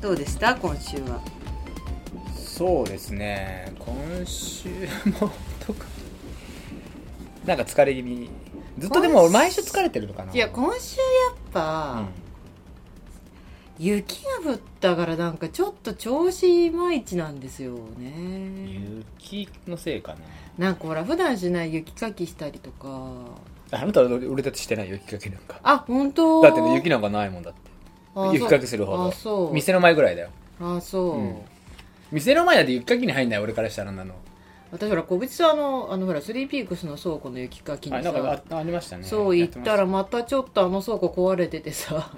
どうでした今週はそうですね今週も特になんか疲れ気味ずっとで今も週毎週疲れてるのかないいや今週やっぱ、雪が降ったからなんかちょっと調子いまいちなんですよね雪のせいかなんかほら普段しない雪かきしたりとかなあなたは俺たちしてない雪かきなんかあ本当だってね雪なんかないもんだってあ雪かきするほそうどあそう店の前ぐらいだよあそう、うん店の前だって雪かきに入んない俺からしたらなの私ほら小渕さんのあのほらスリーピークスの倉庫の雪かきあになんさかあありましたねそう行ったらやまたちょっとあの倉庫壊れててさ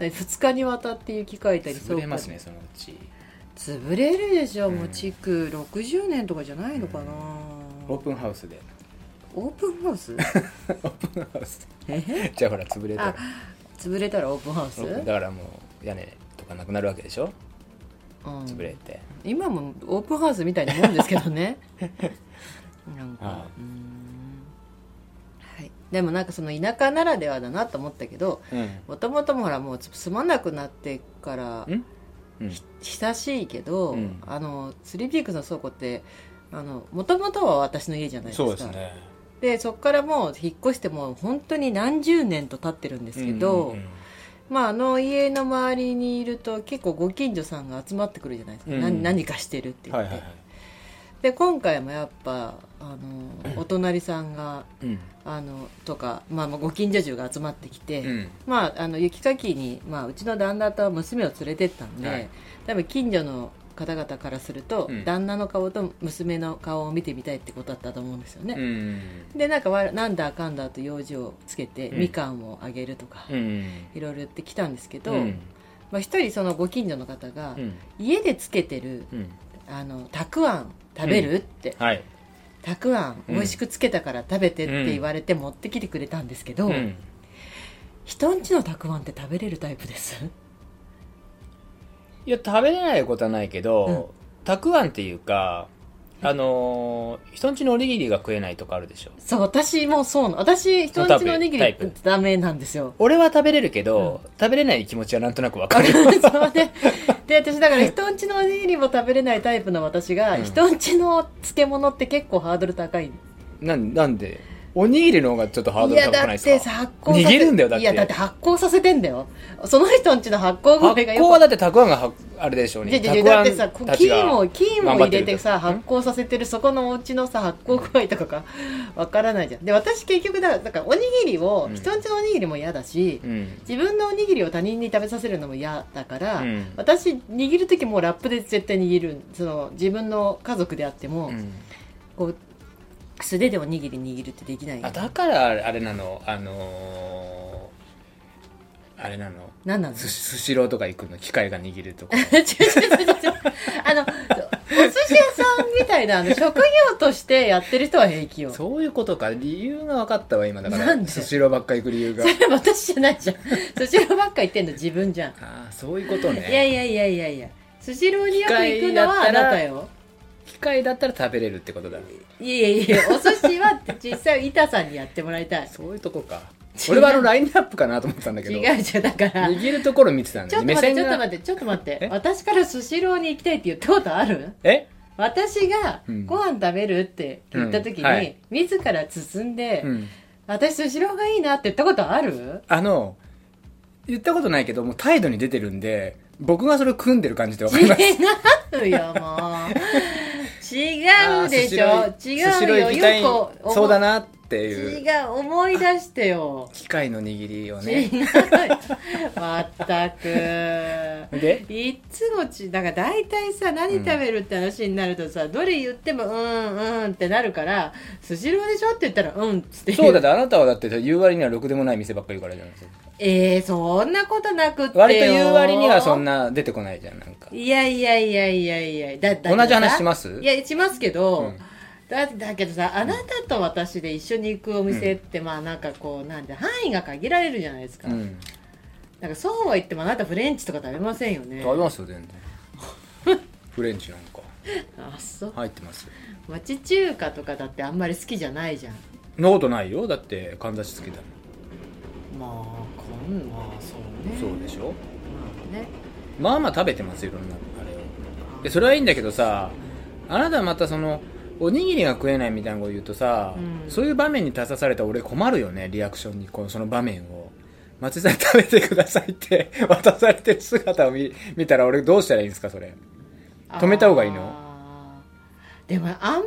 2日にわたって雪かいたてりました潰れます倉庫ねそのうち潰れるでしょ、うんもう築60年とかじゃないのかな、オープンハウスでオープンハウス オープンハウスえじゃあほら潰れたらあ潰れたらオープンハウス、ロックだからもう屋根とかなくなるわけでしょうん潰れて、今もオープンハウスみたいなもんですけど ねなんか、はーいうんはい、でもなんかその田舎ならではだなと思ったけどうんもともともほらもう住まなくなってからんうん親しいけど、うんあのスリーピークスの倉庫ってもともとは私の家じゃないですかそうですねでそこからもう引っ越してもう本当に何十年と経ってるんですけど、うんうんうんまあ、あの家の周りにいると結構ご近所さんが集まってくるじゃないですか、うんな何かしてるって言っはて、いはいはいで今回もやっぱあのお隣さんがうんあのとか、まあ、まあご近所中が集まってきて、うんまあ、あの雪かきに、まあ、うちの旦那と娘を連れてったんで、はい多分近所の方々からすると、うん旦那の顔と娘の顔を見てみたいってことだったと思うんですようね、んでなんかわなんだかんだと用事をつけて、うんみかんをあげるとか、うんいろいろ言ってきたんですけど、うんまあ、一人そのご近所の方が、うん家でつけてるうんあのたくあん食べるって、はいたくあんうん美味しくつけたから食べてって言われて持ってきてくれたんですけど、うん人んちのたくあんって食べれるタイプです いや食べれないことはないけどたくあんっていうかあのー人んちのおにぎりが食えないとかあるでしょそう私もそうなの私人んちのおにぎタりイプダメなんですよ俺は食べれるけど食べれない気持ちはなんとなくわか るそうでで私だから人んちのおにぎりも食べれないタイプの私が、うん人んちの漬物って結構ハードル高い なんなんでおにぎりの方がちょっとハードルいや高くだないっでてすかさ発酵させ逃げるんだよだっていやだって発酵させてんだよその人んちの発酵具合発がよく酵はだってたくあんがはあれでしょうじゃねじゃじゃただっくあてんさた菌ちがを菌を入れてさ頑張発って酵させてるそこのお家のさ発酵具合とかがわからないじゃんで私結局だからだからおにぎりを、うん人んちのおにぎりも嫌だし、うん自分のおにぎりを他人に食べさせるのも嫌だから、うん私握る時もラップで絶対握るその自分の家族であっても、うんこう素手でおにぎり握るってできないあだからあれなのあのーあれなの何なの寿司スシローとか行くの機械が握るとか違う違う違う違うあのお寿司屋さんみたいなあの職業としてやってる人は平気よ そそういうことか理由が分かったわ今だかならんでスシローばっか行く理由がれ私じゃないじゃんスシローばっか言ってんの自分じゃん、ああそういうことねいやいやいやいやいやスシローによく行くのはあなたよ機械だったら食べれるってことだいやいやいやお寿司は実際板さんにやってもらいたいそういうとこか俺はあのラインナップかなと思ったんだけど違うじゃんだから握るところ見てたんちだょよっと目待って線ちょっとが待ってちょっと待ってえ私からスシローに行きたいって言ったことあるえ私がうんご飯食べるって言った時に、うんはい自ら進んで、うん私スシローがいいなって言ったことあるあの、言ったことないけど、もう態度に出てるんで、僕がそれを組んでる感じでわか違ります。うよもう違うでしあょースシロースシ違ロうーよ行きたいよくおそうだななって違いう。う思い出してよ機械の握りを違ね。うまったくで、いっつもちだから大体さ何食べるって話になるとさ、どれ言ってもうんうんってなるから「スシローでしょ?」って言ったら「うん」っつって言そうだってあなたはだって言う割にはろくでもない店ばっかり言うからじゃないですか。えー、そんなことなくってよ割と言う割にはそんな出てこないじゃん、なんか。いやいやいやいやいやだだ同じ話しますいやしますけど、うんだだけどさあなたと私で一緒に行くお店って、まあなんかこうなんて範囲が限られるじゃないですか、うん。なんかそうは言ってもあなたフレンチとか食べませんよね食べますよ、全然。 フレンチなんか。あそう入ってますよ。町中華とかだってあんまり好きじゃないじゃんそんなことないよ。だって、かんざしつけたの。まあこんまあそうねそうでしょまあねまあまあ食べてますよいろんなあれをでそれはいいんだけどさあなたまたそのおにぎりが食えないみたいなこと言うとさ、うんそういう場面に立たされたら俺困るよねリアクションにこのその場面を松井さん食べてくださいって 渡されてる姿を見見たら俺どうしたらいいんですかそれ止めた方がいいのあーでもあんまり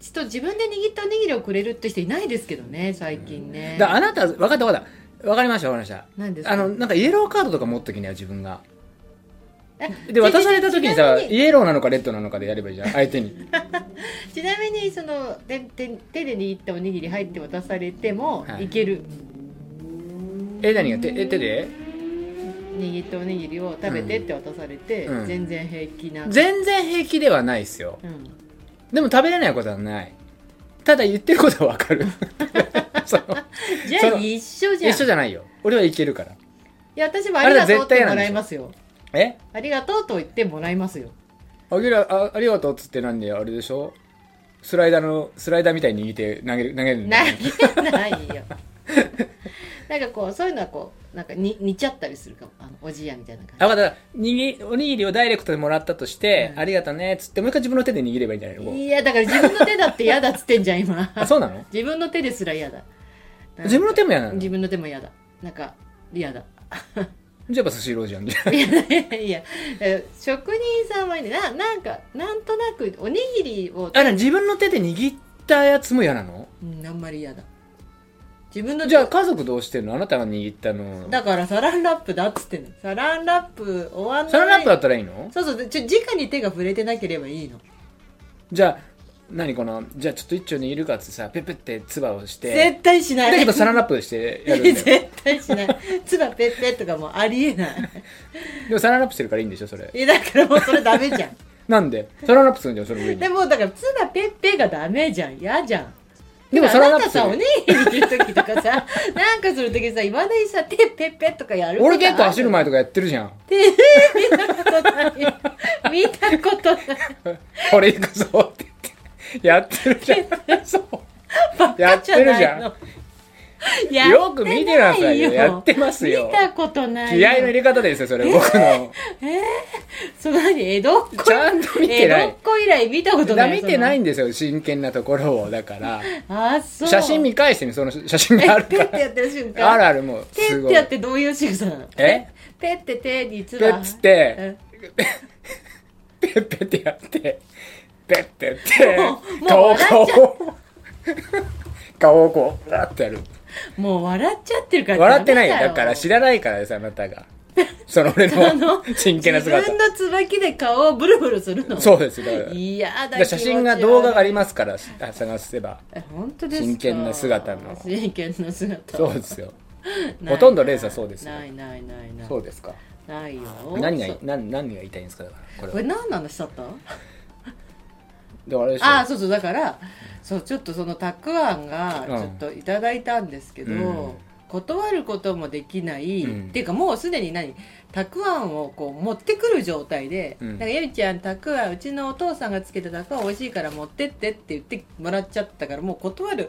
ちょっと自分で握ったおにぎりをくれるって人いないですけどね最近ね、だあなた分かった分かった分かりました分かりまし何ですたかあのなんかイエローカードとか持っときなよ自分がえで渡された時にさちなみにイエローなのかレッドなのかでやればいいじゃん相手にちなみにそので手手で握ったおにぎり入って渡されてもはいいける、え何が手え手で握ったおにぎりを食べてって渡されて、うん全然平気な、全然平気ではないですようんでも食べれないことはないただ言ってることは分 かるそのじそゃあの一緒じゃん一緒じゃないよ俺はいけるからいや私もありがとうっあれては絶対なもんでらしょいますよえありがとうと言ってもらいますよあげるあありがとうっつってなんであれでしょスライダーのスライダーみたいに握って投げる投げるんだなよいねないよなんかこうそういうのはこうなんかに似ちゃったりするかもあのおじいやみたいなあ感まだにぎおにぎりをダイレクトでもらったとして、うんありがとねっつってもう一回自分の手で握ればいいんじゃないのこうじいやだから自分の手だって嫌だっつってんじゃん今あそうなの自分の手ですら嫌だ自分の手も嫌なの自じゃ分の手も嫌だなんか嫌だあやっぱスシローじゃんい やいやえ職人さんはいいねななんかなんとなくおにぎりをあら自分の手で握ったやつも嫌なのうんあんまり嫌だ自分の手じゃあ家族どうしてんのあなたが握ったのだからサランラップだっつってんのサランラップ終わんないサランラップだったらいいのそうそうでちょ直に手が触れてなければいいのじゃあ何このじゃあちょっと一丁握るかっつってさペペって唾をして絶対しないだけどサランラップしてやるんだ よ絶対しないつばペッペッとかもうありえないでもサランラップしてるからいいんでしょそれいやだからもうそれダメ じゃんなんでサランラップするんじゃんその上にでもだからつばペッペがダメじゃん嫌じゃんでもだかサらランあラなッたプすさるおにぎり切る時とかさ なんかする時さいまだにさ手ペッペッとかやる俺結構走る前前とかやってるじゃん手見たことない見たことないこれ行くぞって言ってやってるじゃんそうバカじゃないのやっやってよく見てなさいよなやってますよ見たことない気合の入れ方ですよそれ僕のその何江戸っ子ちゃんと見てな江い戸っ子以来見たことない見てないそんですよ真剣なところをだからのあそう写真見返してみその写真があるペかッてやってる瞬ら間あるあるもうペすッごていやってどういう仕草なのえペッて手につペばッつってペッペッてやってペッペッてもうもう顔を笑顔っちゃを顔をこうわーってやるうんもう笑っちゃってるから笑ってないよダメだから知らないからですあなたがその俺 そのの真剣な姿自分のつばきで顔をブルブルするのそうですだからいやだかだら写真が動画がありますからあ探せばえ本当ですか真剣な姿の真剣な姿そうですよないほとんどレースはそうですよないないないないそうですかないよ何がいそい何何が言いたいんですかだからこれこはれ何の話だっただからあれでしょああそうそうだからそうちょっとそのたくあんがうんちょっといただいたんですけど、うん断ることもできない、うんっていうかもうすでに何たくあんをこう持ってくる状態で「うんなんかゆみちゃんたくあんうちのお父さんがつけたたくあん美味しいから持ってって」って言ってもらっちゃったからもう断る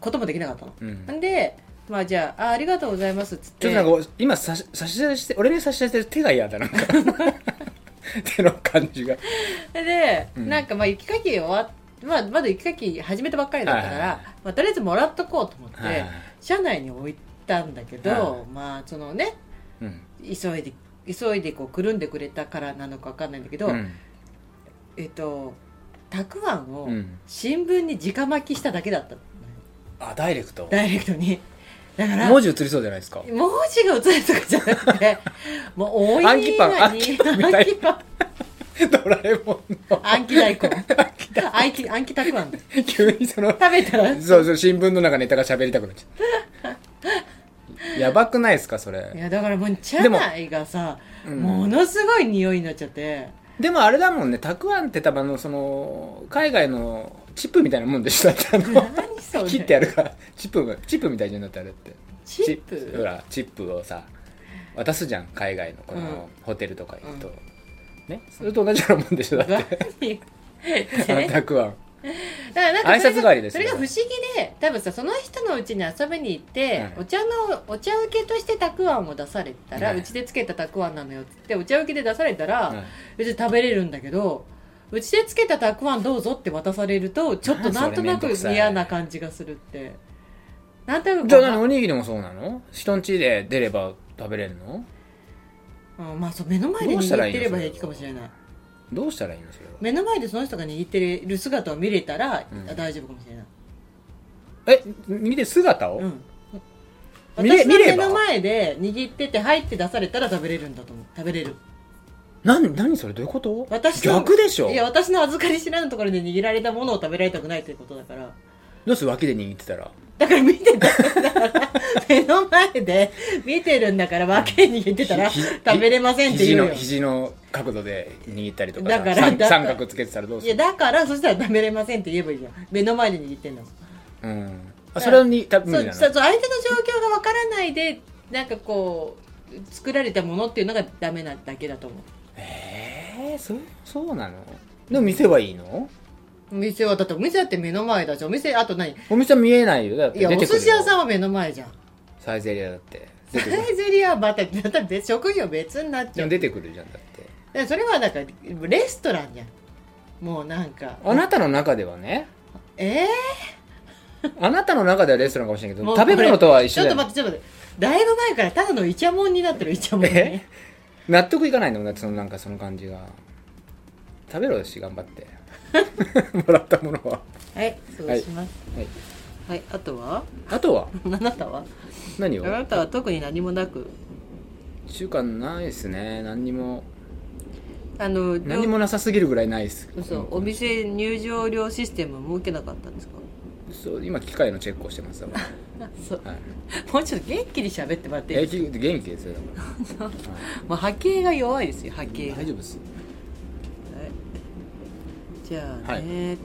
こともできなかったの。うんん、でまあじゃああ「ありがとうございます」っつっちてょっとなんか今差し差し出して俺に差し出してる手が嫌だなんか手の感じがで、うんなんかまあ雪かき終わっまあ、まだ雪かき始めたばっかりだったから、はいはいはいまあ、とりあえずもらっとこうと思って、はいはい車内に置いたんだけど、はまあそのねうん急いで急いでこうくるんでくれたからなのかわかんないんだけど、うんえっとたくあんをうん新聞に直巻きしただけだったの、あダイレクトダイレクトにだから文文字映りそうじゃないですか 字が映るとかじゃなくてもうおい暗記パン暗記パン暗記ドラえもんの暗記大根暗記暗記たくあんだ急にその 食べたらそうそう新聞の中ネタが喋りたくなっちゃうやばくないですかそいれやだからもう車内がさでもうもんのすごい匂いになっちゃって、でもあれだもんねたくあんって多分あのその海外のチップみたいなもんでしょだってあの何 それ切ってやるからチップがチップみたいじゃんだってあれってチップほらチップをさ渡すじゃん海外のこのホテルとか行くと、うん ねそれと同じようなもんでしょだって何あのたくあだんからなんかそれ挨拶代わりですそよれが不思議で多分さその人のうちに遊びに行って、はいお茶のお茶受けとしてたくあんを出されたら、はいうちでつけたたくあんなのよっつってお茶受けで出されたら、はい別に食べれるんだけどうちでつけたたくあんどうぞって渡されるとちょっとなんとな それめんどくくさい嫌な感じがするってなんとなくじゃあこ何うおにぎりもそうなの人ん家で出れば食べれるのなうんまあそう目の前でどうしたら握っいいのてればそれ平気かもしれないどうしたらいいのそれは目の前でその人が握ってる姿を見れたら、うんあ大丈夫かもしれないえ見て姿を、うん、見れ私の見れ目ばの前で握ってて入って出されたら食べれるんだと思う食べれるなん何それどういうこと私の逆でしょいや私の預かり知らぬところで握られたものを食べられたくないということだからどうする脇で握ってたらだから見てた んだから目の前で見てるんだから分け握ってたらひひ食べれませんって肘言うのよ肘の角度で握ったりとかだからさ三だから三角つけてたらどういすやるだからそしたら食べれませんって言えばいいじゃん目の前で握ってんだもんうんあそれに多分無そ理うなそうそうの相手の状況が分からないでなんかこう作られたものっていうのがダメなだけだと思うえー、そうそうなのでも見せばいいのお店はだってお店だって目の前だしお店あと何いお店は見えないよだって出やておくるよ寿司屋さんは目の前じゃんサイゼリアだってサ出イてくるゼリアはまたまた別職業別になっちでゃもう出てくるじゃんだってでそれはなんかレストランじゃんもうなんかあなたの中ではねえあなたの中ではレストランかもしれないー、けもどう食べ物とは一ち緒ょっだとよ待ってちょっと待ってだいぶ前からただのイチャモンになってるイチャモンえね納得いかないんだもんだってそのなんかその感じが食べろよし頑張って もらったものははいそうしますはいはい、あとは あとはあなたは何あをなたは特に何もなく一週間ないですね何にもあの何もなさすぎるぐらいないですそうお店入場料システム設けなかったんですかそう今機械のチェックをしてますだ かそうら、はい、もうちょっと元気に喋ってもらっていいえ元気元気ですよだかまあ波形が弱いですよ波形らが、大丈夫ですじゃあね、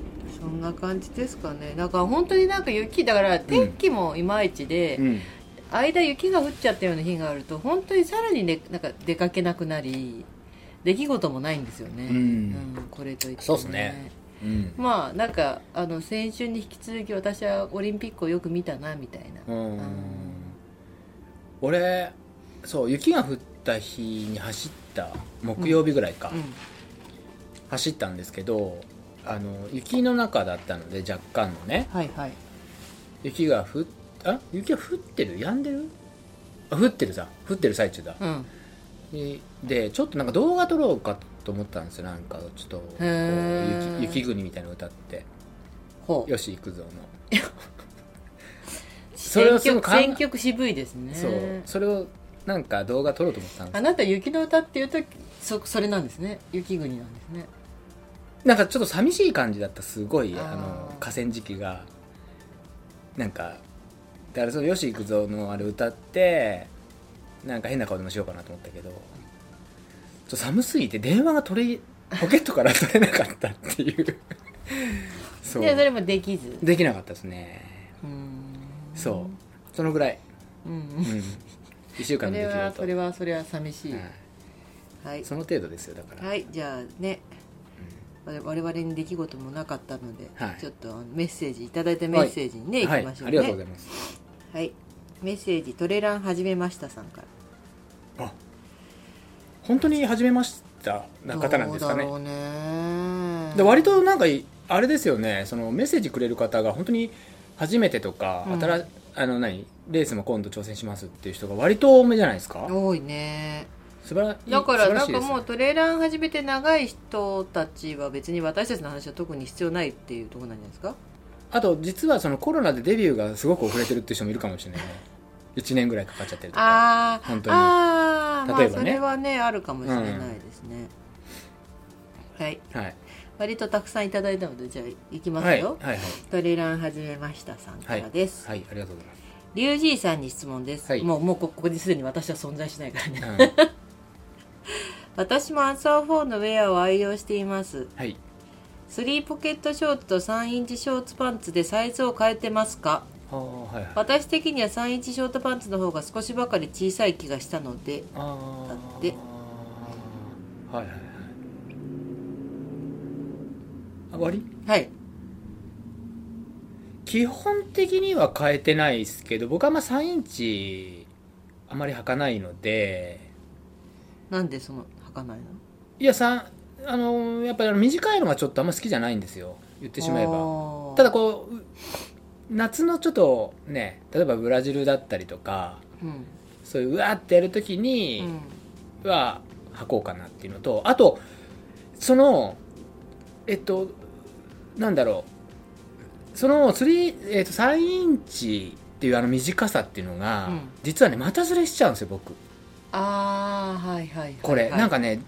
そんな感じですかねだから本当になんか雪だから天気もいまいちで、うん間雪が降っちゃったような日があると本当にさらに、ね、なんか出かけなくなり出来事もないんですよね、うんうんこれといって、そうっすねうんまあなんかあの先週に引き続き私はオリンピックをよく見たなみたいな、うんうん俺そう雪が降った日に走った木曜日ぐらいか、うん走ったんですけどあの雪の中だったので若干のねはいはい雪が降っあ雪が降ってるやんでるあ降ってるさ降ってる最中だうんにでちょっとなんか動画撮ろうかと思ったんですよなんかちょっとこうへー雪雪国みたいなの歌ってほ「うよし行くぞの」それ選をすごい曲考え選曲渋いですねそうそれをなんか動画撮ろうと思ったんであすなた雪の歌っていうとそそれなんですね雪国なんですねなんかちょっと寂しい感じだったすごいあーあの河川敷がなんかだからその「よし行くぞ」のあれ歌ってなんか変な顔でもしようかなと思ったけどちょっと寒すぎて電話が取れポケットから取れなかったっていう そでそれもできずできなかったですねうーんそうそのぐらい、うんうん、1週そ間の出れ来事はそれはそれは寂しい、ははいい、その程度ですよだから、はいじゃあね我々我々に出来事もなかったので、はいちょっとあのメッセージいただいたメッセージにね、、はいいきましょうあねりがとうございますはいメッセージトレラン始めましたさんからあ本当に始めましたな方なんですかねどうだろうねで割となんかいあれですよねそのメッセージくれる方が本当に初めてとか、うん新あの何レースも今度挑戦しますっていう人が割と多めじゃないですか多いね素晴らいいだか素ら晴なしんいかですねもうトレーラン始めて長い人たちは別に私たちの話は特に必要ないっていうところなんじゃないですかあと実はそのコロナでデビューがすごく遅れてるっていう人もいるかもしれないね1年ぐらいかかっちゃってるとかあー本当にあー例えばねまあ、それはねあるかもしれないですね、はいはい割とたくさんいただいたのでじゃあいきますはいはよ、いはいトレラン始めましたさんかはいらです、はいありがとうございますリュウジーさんに質問です、はいもうもうここにすでに私は存在しないから ね うん私もアンサー4のウェアを愛用していますはい3ポケットショーツと3インチショーツパンツでサイズを変えてますかあーはいはいあ私的には3インチショートパンツの方が少しばかり小さい気がしたのであだっーてはいはいはいあ終わりはい基本的には変えてないですけど僕はまあ3インチあまり履かないのでなんでその履かないのいやさあのやっぱりあの短いのがちょっとあんま好きじゃないんですよ言ってしまえばばただ、こうう夏のちょっとね例えばブラジルだったりとかうんそういううわーってやるときうに、ん、は履こうかなっていうのとあとそのえっとなんだろうその3、えっと、3インチっていうあの短さっていうのが、うん実はね股ずれしちゃうんですよ僕ああはいはいはいこれ、はいなんかね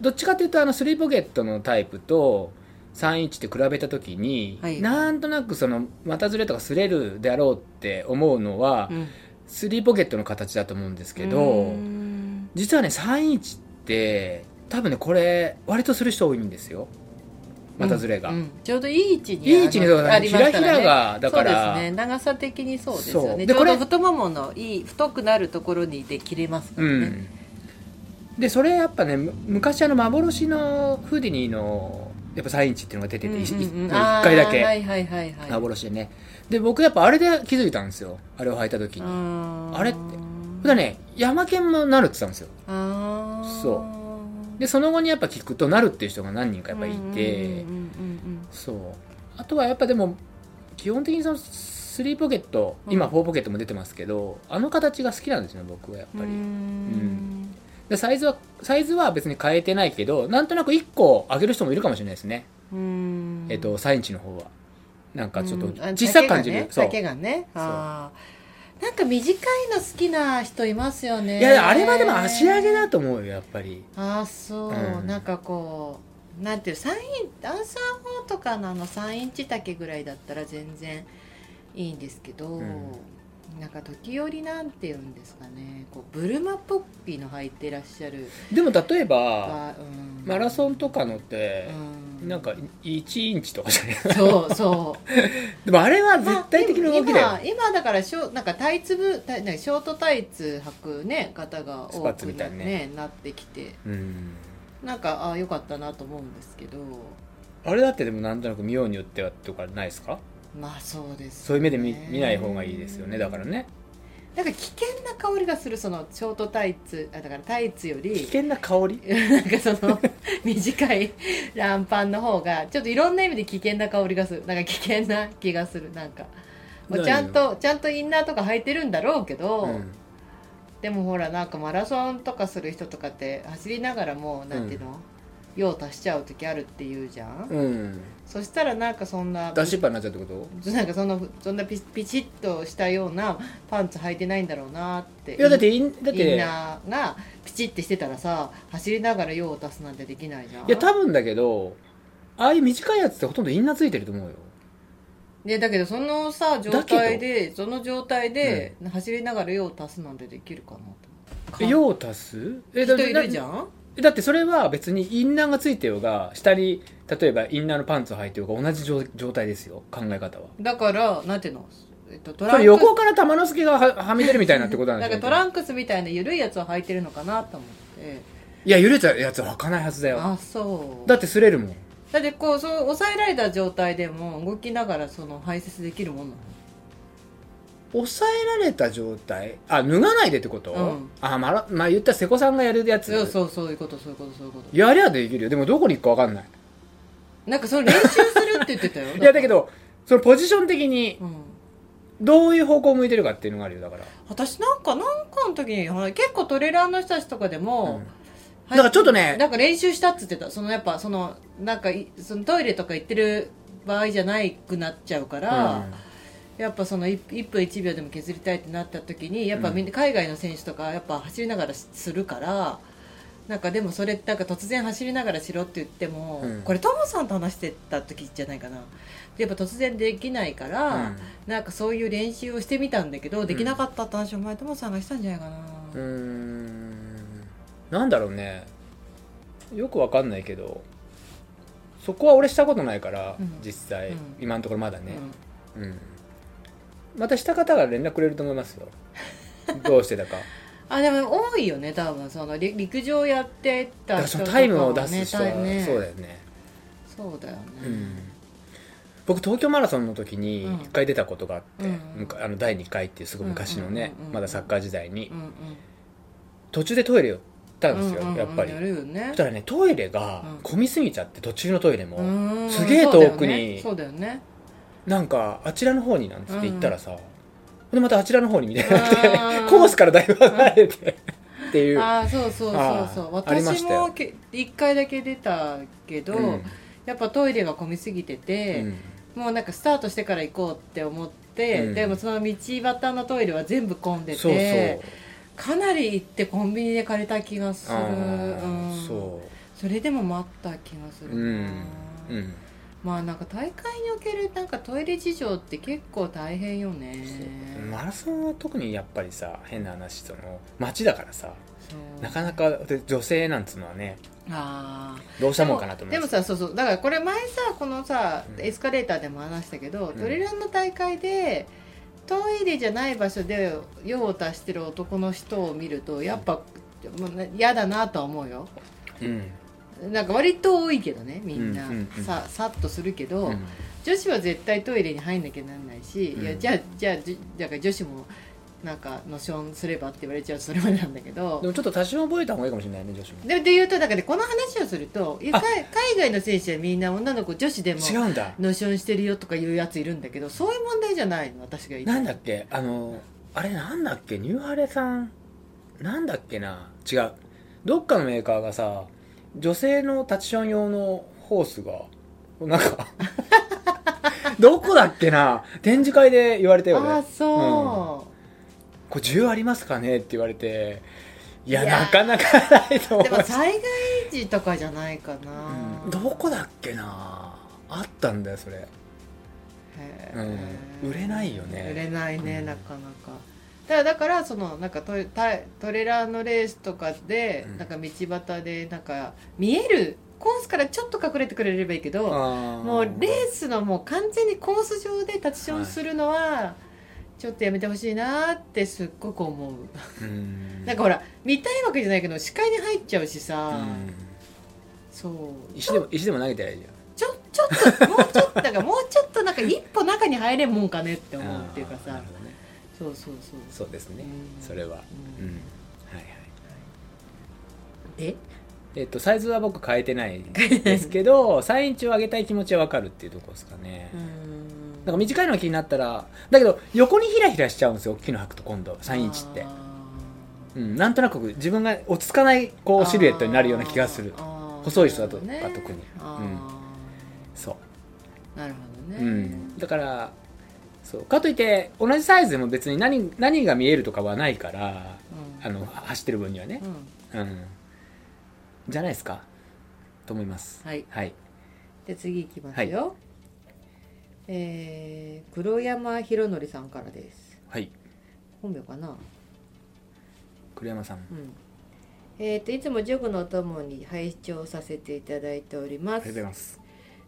どっちかっていうとあの3ポケットのタイプと3インチって比べた時に、はいなんとなくその股ずれとか擦れるであろうって思うのは、うん3ポケットの形だと思うんですけど、うーん実はね3インチって多分ねこれ割とする人多いんですよ股ずれが、うんちょうどいい位置にいい位置にあのだからありひましらたひねらがだからそうですね長さ的にそうですそようねでちょうこどれ太もものいい太くなるところにで切れますかうらね、んでそれやっぱねむ昔あの幻のフーディニーのやっぱ3インチっていうのが出てて、一一あー一回だけ、はいはいはいはい幻でねで僕やっぱあれで気づいたんですよあれを履いた時に、ああれってだからね山県もなるって言ってたんですよあーそうでその後にやっぱ聞くとなるっていう人が何人かやっぱいて、うんうんうんそうあとはやっぱでも基本的にその3ポケット今うん4ポケットも出てますけど、あの形が好きなんですね僕はやっうんうんぱり、うんでサイズはサイズは別に変えてないけどなんとなく1個上げる人もいるかもしれないですね、うんえっと3インチの方はなんかちょっとうんあ小さく感じる、そう丈がね丈がねあーなんか短いの好きな人いますよねいやあれはでも足上げだと思うよやっぱりああそう、うんなんかこうなんていうサインアンサー4とかのあの3インチ丈ぐらいだったら全然いいんですけど、うんなんか時折なんていうんですかねこうブルマポッピーの履いてらっしゃるでも例えばは、うん、マラソンとかのって、うんなんか1インチとかじゃない そうそうでもあれはまあ絶対的な動きだよ、でも今今だからショなんかタイツブタイなんかショートタイツ履くね方がス多パッツくみたいなねなってきてうんなんかああよかったなと思うんですけどあれだってでもなんとなく見ようによってはとかないですかまあそうですそういう目で見ね見ない方がいいですよねだからねなんか危険な香りがするそのショートタイツあだからタイツよ危り 険な香りなんかその短い乱パンの方がちょっといろんな意味で危険な香りがするなんか危険な気がするなんかもうちゃんとちゃんとインナーとか履いてるんだろうけど、うんでもほらなんかマラソンとかする人とかって走りながらもうなんていうの、用足しちゃう時あるって言うじゃん、うんそしたらなんかそんな出しっぱになっちゃうってことなんかそんなそんなピピチッとしたようなパンツ履いてないんだろうなっていやだってインだっイてンナーがピチッてしてたらさ走りながら用を足すなんてできないじゃんいや多分だけどああいう短いやつってほとんどインナーついてると思うよねだけどそのさ状だけど態でその状態で走りながら用を足すなんてできるかなとえ用を足すえ人だいるじゃんんだってそれは別にインナーがついてようが下に例えばインナーのパンツを履いてようが同じ状状態ですよ考え方はだからなんていうの、えっと、トそれ横から玉之助がははみ出るみたいなってことなん なでんすかよトランクスみたいな緩いやつを履いてるのかなと思っていや揺れちゃうやつは履かないはずだよあそうだだって擦れるもんってこうそう抑えられた状態でも動きながらその排泄できるもんなの抑えられた状態あ脱がないでってこと、うんあまあ、まあ、言ったら瀬古さんがやるやつそうそうそういうことそういうことそういうことやりゃできるよでもどこに行くか分かんないなんかその練習するって言ってたよいやだけ、どそのポジション的にうん、どういう方向を向いてるかっていうのがあるよだから、私なんかなんかの時にほら結構トレーラーの人たちとかでうんも、だからちょっとねなんか練習したっつってたそのやっぱそのなんかいそのトイレとか行ってる場合じゃないくなっちゃうから、やっぱその 1, 分1秒でも削りたいってなった時にやっぱみんな海外の選手とかやっぱ走りながらしするからなんかでもそれなんか突然走りながらしろって言っても、うんこれトモさんと話してた時じゃないかなやっぱ突然できないかうら、んなんかそういう練習をしてみたんだけどできなかったって話を前トモさんがしたんじゃないかな、うーんなんだろうねよく分かんないけどそこは俺したことないから、うん実際、うん今のところまだね、うんうんまたした方が連絡くれると思いますよどうしてだか あでも多いよね多分そのり陸上やってただから人そとのかタイムを出す人はねタイムねそうだよねそうだよね、うん僕東京マラソンの時にうん1回出たことがあって、うんむかあの第2回っていうすごい昔のね、うんうんうんうんまだサッカー時代に、うん途中でトイレ寄ったうんんですよ、うんうんうんやっぱり、やるよねそしたらねトイレがうん混みすぎちゃって途中のトイレも、うーんすげえ遠くにそうだよねなんかあちらの方になんつって行ったらさ、でまたあちらの方にみたいになってあーコースからだいぶ離れてっていう、ああそうそうそうそあうーありま私したよもけ一回だけ出たけど、うんやっぱトイレが混みすぎてて、うんもうなんかスタートしてから行こうって思って、うんでもその道端のトイレは全部混んでてそうそかうなり行ってコンビニで借りた気がする、あうーん、そそれでも待った気がするうな、うん、うん、まあなんか大会におけるなんかトイレ事情って結構大変よねマラソンは特にやっぱりさ変な話その街だからさそうなかなかで女性なんつうのはねああどうしたもんかなと思いでもますさそうそうだからこれ前さこのさうんエスカレーターでも話したけど、んトレランの大会でトイレじゃない場所で用を足してる男の人を見るとやっぱもうね嫌だなとは思うようんなんか割と多いけどねみんな、うんうんうんささっとするけど、うん女子は絶対トイレに入んなきゃなんないし、うんいやじゃあじゃあじだから女子もなんかノションすればって言われちゃうとそれまでなんだけどでもちょっと多少覚えた方がいいかもしれないね女子もでで言うとなんかねこの話をするといやあ海海外の選手はみんな女の子女子でも違うんだノションしてるよとかいうやついるんだけどそういう問題じゃないの私が言いたいなんだっけあのあれなんだっけニューハレさんなんだっけな違うどっかのメーカーがさ女性のタッチション用のホースがな んかどこだっけな展示会で言われたよああねそこれ銃ありますかねって言われていやいやーなかなかないとう、思でいもます、災害時とかじゃないかな、うんどこだっけなあったんだよそれへうーん売れないよね売れないね、うんなかなかだからだからそのなんかトレタトレーラーのレースとかで、うんなんか道端でなんか見えるコースからちょっと隠れてくれればいいけど、ももうレースのもう完全にコース上で立ちションするのは、ちょっとやめてほしいなってすっごく思う、うんなんかほら見たいわけじゃないけど視界に入っちゃうしさ、うんそう石でも石でも投げてらいいじゃんちょちょっともうちょっとなんかもうちょっとなんか一歩中に入れんもんかねって思うっていうかあーなさるほどねそうそうそうそうですね、うんそれは、ううんんはいはいでえっと、サイズは僕変えてないです けど3インチを上げたい気持ちは分かるっていうところですかね、なんか短いのが気になったらだけど横にヒラヒラしちゃうんですよ大きいの履くと今度3インチって、うん、なんとなく自分が落ち着かないこうシルエットになるような気がする細い人だとか特にそうなるほどねうん、だからそうかといって同じサイズでも別に何何が見えるとかはないからあのは走ってる分にはねう、んうん、じゃないですかと思いますはいはいで次いきますよえー黒山宏則さんからですはい本名かな栗山さんうんえーといつもジョグのお供に拝聴させていただいておりまありがとうございすます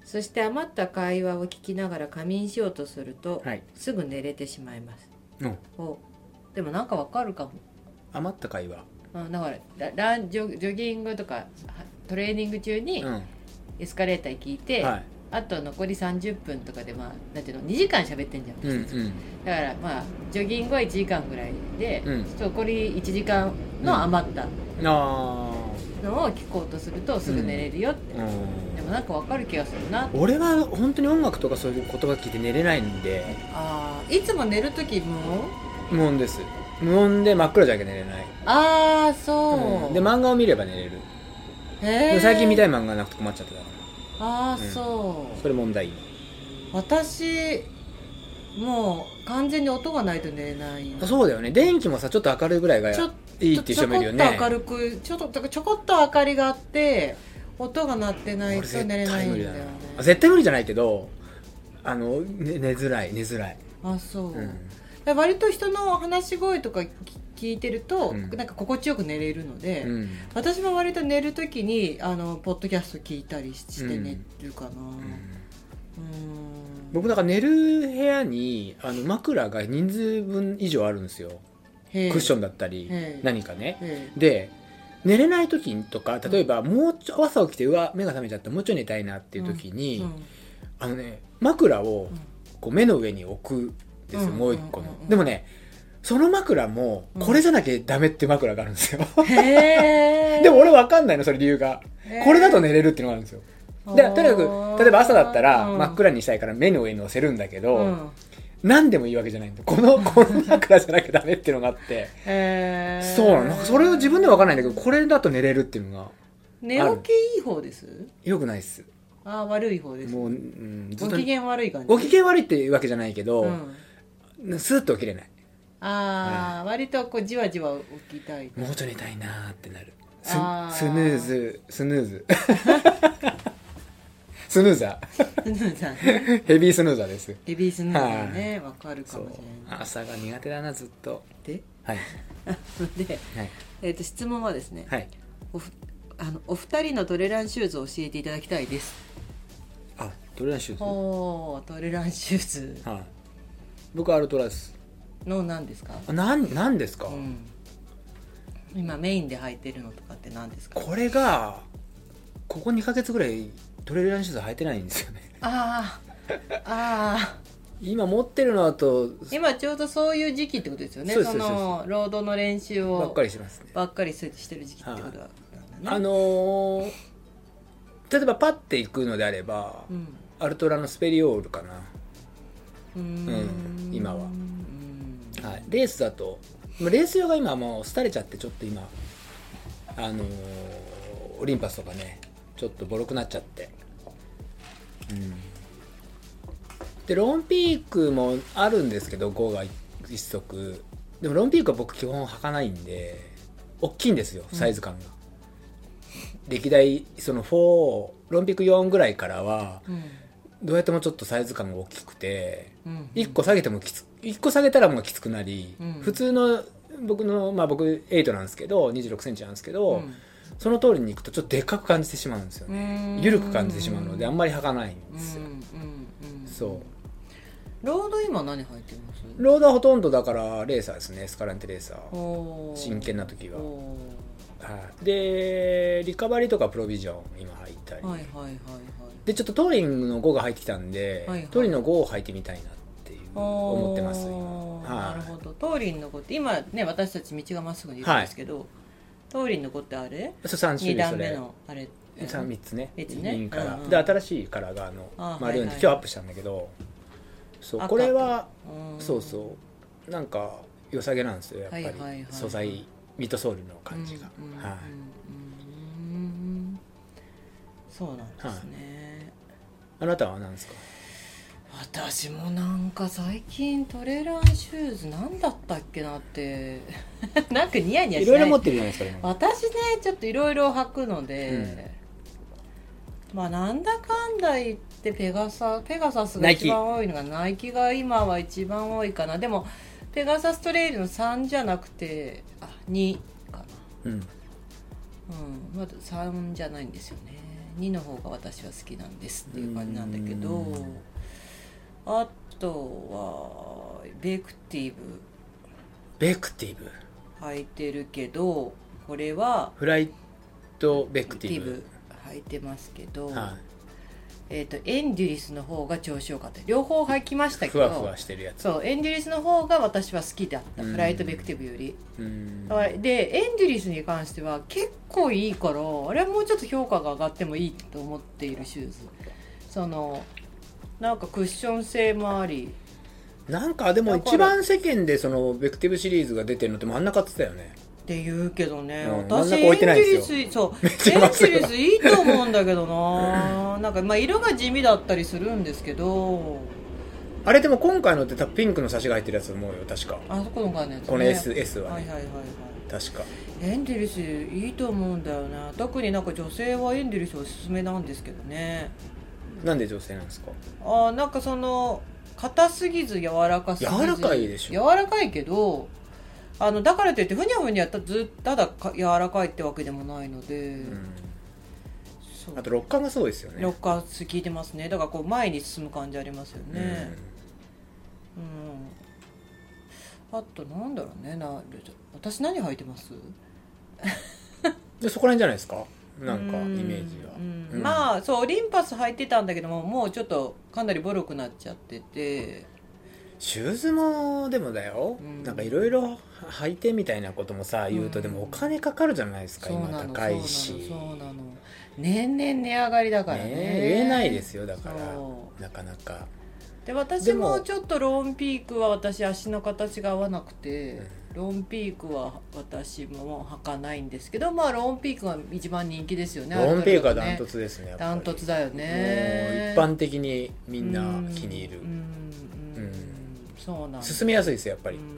そして余った会話を聞きながら仮眠しようとするとはいすぐ寝れてしまいますのおでもなんかわかるかも余った会話あだからラランジョジョギングとかはトレーニング中にうんエスカレーター聞いて、はいあと残り30分とかでまあなんていうの2時間喋ってんじゃん、うんうんだからまあジョギングは1時間ぐらいで、うん残り1時間の余ったあのを聞こうとするとすぐ寝れるよって、ーうんでもなんかわかる気がするな俺は本当に音楽とかそういう言葉聞いて寝れないんであーいつも寝る時も無音です無音で真っ暗じゃなきゃ寝れない、ああそう、うんで漫画を見れば寝れる、へでーも最近見たい漫画なくて困っちゃってたからああうんそう、それ問題私もう完全に音がないと寝れないそうだよね電気もさちょっと明るいぐらいがいちょっいっていう人もいるよねちょこっと明るくちょっとだからちょこっと明かりがあって音が鳴ってない俺と絶寝れな対いんだ無理よねだなあ絶対無理じゃないけどあの、ね、寝づらい寝づらい、あそう、うんで割と人の話し声とか聞聞いてると、うんなんか心地よく寝れるので、うん私も割と寝るときにあのポッドキャスト聞いたりして寝るかなうん僕だから寝る部屋にあの枕が人数分以上あるんですよククッションンだったりええ何かねで寝れない時とか例えばもうちょ朝起きてうわ目が覚めちゃったもうちょい寝たいなっていう時に、あのね枕をこう目の上に置くんですよ、うんもう一個うの、んうんうんでもねその枕もこれじゃなきゃダメって枕があるんです よ、へえでも俺わかんないのそれ理由が、これだと寝れるっていうのがあるんですよでとにかく例えば朝だったら真っ暗にしたいから目の上に乗せるんだけど、何でもいいわけじゃないんだこ のこの枕じゃなきゃダメっていうのがあってえそうなのなんかそれを自分では分かんないんだけどこれだと寝れるっていうのが寝起きいい方ですよくないっすああ悪い方ですもう、うん、ずっご機と嫌悪い感じご機嫌悪いっていうわけじゃないけど、うんスーッと起きれないああ割とこうじわじわ起きたいもうちょい寝たいなーってなるスあースヌーズスヌーズ スヌーザヘーヘ ビースヌーザーですビースヌーザーねわかるかそもうしれない朝が苦手だなずっとではいで、はいえー、と質問はですね、はいおふあのお二人のトレランシューズを教えていただきたいですあトレランシューズはい、おートレランシューズ僕はアルトラですの何ですか、あなんなんですか、うん、今メインで履いてるのとかって何ですかこれがここ2ヶ月ぐらいトレランシューズ履いてないんですよねああああ今持ってるのだと今ちょうどそういう時期ってことですよねそうそですそうですのロードの練習をばっかりしてますねばっかりしてる時期ってことなんだね、あのー例えばパッて行くのであれば、うんアルトラのスペリオールかな、うーんうん今はうんはい、レースだとまあレース用が今もう廃れちゃってちょっと今あのーオリンパスとかねちょっとボロくなっちゃってうんでロンピークもあるんですけど5が1足でもロンピークは僕基本履かないんで大きいんですよサイズ感が、歴代その4ロンピーク4ぐらいからはうんどうやってもちょっとサイズ感が大きくてうん1個下げてもきつ1個下げたらもうきつくなり、うん普通の僕のまあ僕8なんですけど2 6ンチなんですけうど、んその通りにいくとちょっとでっかく感じてしまうんですよね緩く感じてしまうのであんままり履かないんですよ、そうロード今何履いてますうロードはほとんどだからレーサーですねスカランテレーサーおー真剣な時はおはいでリカバリーとかプロビジョン今履いたり、ーはいはいはいはいでちょっとトーリングの5が入ってきたんで、はいはいトーリングの5を履いてみたいなっていう思ってます今おーはないるほどトーリンの子って今ね私たち道がまっすぐにいるんですけど、トーリンの子ってあれそう3種二類そ段れ目のあれ三三つね三つねいいカラーうんうんで新しいカラーがあのあマルーはンでいはい今日アップしたんだけどそう赤これはうんそうそうなんか良さげなんですよやっぱはいはいはいり素材ミッドソールの感じがうんうんうんはうんうんそうなんですね、いあなたは何ですか私もなんか最近トレランシューズなんだったっけなって なんかニヤニヤいしろいなろい持ってるじゃないですかでも私ねちょっといろいろ履くので、まあなんだかんだ言ってペガサペガサスがナイキ一番多いのがナイキが今は一番多いかなでもペガサストレイルの3じゃなくてあ2かなうんうんまだ3じゃないんですよね2の方が私は好きなんですっていう感じなんだけうどんあとはベクティブベクティブ履いてるけどこれはフライトベクベティブ履いてますけど、はえー、とエンデュリスの方が調子よかった両方履きましたいけふどわふわしてるやつそうエンデュリスの方が私は好きだったフライトベクティブより、うんだからでエンデュリスに関しては結構いいからあれはもうちょっと評価が上がってもいいと思っているシューズそのなんかクッション性もありなんかでも一番世間でそのベクティブシリーズが出てるのって真ん中って言ってたよねって言うけどね、うん真ん私中エ置ンいデてないュんでリすよス そうめエっンちデゃ真っ白ュリスいいと思うんだけどななんかまあ色が地味だったりするんですけどあれでも今回のって多分ピンクのサシが入ってるやつ思うよ確かあそこの感じですねこの S, S はいははいね、はいはい確かエンデュリスいいと思うんだよね特になんか女性はエンデュリスおすすめなんですけどねなんで女性なんですかあーなんかその硬すぎず柔らかすぎず柔らかいでしょ柔らかいけどあのだからといってふにゃふにゃたずただか柔らかいってわけでもないので、うんそうあと六感がすごいですよねロッカース効いてますねだからこう前に進む感じありますよねうん、あとなんだろうねな私何履いてますうんでそこら辺じゃないですかなんかイメージは、うんうんまあそうオリンパス履いてたんだけどももうちょっとかなりボロくなっちゃっててシューズもでもだよ、うんなんかいろいろ履いてみたいなこともさ言うと、うんでもお金かかるじゃないですかそう今なの高いしそうなのそうなの年々値上がりだからねね言えないですよだからそなかなか、で私でももちょっとローンピークは私足の形が合わなくて、ローンピークは私も履かないんですけどまあローンピークが一番人気ですよねローンペーカーあダるン程トツですねやっ度ねぱりダントツだよねもう一般的にみんな気に入る、うんうんうんうんそうなんです進めやすいですよやっぱり、うんうん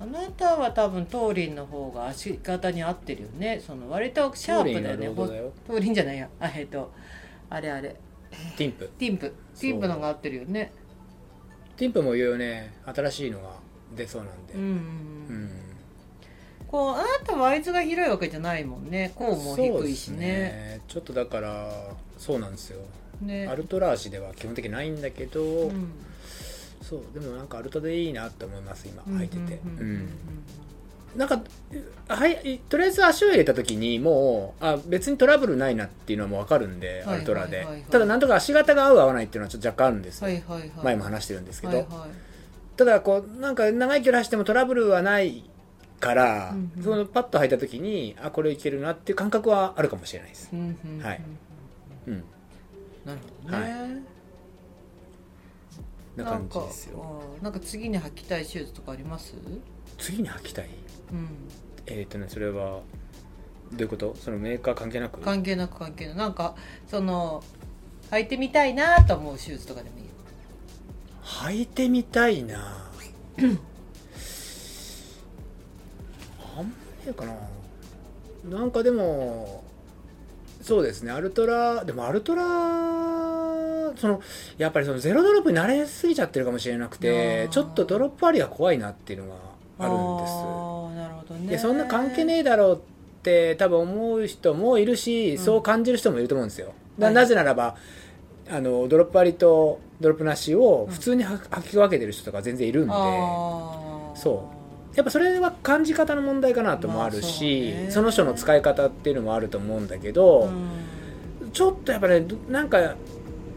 あなたは多分トーリンの方が足型に合ってるよねその割とシャープだよねトーリンはロードだよほトーリンじゃないやあえっとあれあれティンプティンプティンプのが合ってるよねティンプもいよいよね新しいのが出そうなんでうん、ううんうん、んこうあなたはワイズが広いわけじゃないもんねこうも低いしねそうっすちょっとだからそうなんですよねアルトラーシでは基本的にないんだけど、うんそうでもなんかアルトでいいなって思います今履いててうんうんううんうんんなんかはいとりあえず足を入れた時にもうあ別にトラブルないなっていうのはもう分かるんではいアルトラはでいはいはいただなんとか足型が合う合わないっていうのはちょっと若干あるんですよ、はいはいはい前も話してるんですけど、はいはいただこうなんか長い距離走ってもトラブルはないから、うんうんそのパッと履いた時にあこれいけるなっていう感覚はあるかもしれないです、うんうんうんはいうん、なるほどね、な感じですよなんかうんなんか次に履きたいシューズとかあります次に履きたいうんえっ、とねそれはどういうことそのメーカー関係なく関係なく関係ないなんかその履いてみたいなと思うシューズとかでもいいよ履いてみたいなあんまりかななんかでもそうですねアルトラでもアルトラそのやっぱりそのゼロドロップに慣れすぎちゃってるかもしれなくあてーちょっとドロップありが怖いなっていうのがあるんですああなるほどねいやそんな関係ねえだろうって多分思う人もいるうし、んそう感じる人もいると思うんですよだはいなぜならばあのドロップありとドロップなしを普通には履き分けてる人とか全然いるんで、あーそやっぱそれは感じ方の問題かなともあるまし、あそうねその人の使い方っていうのもあると思うんだけど、ちょっとやっぱねどなんか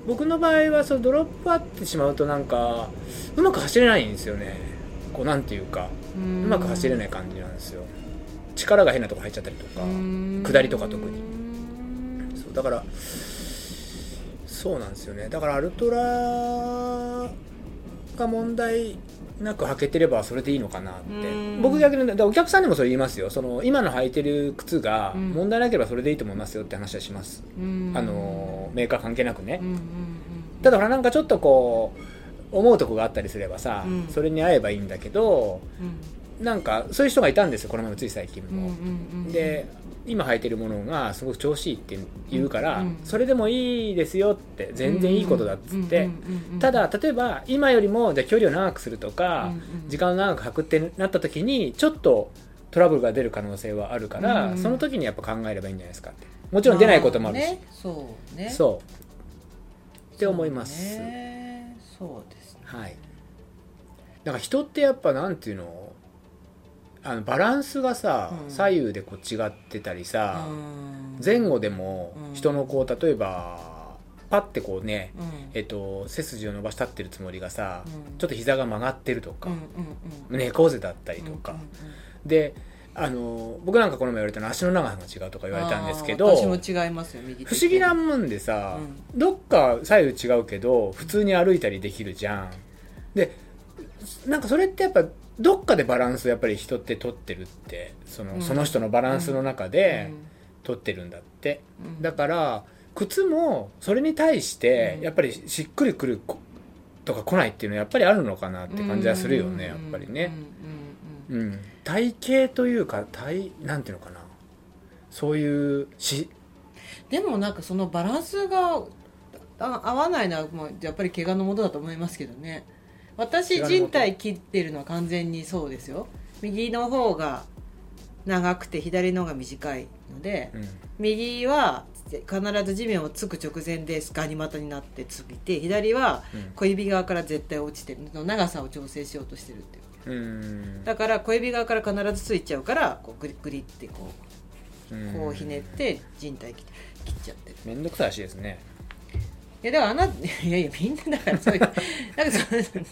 僕の場合はそのドロップあってしまうとなんかうまく走れないんですよねこうなんていうかうんうまく走れない感じなんですよ力が変なとこ入っちゃったりとかうん下りとか特にうんそうだからそうなんですよねだからアルトラが問題なく履けてればそれでいいのかなってうん僕逆にだからお客さんにもそれ言いますよその今の履いてる靴がうん問題なければそれでいいと思いますよって話はします、うんあのメーカー関係なくねうんうんうんただほらなんかちょっとこう思うとこがあったりすればさ、うんそれに合えばいいんだけどなんかそういう人がいたんですよこの前もつい最近うんうんも、うんうんで今履いてるものがすごく調子いいって言うから、うんそれでもいいですよって全然いいことだっつって、うんうんうんうんただ例えば今よりもじゃあ距離を長くするとか、うんうん時間を長く履くってなった時にちょっとトラブルが出る可能性はあるから、うんうんその時にやっぱ考えればいいんじゃないですかってもちろん出ないこともあるし、まねそうねそうって思います、そうねそうですねはいだから人ってやっぱなんていうのあのバランスがさ、うん左右でこう違ってたりさ、うん前後でもうん人のこう例えばパッてこうね、うんえっと、背筋を伸ばし立ってるつもりがさ、うんちょっと膝が曲がってるとかうんうん、うん猫背だったりとか、であの僕なんかこの前言われたの足の長さが違うとか言言われたんですけど私も違いますよ右手不思議なもんでさ、うどっか左右違うけど普通に歩いたりできるじゃんでなんかそれってやっぱどっかでバランスをやっぱり人って取ってるってその,、うんその人のバランスの中で取ってるんだって、うんだから靴もそれに対してうんやっぱりしっくりくることか来ないっていうのはやっぱりあるのかなって感じはするよねやっぱりね、うんうん、体型というか体なんていうのかなそういうしでもなんかそのバランスがあ合わないのはもうやっぱり怪我のもとだと思いますけどね私怪我の元人体切ってるのは完全にそうですよ右の方が長くて左の方が短いので、うん右は必ず地面をつく直前でガニ股になってついて左はうん小指側から絶対落ちてるの長さを調整しようとしてるっていううんだから小指側から必ずついちゃうからこうグリグリってこううんこうひねって人体切切っちゃってるめんどくさいらしいですねいやでもあな いやいやみんなだからそういう なんかその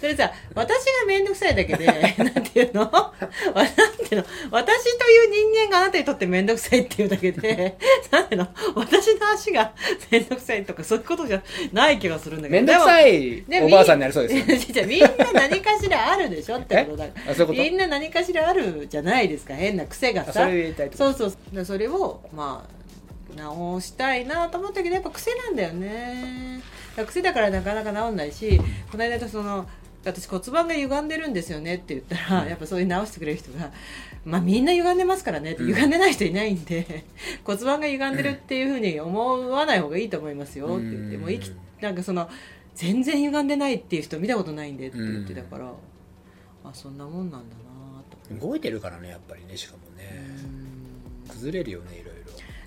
それさ私が面倒くさいだけで なんていうのわなんていうの私という人間があなたにとって面倒くさいっていうだけで なんていうの私の足が 面倒くさいとかそういうことじゃない気がするんだけどめんどくいさいでもおばあさんになりそうですよねじゃあみんな何かしらあるでしょってことだえあそういうことみんな何かしらあるじゃないですか変な癖があさそれを言いたいってことそうそうでそれをまあ直したいなと思ったけどやっぱ癖なんだよねだから癖だからなかなか治んないしこの間とその私骨盤が歪んでるんですよねって言ったら、うんやっぱそういう直してくれる人がまあみんな歪んでますからねって歪んでない人いないんで、骨盤が歪んでるっていうふうに思わない方がいいと思いますよって言って、うんもう生きなんかその全然歪んでないっていう人見たことないんでって言ってたから、あそんなもんなんだなと動いてるからねやっぱりねしかもねうん崩れるよねいろい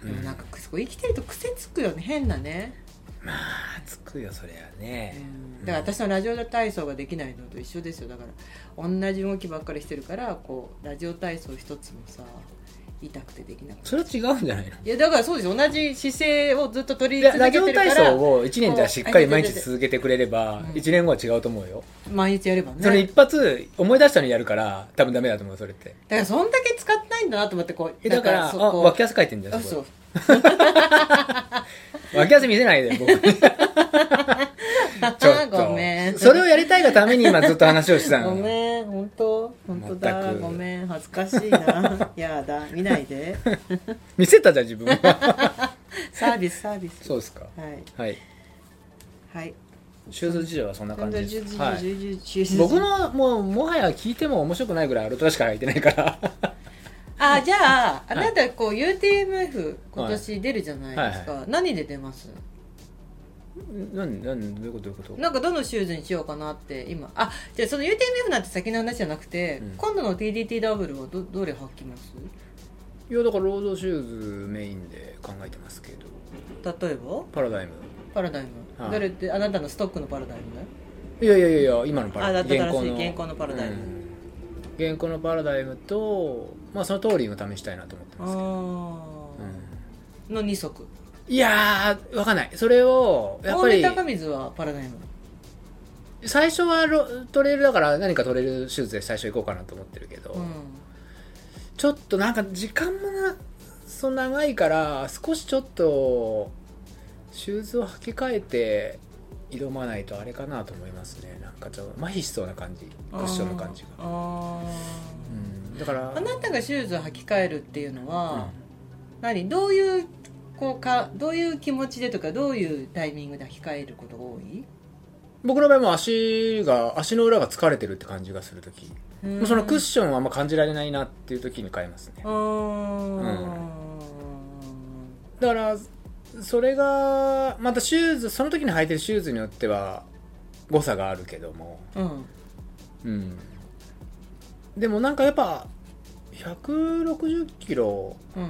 ろでもなんかかそこ生きてると癖つくよね変なね、まあつくよそりゃねうんだから私のラジオ体操ができないのと一緒ですよだから同じ動きばっかりしてるからこうラジオ体操一つもさ痛くてできなくてそれは違うんじゃないのいやだからそうです同じ姿勢をずっと取りラ続ラジけてオるか体ら操を1年じゃしっかり毎日続けてくれればうん1年後は違うと思うよ、毎日やればねそれ一発思い出したのにやるから多分ダメだと思うそれってだからそんだけ使ってないんだなと思ってこうえだからそあこう脇汗かいてんじゃあんそそうこ脇汗見せないで 僕ちょっとごめんそれをやりたいがために今ずっと話をしてたのごめん本当本当だ全くごめん恥ずかしいな やだ見ないで見せたじゃん 自分はサービスサービスそうですかはいはいはい修造事情はそんな感じです、はい、はい僕のもうもはや聞いても面白くないぐらいアルトラしか入ってないから あじゃああはいなたこう UTMF 今年出るじゃないですか、はい何で出ます何何どういうことどういうことなんかどのシューズにしようかなって今あじゃあその UTMF なんて先の話じゃなくて、うん今度の TDTW はどどれ履きますいやだからロードシューズメインで考えてますけど例えばパラダイムパラダイム、はいどれってあなたのストックのパラダイムだよいやいやいやいや今のパあだラって新しいの現行のパラダイムうん現行のパラダイムと、まあ、その通りを試したいなと思ってあますけど、ーの2足うんいやーわかんないそれをやっぱ大り江高水はパラダイム最初はロトレイルだから何かトレイルシューズで最初行こうかなと思ってるけど、うんちょっとなんか時間もなそう長いから少しちょっとシューズを履き替えて挑まないとあれかなと思いますねなんかちょっと麻痺しそうな感じクッションの感じが、あうーん、だからあなたがシューズを履き替えるっていうのうんは、何どういうこうかどういう気持ちでとかどういうタイミングで履き替えることが多い僕の場合も足が足の裏が疲れてるって感じがするとき、もうそのクッションはあんま感じられないなっていうときに変えますねョンだからそれがまたシューズその時に履いてるシューズによっては誤差があるけどもうんうんでもなんかやっぱ160キロうん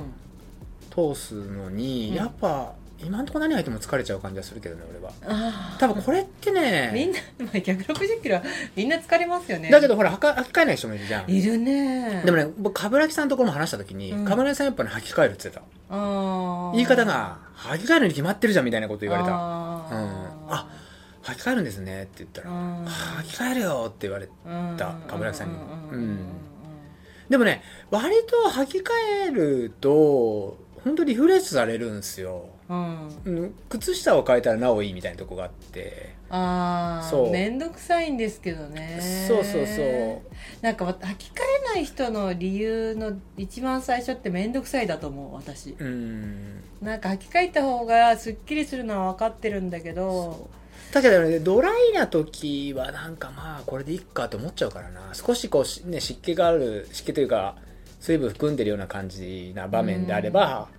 通すのに、うんやっぱ今んとこ何履いても疲れちゃう感じがするけどね俺はあ多分これってーみねんな、まあ、160キロはみんな疲れますよねだけどほら履か履き替えない人もいるじゃんいるねでもね僕鏑木さんのところも話した時にうん鏑木、さんやっぱね履き替えるって言ってあたー言い方が履き替えるに決まってるじゃんみたいなこと言われたあうんあ履き替えるんですねって言ったらうん履き替えるよって言われてーた冠城さんにもうんうんうんうんでもね割と履き替えると本当リフレッシュされるんですようんうんうん靴下を変えたらなおいいみたいなとこがあって、ああそう面倒くさいんですけどねそうそうそうなんかわ履き替えない人の理由の一番最初って面倒くさいだと思う私うんなんか履き替えた方がすっきりするのは分かってるんだけどだけどねドライな時はなんかまあこれでいっかと思っちゃうからな少しこうし、ね、湿気がある湿気というか水分含んでるような感じな場面であれば、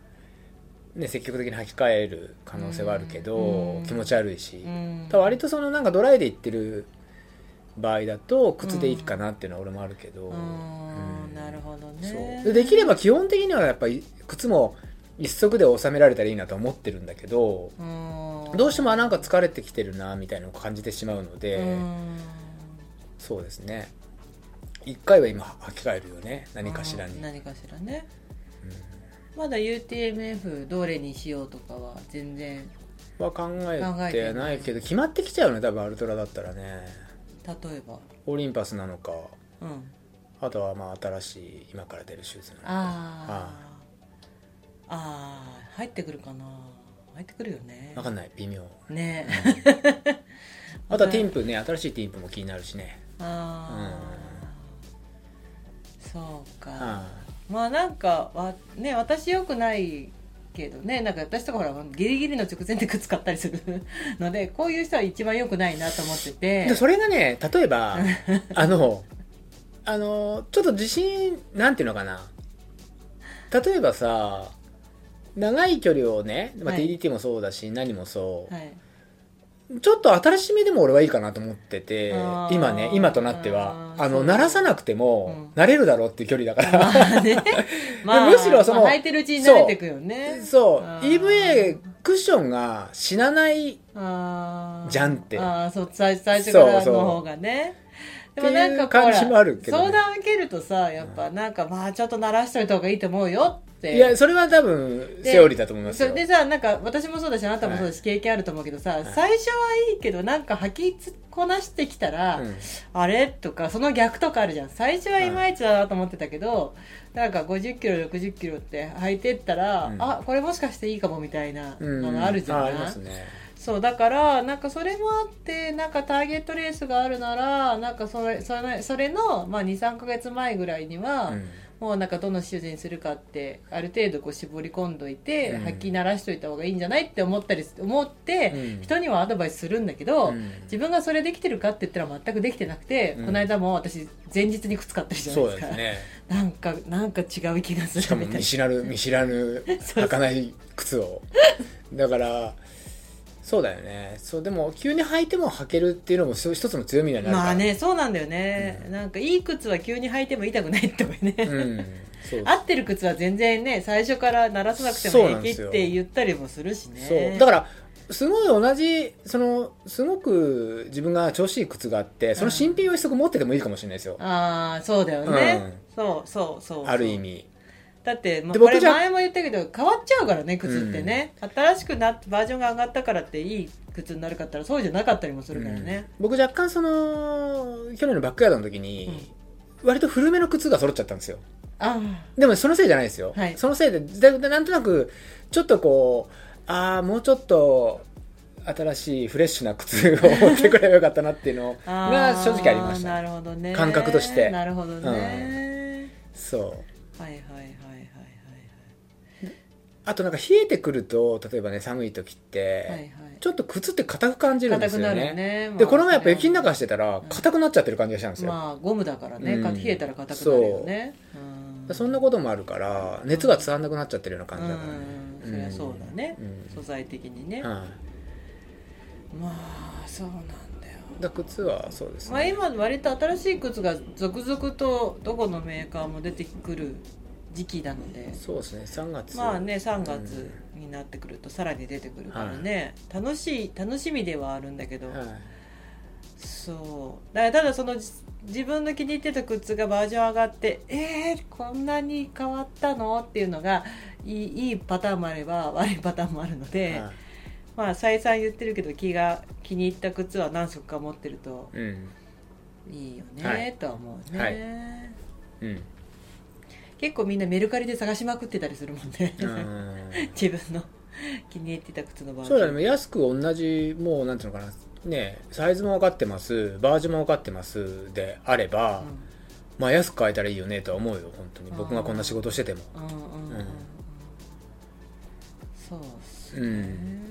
ね、積極的に履き替える可能性はあるけど、うん気持ち悪いし、うんただ割とそのなんかドライでいってる場合だと靴でいいかなっていうのは俺もあるけど、うーんなるほどねそうでできれば基本的にはやっぱり靴も一足で収められたらいいなと思ってるんだけどうーんどうしてもあなんか疲れてきてるなみたいなのを感じてしまうので、うーんそうですね一回は今履き替えるよね何かしらに、うん何かしらねまだ UTMF どれにしようとかは全然は考考ええててないないけど決まってきちゃうね多分アルトラだったらね例えばオリンパスなのかうんあとはまあ新しい今から出るシューズなのかああああ入ってくるかな入ってくるよね分かんない微妙ねあとはティンプね新しいティンプも気になるしね ああ、そうか、あまあなんかわね私よくないけどねなんか私とかほらギリギリの直前で靴買ったりする のでこういう人は一番よくないなと思っててでそれがね例え ばあのあのちょっと自信なんていうのかな例えばさ長い距離をね、まあ、はい TDT もそうだし、何もそう、 はい、ちょっと新しめでも俺はいいかなと思っててあー今ね今となってはあーあのそう鳴らさなくても、慣れるだろうっていう距離だからまあねまあむしろそのまあ履いてるうちに慣れてくよね そうあー EVA クッションが死なないあーじゃんってあーそう最最初からそうそうの方がねてでいうもなんかこう感じもあるけどね相談受けるとさやっぱなんかまあちょっと鳴らしといた方がいいと思うよっていやそれは多分でセオリーだと思いますそよれでさなんか私もそうだしあなたもそうだし、経験あると思うけどさ、最初はいいけどなんか履きつこなしてきたら、うんあれとかその逆とかあるじゃん最初はいまいちだなと思ってたけど、なんか5 0キロ6 0キロって履いてったら、うんあこれもしかしていいかもみたいなうんのがあるじゃあなあい、りますねそうだからなんかそれもあってなんかターゲットレースがあるならなんかそれそれそれの、まあ、23か月前ぐらいには、うんもうなんかどのシューズにするかってある程度こう絞り込んどいて、うん吐き鳴らしといた方がいいんじゃないって思ったりす思って、うん人にはアドバイスするんだけど、うん自分がそれできてるかって言ったら全くできてなくて、うんこの間も私前日に靴買ってるじゃないそですうでかすねなんかなんか違う気がすしかるもみたい見知 らぬ見知らぬそう履かない靴をだからそうだよねそうでも急に履いても履けるっていうのもそう一つの強みにはななるかまらあねそうなんだよね、なんかいい靴は急に履いても痛くないとかね、うんそう合ってる靴は全然ね最初から鳴らさなくてそうもなんで平気すよって言ったりもするしねそうだからすごい同じそのすごく自分が調子いい靴があってその新品を一足持っててもいいかもしれないですよ、ああそうだよね、そうそうそうそうある意味だって、まあ、でこ僕れじゃ前も言ったけど変わっちゃうからね靴ってね、新しくなってバージョンが上がったからっていい靴になるかったらそうじゃなかったりもするからね、うん僕若干その去年のバックヤードの時に、割と古めの靴が揃っちゃったんですよあでもそのせいじゃないですよ、はいそのせいでだだなんとなくちょっとこうああもうちょっと新しいフレッシュな靴を持ってくればよかったなっていうのあが正直ありましーなたるほどね感覚としてなるほどね、そうはいはいはいはいあとなんか冷えてくると例えばね寒い時って、はいはいはいちょっと靴って硬く感じるんで硬すくよなねるね、まあでこの前やっぱ雪の中してたらん硬くなっちゃってる感じがしたんですよ、まあゴムだからね、うんか冷えたら硬くなるよねうんそんなこともあるから熱が伝わんなくなっちゃってるような感じだからねうんそりゃそうだねうん素材的にね、はいまあそうなんだよだから靴はそうですまあ、ね、今割と新しい靴が続々とどこのメーカーも出てくる時期なのでそうですね3月まあね3月になってくるとさらに出てくるからね、楽しい楽しみではあるんだけど、はいそうだからただそのじ自分の気に入ってた靴がバージョン上がってえー、こんなに変わったのっていうのがいいいいパターンもあれば悪いパターンもあるので、はいまあ再三言ってるけど気が気に入った靴は何足か持ってるとうんいいよね、はいとは思うね、はいうん結構みんなメルカリで探しまくってたりするもんねうん 自分の 気に入ってた靴のバージョンそうだねでも安く同じもうなんていうのかなねサイズも分かってますバージョンも分かってますであれば、まあ安く買えたらいいよねとは思うよ本当に僕がこんな仕事しててもうんうんうんうん、うんそうっすうね、ん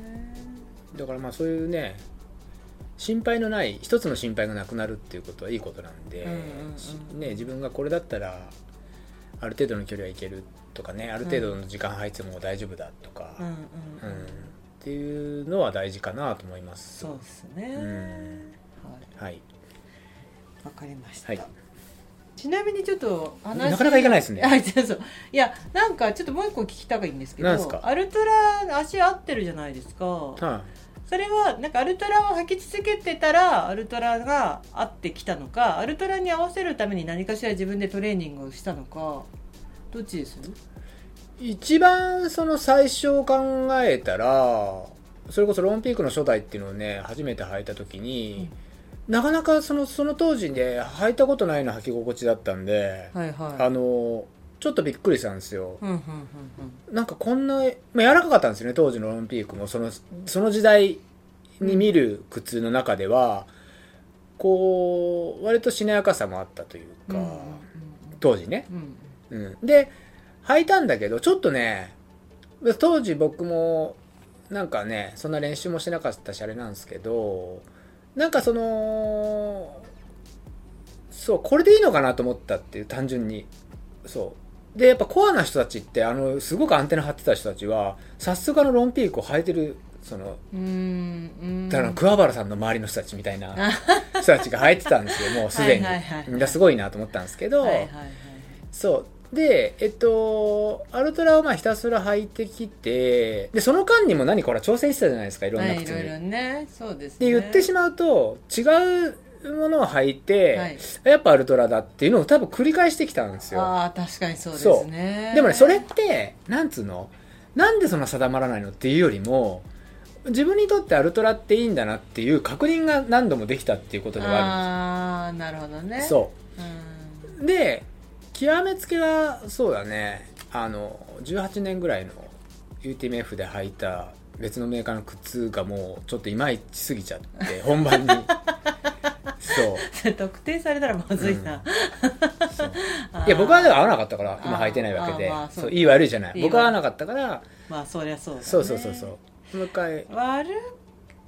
だからまあそういうね心配のない一つの心配がなくなるっていうことはいいことなんで、うんうんうんしね、自分がこれだったらある程度の距離はいけるとかねある程度の時間配置も大丈夫だとか、うんうんううんん、っていうのは大事かなと思いますそうっすね、んはいはい、わかりました、はい、ちなみにちょっと話なかなかいかないですね あそうそういやなんかちょっともう一個聞きたがいいんですけどなんすかアルトラ足合ってるじゃないですかはそれはなんかアルトラを履き続けてたらアルトラが合ってきたのかアルトラに合わせるために何かしら自分でトレーニングをしたのかどっちですい一番その最初を考えたらそれこそロンピークの初代っていうのをね初めて履いた時に、なかなかそのその当時ね履いたことないの履き心地だったんで、はいはいあのちょっとびっくりしたんですよ、うんうんうんなんかこんな、まあ、柔らかかったんですよね当時のロンピークもそのその時代に見る靴の中では、こう割としなやかさもあったといううんか、うん当時ね、うんうんうん、で履いたんだけどちょっとね当時僕もなんかねそんな練習もしてなかったしあれなんですけどなんかそのそうこれでいいのかなと思ったっていう単純にそうでやっぱコアな人たちってあのすごくアンテナ張ってた人たちはさすがのロンピークを履いてるそのうんうんだから桑原さんの周りの人たちみたいな人たちが履いてたんですよもうすで にはいはいはいみんなすごいなと思ったんですけど、はいはいはいそうでえっとアルトラをまあひたすら履いてきてでその間にも何これ挑戦してたじゃないですかいろんはないい靴に、ろいろねそうですでね言ってしまうと違うものを履いて、はいやっぱアルトラだっていうのを多分繰り返してきたんですよああ確かにそうですねでもねそれってなんつうのなんでそんな定まらないのっていうよりも自分にとってアルトラっていいんだなっていう確認が何度もできたっていうことではあああなるほどるんねですそううん、で極めつけがそうだねあの18年ぐらいの UTMF で履いた別のメーカーの靴がもうちょっといまいちすぎちゃ って本番にそうそれ 特定されたらまずいな、 そうあーいや僕はでも合わなかったから今履いてないわけで、あーまあそうそういい悪いじゃないいい悪い僕は合わなかったからまあそりゃそうだ、ね、そうそうそうそうもう一回悪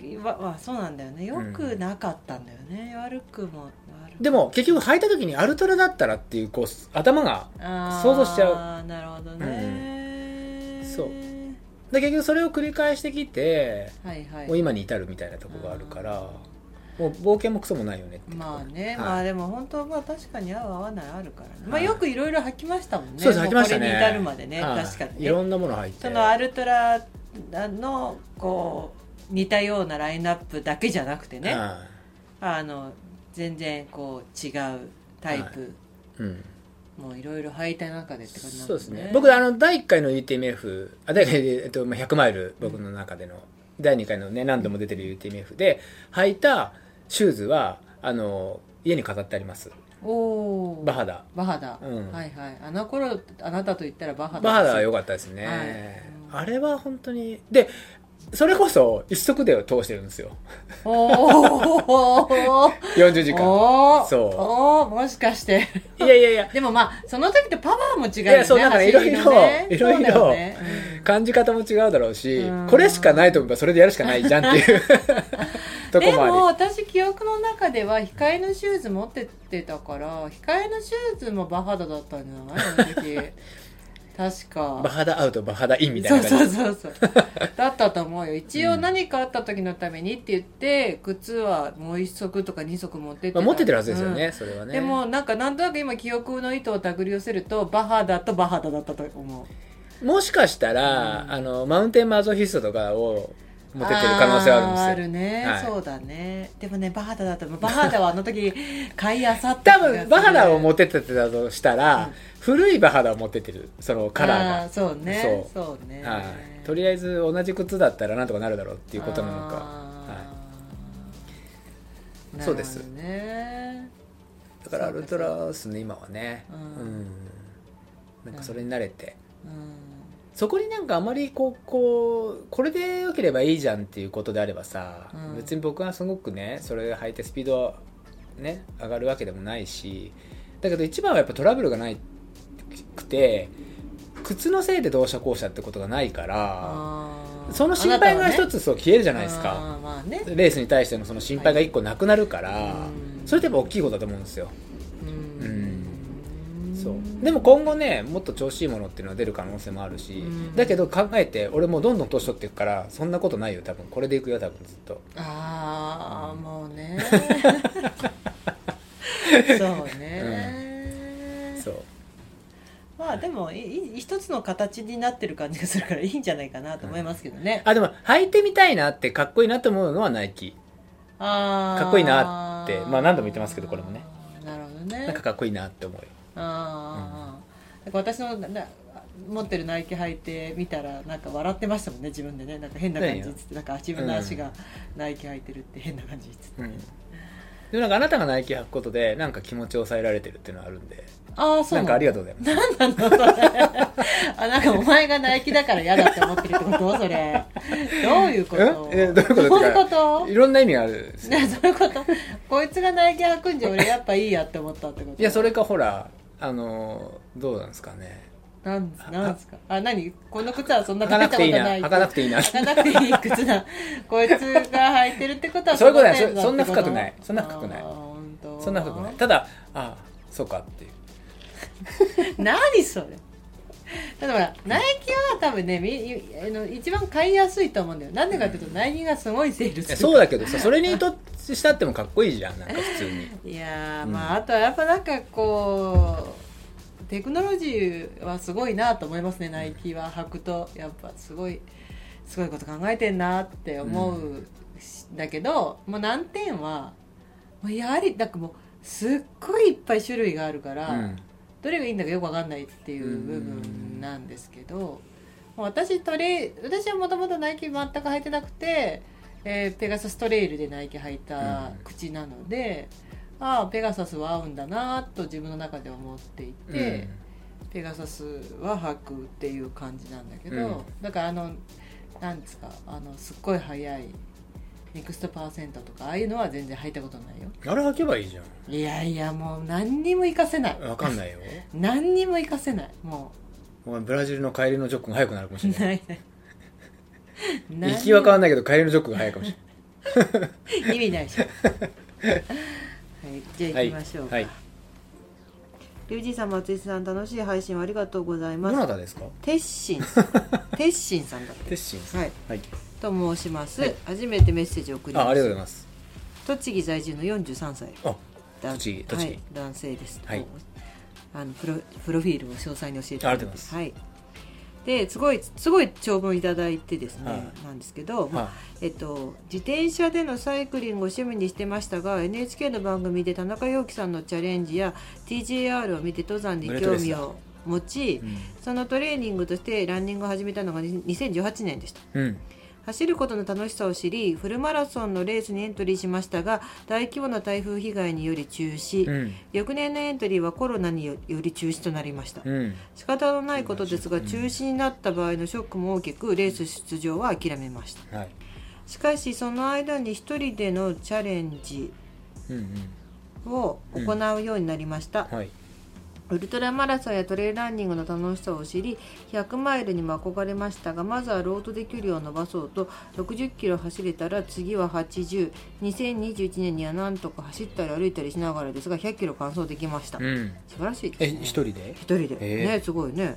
いわわそうなんだよねようくんなかったんだよね、悪くも悪くでも結局履いた時にアルトラだったらっていうこう頭があー想像しちゃなるほどね、うんそうで結局それを繰り返してきてはいはいもう今に至るみたいなとこがあるからもう冒険もクソもないよねってまあね、はいまあでも本当まあ確かに合う合わないあるからね、まはあいよくいろいろ履きましたもんねそうです履きましたねもうこれに至るまでね、はい確かにいねろんなもの入ってそのアルトラのこう似たようなラインナップだけじゃなくてね、はあの全然こう違うタイプ、いうんもういろいろ履いた中でって感じなんそうですね僕僕あの第1回の UTMF あ第1回で、えっとまあ、100マイル僕の中での、第2回のね何度も出てる UTMF で履いたシューズはあの家に飾ってありますおおバハダバハダ、うんはいはいあの頃あなたと言ったらバハダバハダは良かったですね、はいあれは本当にでそれこそ一足で通してるんですよおー40時 間おーそうおーもしかしていやいやいやでもまあその時とパワーも違うよねいやそうなんかね走りのねいろそういろだよねうん感じ方も違うだろうしうんこれしかないと思えばそれでやるしかないじゃんっ ていうとこでもありも私記憶の中では控えのシューズ持ってってたから控えのシューズもバハダだったんじゃないあの 時確かバハダアウトバハダインみたいそなう感じそうそうそうだったと思うよ一応何かあった時のためにって言って、靴はもう1足とか2足持ってってたまあ、持っててるはずですよね、、それはうんねでもなんかなんとなく今記憶の糸を手繰り寄せるとバハダとバハダだったと思うもしかしたら、あのマウンテンマゾヒストとかを持ってってる可能性はあるんですよあーあるね、はいそうだねでもねバハダだとバハダはあの 時買いあさった多気がする分バハダを持ってってたとしたら、古いバハダを持ってってるそのカあーラそうねそそううねーが、はい、とりあえず同じ靴だったらなんとかなるだろうっていうことなのか、はあーそうですなるほどねい、だからアルトラですね今はねううんん、なんかそれに慣れてうんそこになんかあまりこうこうこれでよければいいじゃんっていうことであればさ、うん別に僕はすごくねそれ履いてスピードね上がるわけでもないしだけど一番はやっぱトラブルがないくて靴のせいでどうしたこうしたってことがないからあーその心配あが一なたはねつそう消えるじゃないですか、あーまあねレースに対してのその心配が一個なくなるから、うんそれってやっぱ大きいことだと思うんですよううんんそうでも今後ねもっと調子いいものっていうのは出る可能性もあるし、うんだけど考えて俺もうどんどん年取っていくからそんなことないよ多分これでいくよ多分ずっとああもう ねそうね、そうまあでもいい一つの形になってる感じがするからいいんじゃないかなと思いますけどね、あでも履いてみたいなってかっこいいなと思うのはナイキあーかっこいいなってまあ何度も言ってますけどこれもねなるほどねなんかかっこいいなって思うよああ、だから私のな持ってるナイキ履いてみたらなんか笑ってましたもんね自分でねなんか変な感じっつってなんか自分の足がナイキ履いてるって変な感じっつって、うん、でもなんかあなたがナイキ履くことでなんか気持ちを抑えられてるっていうのはあるんでああそうなんかありがとうございます何なんだそれ あなんかお前がナイキだから嫌だって思ってるってことそれどういうこうんとえどういうことですかどういうこといろんな意味があ るんですよねそういうことこいつがナイキ履くんじゃ俺やっぱいいやって思ったってこといやそれかほらあのーどうなんですかねなんなんですかあ何この靴はそんな履履かいたなこくとていいなない履かなくていいな履かなくていい靴だこいつが履いてるってことはそういうことだの程度だそそんなってこ深くないそんな深くないあー本当そんな深くないただあそうかっていう何それだからナイキは多分ねみいあの一番買いやすいと思うんだよなんでかっていうと、ナイキがすごいセールいすやるそうだけどさそれにとっしたってもかっこいいじゃんなんか普通にいやーうんまああとはやっぱなんかこうテクノロジーはすごいなと思いますねナイキは履くとやっぱすごいすごいこと考えてんなって思ううし、だけどもう難点はもうやはりなんかもうすっごいいっぱい種類があるから、うんどれがいいんだかよくわかんないっていう部分なんですけど、もう私トレイ私はもともとナイキ全く履いてなくて、えーペガサストレイルでナイキ履いた口なので、ああペガサスは合うんだなと自分の中で思っていて、ペガサスは履くっていう感じなんだけど、うんだからあのなんですかあのすっごい速いネクストパーセントとかああいうのは全然履いたことないようんあれ履けばいいじゃんいやいやもう何にも活かせないわかんないよ何にも活かせないも お前ブラジルの帰りのジョックが速くなるかもしうれない ないない行きは変わんんないけど帰りのジョックが速いかもしれない意味ないでし ょはいじゃあ行きましょうか、はい、はいリュウジさん松井さん楽しい配信をありがとうございどまなすたですか鉄心 さん鉄心さんだって鉄心さんはいはいと申します、はい初めてメッセージを送りますあありがとうございます栃木在住の43歳あだ栃木栃木はい、男性です、はいあのプロプロフィールを詳細に教えてもらってありがとうございますはいですごいすごい長文いただいてですね、はいなんですけど、まあはえっと、自転車でのサイクリングを趣味にしてましたが NHK の番組で田中陽樹さんのチャレンジや TJR を見て登山に興味を持ち、いそのトレーニングとしてランニングを始めたのが2018年でしたうん、うん走ることの楽しさを知りフルマラソンのレースにエントリーしましたが大規模な台風被害により中止、うん翌年のエントリーはコロナにより中止となりました、うん仕方のないことですが中止になった場合のショックも大きくレース出場は諦めましたはいしかしその間に一人でのチャレンジうんうんを行うようになりました、はいウルトラマラソンやトレイルランニングの楽しさを知り100マイルにも憧れましたがまずはロードで距離を伸ばそうと60キロ走れたら次は802021年にはなんとか走ったり歩いたりしながらですが100キロ完走できました素うん晴らしいです、えね、一人で一人で、ええねすごいね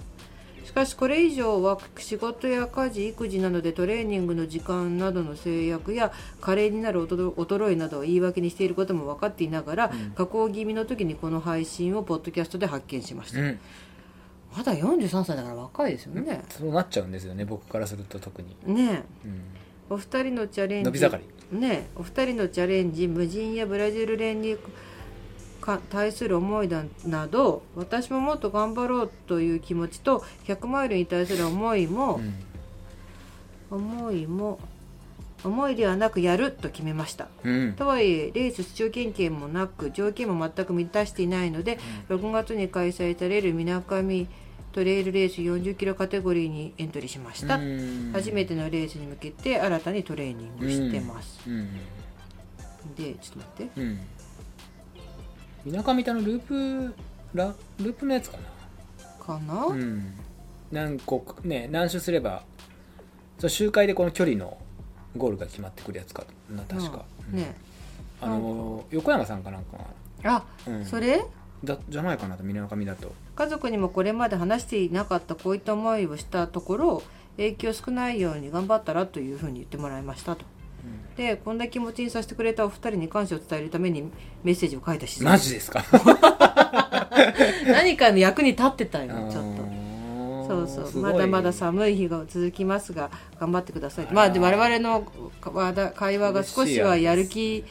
しかしこれ以上は仕事や家事育児などでトレーニングの時間などの制約や加齢になる衰衰えなどを言い訳にしていることも分かっていながら、加工気味の時にこの配信をポッドキャストで発見しました、うんまだ43歳だから若いですよね、そうなっちゃうんですよね僕からすると特に、ねえうん、お二人のチャレンジ伸び盛りねえお二人のチャレンジ無人やブラジル連にか対する思いだなど私ももっと頑張ろうという気持ちと100マイルに対する思いも、思いも思いではなくやると決めましたうんとはいえレース出場権限もなく条件も全く満たしていないので、6月に開催されるみなかみトレイルレース40キロカテゴリーにエントリーしました、うん初めてのレースに向けて新たにトレーニングしてます、うんでちょっと待ってうんみなかみたのループラループのやつかかな、なうん何個かね何周すればその周回でこの距離のゴールが決まってくるやつかな確か、うんねうんあの横山さんかなんかあ、うんそれだじゃないかなとみなかみだと家族にもこれまで話していなかったこういった思いをしたところ影響少ないように頑張ったらというふうに言ってもらいましたと、でこんな気持ちにさせてくれたお二人に感謝を伝えるためにメッセージを書いたしマジですか 何かの役に立ってたよちょっと。そうとそうまだまだ寒い日が続きますが頑張ってくださいまあで我々のかわだ会話が少しはやる気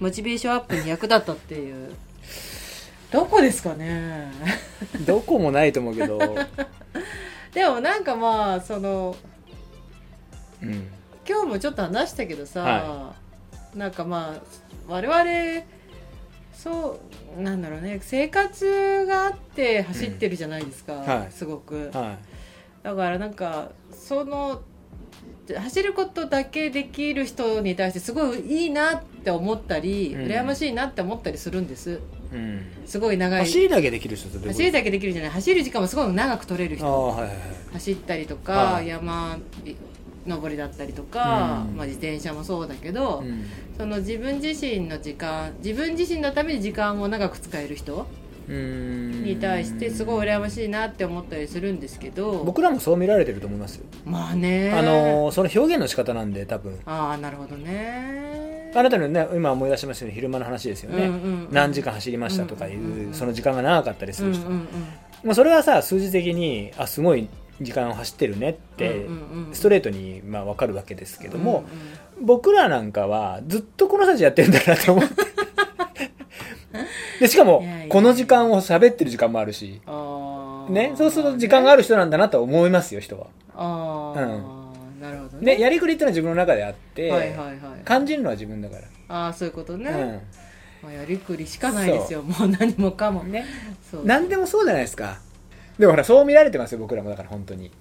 モチベーションアップに役立ったっていうどこですかね どこもないと思うけどでもなんかまあそのうん今日もちょっと話したけどさ、はなんかまあ我々そうなんだろうね生活があって走ってるじゃないですか、んはいすごく、はだからなんかその走ることだけできる人に対してすごいいいなって思ったり、うん羨ましいなって思ったりするんですい、うん、すごい長い走りだけできる人ってどういうこと走りだけできるじゃない走る時間もすごい長く取れるあ人あはいはいはい走ったりとか、はい山登りだったりとか、うんまあ、自転車もそうだけど、うんその自分自身の時間自分自身のために時間を長く使える人うんに対してすごい羨ましいなって思ったりするんですけど僕らもそう見られてると思いますよ、まあねあのーその表現の仕方なんで多分ああなるほどねあなたのね今思い出しましたけど昼間の話ですよね、うんうんうん何時間走りましたとかいう,、うんうんうんその時間が長かったりすうんうるん人、うんまあ、それはさ数字的にあすごい時間を走ってるねって、うんうんうんストレートにまあ分かるわけですけども、うんうん僕らなんかはずっとこの人たちやってるんだなと思って でしかもいやいやこの時間を喋ってる時間もあるし、あーね、そうすると時間がある人なんだなと思いますよ人は、ああ、なるほどねね、やりくりってのは自分の中であって、はいはいはい感じるのは自分だから、ああそういうことね、うんまあ、やりくりしかないですよもう何もかもねそう何でもそうじゃないですかでもほらそう見られてますよ僕らもだから本当に、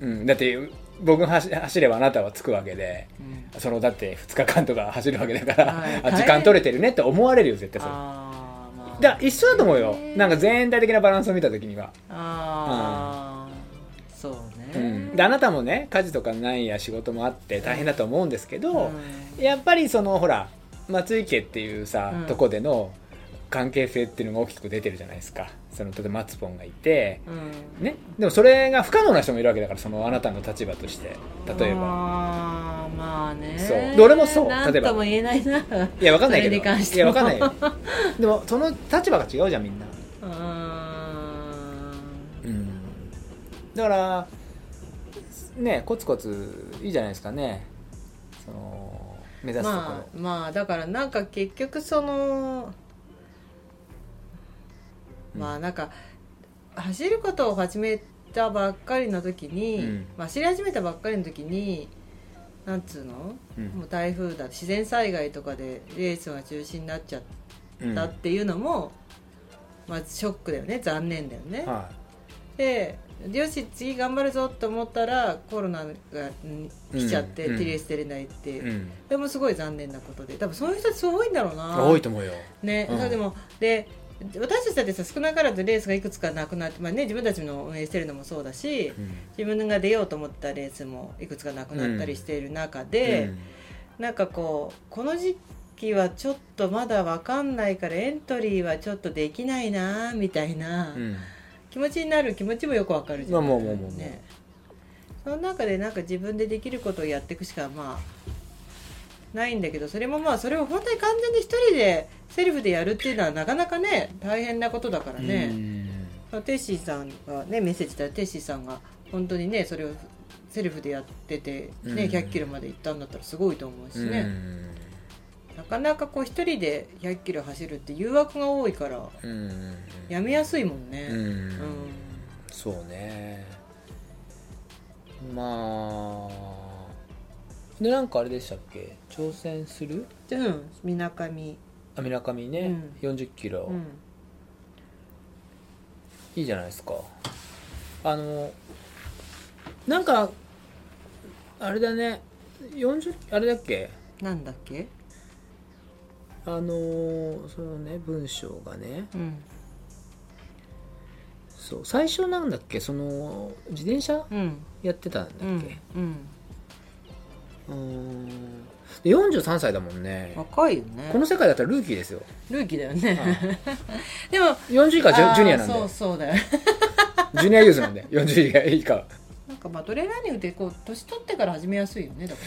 うんうん、だって僕が走走ればあなたはつくわけでうんそのだって2日間とか走るわけだから、はいあ時間取れてるねって思われるよ絶対それあーまあだから一緒だと思うよねなんか全体的なバランスを見た時には、ああ、そうね、うん、であなたもね家事とかないや仕事もあって大変だと思うんですけど、うやっぱりそのほら松井家っていうさ、うんとこでの関係性っていうのが大きく出てるじゃないですかその例えば松ポンがいてんうんね、でもそれが不可能な人もいるわけだからそのあなたの立場として例えばあーまあねそうで俺もそうなん例えばとも言えないないやわかんないそけどれに関していやわかんないよでもその立場が違うじゃんみんな、うーんうん、だからねコツコツいいじゃないですかねその目指すところ、まあまあだからなんか結局その、うんまあなんか走ることを始めたばっかりの時に、うんまあ、走り始めたばっかりの時になんつうの、うんもう台風だ自然災害とかでレースが中止になっちゃっうんたっていうのも、まあショックだよね残念だよね、はでよし次頑張るぞと思ったらコロナがん来ちゃって、うん t レース出れないって、い、うん、それもすごい残念なことで多分そういう人たち多いんだろうな多いと思うよね、うんそうでもで私たちだってさ少なからずレースがいくつかなくなって、まあね、自分たちの運営してるのもそうだしうん自分が出ようと思ったレースもいくつかなくなったりしている中で、なんかこうこの時期はちょっとまだわかんないからエントリーはちょっとできないなみたいなうんうん気持ちになる気持ちもよくわかるじゃん、まあもうもうもうもうねその中でなんか自分でできることをやっていくしかまあないんだけどそれもまあそれを本当に完全に一人でセルフでやるっていうのはなかなかね大変なことだからうね、んまあテッシーさんがねメッセージしたらテッシーさんが本当にねそれをセルフでやってて、ねうん100キロまで行ったんだったらすごいと思うしね、なかなかこう一人で100キロ走るって誘惑が多いからうんうんやめやすいもんね。うん、うんそうねまあでなんかあれでしたっけ挑戦するうん、みなかみ。あみなかみね、40キロ、うん。いいじゃないですかあのなんかあれだね40あれだっけなんだっけ。あのそのね文章がねうん。そう最初なんだっけその自転車うん。やってたんだっうけ、ん。うん。うーんで43歳だもんね若いよねこ。の世界だったらルーキーですよルーキーだよね。 でも。 40以下ジあーュジュニアなんでそう、そうだよ。ジュニアユースなんで40以下以下はなんか、まあ、トレーラーニングって、こう、年取ってから始めやすいよね。だか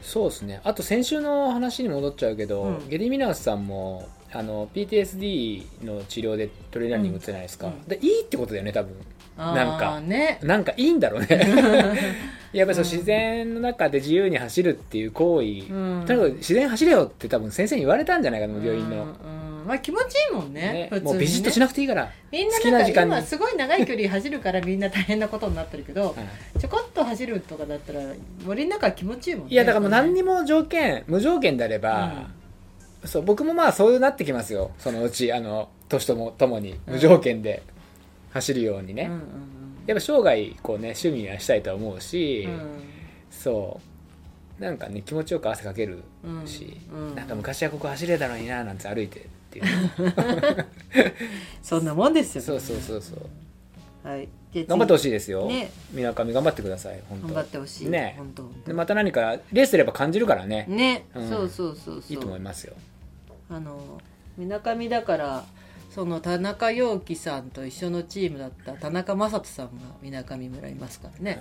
そうですねあと先週の話に戻っちゃうけど、うんゲリミナースさんもあの PTSD の治療でトレーラーニング打ってないですか、うんうんでいいってことだよね多分ら。なんかあーね。なんかいいんだろう ねやっぱりそう自然の中で自由に走るっていう行為、うんとにかく自然走れよって多分先生に言われたんじゃないかな病院うんの、うんうんまあ気持ちいいもんねね普通に、ね、もうビジッとしなくていいから、みんな好きななん時か間に今すごい長い距離走るからみんな大変なことになってるけどはいちょこっと走るとかだったら森の中は気持ちいいもんねいやだからもう何にも条件無条件であれば、そう僕もまあそうなってきますよそのうちあの年ともともに無条件で走るようにね、うんうんやっぱ生涯こうね趣味にはしたいとは思うし、うんそうなんかね気持ちよく汗かけるうんうんし、うんなんか昔はここ走れたのにななんて歩いてっていう ねそんなもんですよそうそうそうそうはいじゃあ次頑張ってほしいですよねみなかみ頑張ってください本当頑張ってほしいね本当本当でまた何かレースすれば感じるからねね、うんそうそうそうそういいと思いますよあのみなかみだからその田中陽樹さんと一緒のチームだった田中正人さんがみなかみ村いますからね、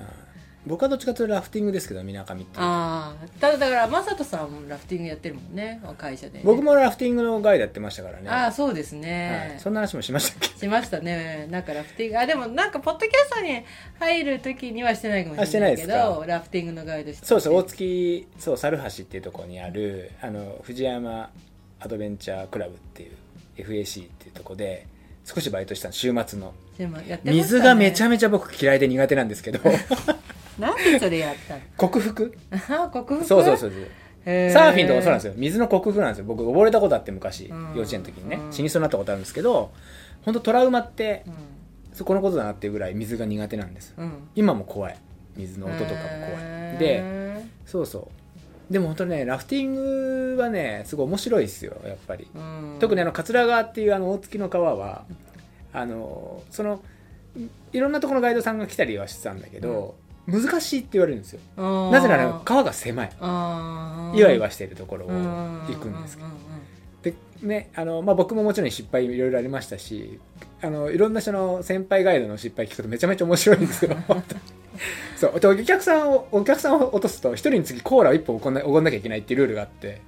僕はどっちかというとラフティングですけどみなかみっていうああただだから正人さんもラフティングやってるもんね会社でね、僕もラフティングのガイドやってましたからねああそうですはねい、、そんな話もしましたっけ しましたねなんかラフティングあでもなんかポッドキャストに入る時にはしてないかもあししてれなないいでけすどかラフティングのガイドしてそうそう大月そう猿橋っていうところにあるあの藤山アドベンチャークラブっていう FAC っていうところで少しバイトしたの週末のでもやってましたね水がめちゃめちゃ僕嫌いで苦手なんで すけどなんでそれやった克服のあ 克服そうそうそううそうサーサーフィンとかもそうなんですよよ水の克服なんですよ僕溺れたことあって昔うん幼稚園の時にねうん死にそうになったことあるんですけど本当トラウマってそこのことだなっていうぐらい水が苦手なんですうん、うん今も怖い水の音とかも怖いでそうそうでも本当ねラフティングはねすごい面白いですよやっぱりで、うん特にあの桂川っていうあの大月の川はあのそのいいろんなところのガイドさんが来たりはしてたんだけど、難しいって言われるんですよなぜなら川が狭いあーいわいわしてるところをう行くんですけうどうでねあの、まあ、僕ももちろん失敗いろいろありましたしあのいろんな人の先輩ガイドの失敗聞くとめちゃめちゃ面白いんですよ 本当にそうでお客さんをお客さんを落とすと一人につきコーラを一本おごんなおごんなきゃいけないっていうルールがあって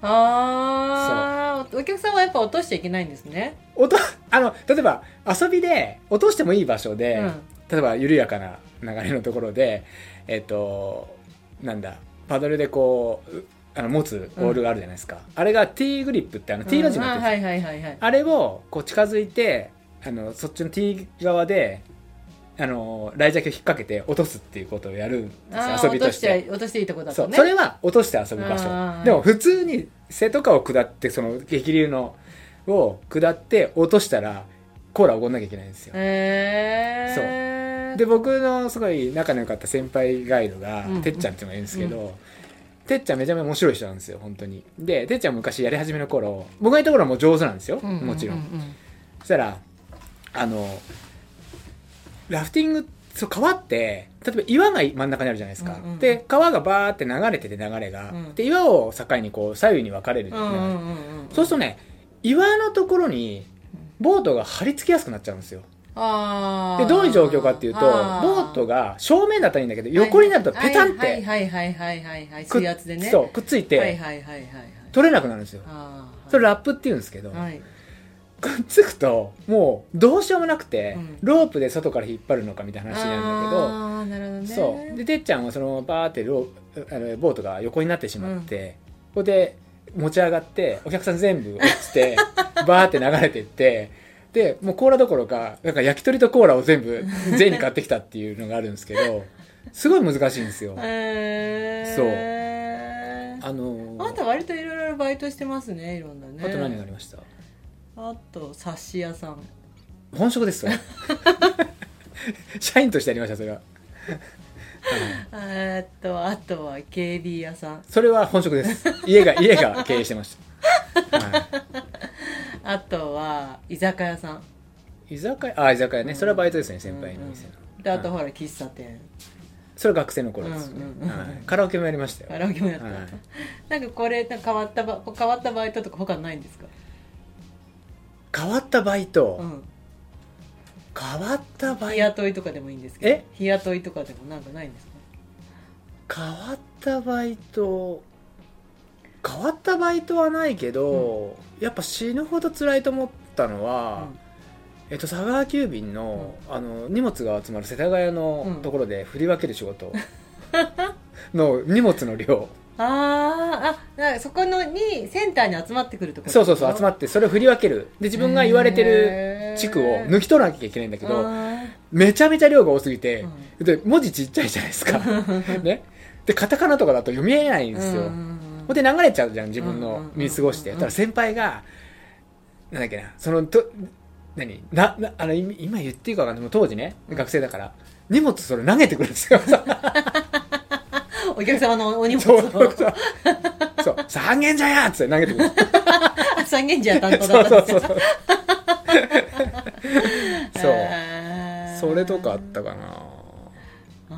あーお客さんはやっぱ落としちゃいけないんですね、おとあの例えば遊びで落としてもいい場所で、うん例えば緩やかな流れのところでえっ、となんだパドルでこううあの持つボールがあるじゃないですか、あれが T グリップってあの T の字になってるんでうすよ、んあはいはいはいはいあれをこう近づいてあのそっちの T 側であの来ジャケを引っ掛けて落とすっていうことをやるんであーすよ遊びとして落とゃ落としていいとこだそとうねそれは落として遊ぶ場うんうんうん所でも普通に瀬戸川を下ってその激流のを下って落としたらコーラをおごんなきゃいけないんですよへえで僕のすごい仲の良かった先輩ガイドが、うんてっちゃんっていうのがいるんですけど、てっちゃんめちゃめちゃ面白い人なんですよ本当にでてっちゃん昔やり始めの頃僕がいた頃はもう上手なんですよ、もちろんそしたらあのラフティングそう川って例えば岩が真ん中にあるじゃないですか、うんうんで川がバーって流れてて流れが、うんで岩を境にこう左右に分かれる、そうするとねね岩のところにボートが張り付きやすくなっちゃうんですよあでどういう状況かっていうとボートがが正面だったらいいんだけど横になるとペタンっはいてはいはいはいはいはいく水圧でねそうくっついはいてはいはいはいはい取れなくなるんですよあーそれラップっていうんですけど、はいくっつくともうどうしようもなくて、うんロープで外から引っ張るのかみたいな話になるんだけどあーなるほどねそうでてっちゃんはそのバーってローあのボートが横になってしまって、ここで持ち上がってお客さん全部落ち てバーって流れてってでもうコーラどころかなんか焼き鳥とコーラを全 部全員に買ってきたっていうのがあるんですけどすごい難しいんですよ。へーあのあなた割といろいろバイトしてますねいろんなねあと何がありましたあと冊子屋さん本職ですよ 社員としてやりましたそれはえーっとあとは警備屋さんそれは本職です家が家が経営してました、はあとは居酒屋さんい、居酒屋あ居酒屋ねそれはバイトですね先輩の店の、であとはいほら喫茶店それは学生の頃ですうね、んうんうんはい、カラオケもやりましたカよラオケもやった、はいなんかこれなんか変わったば変わったバイトとか他ないんですか変わったバイト、うん変わったバ日イト雇いとかでもいいんですけどえ日雇いとかでもなんかないんですか変わったバイト変わったバイトはないけど、やっぱ死ぬほど辛いと思ったのは、えっと、佐川急便の,、あの荷物が集まる世田谷うのんところで振り分ける仕事の荷物の量あーあなんかそこのにセンターに集まってくるところそうそうそう集まってってそれを振り分けるで自分が言われてる地区を抜き取らなきゃいけないんだけことどめちゃめちゃ量が多すぎて、うで文字ちっちゃいじゃないですかねでカタカナとかだと読みえないんですよ、ほんで流れちゃうじゃん自うん分うんうんのうん見過ごしてただ先輩がなんだっけなそのと何ななあの今今言っていいか分かんないもう当時ね学生だから荷物それ投げてくるんですよお客様のお荷物 そうをそうそうそう三軒茶屋っつって投げてくるんであ三軒茶屋担当すよだったそんでうすそうそうよそうそうあーそれとかあったかなあ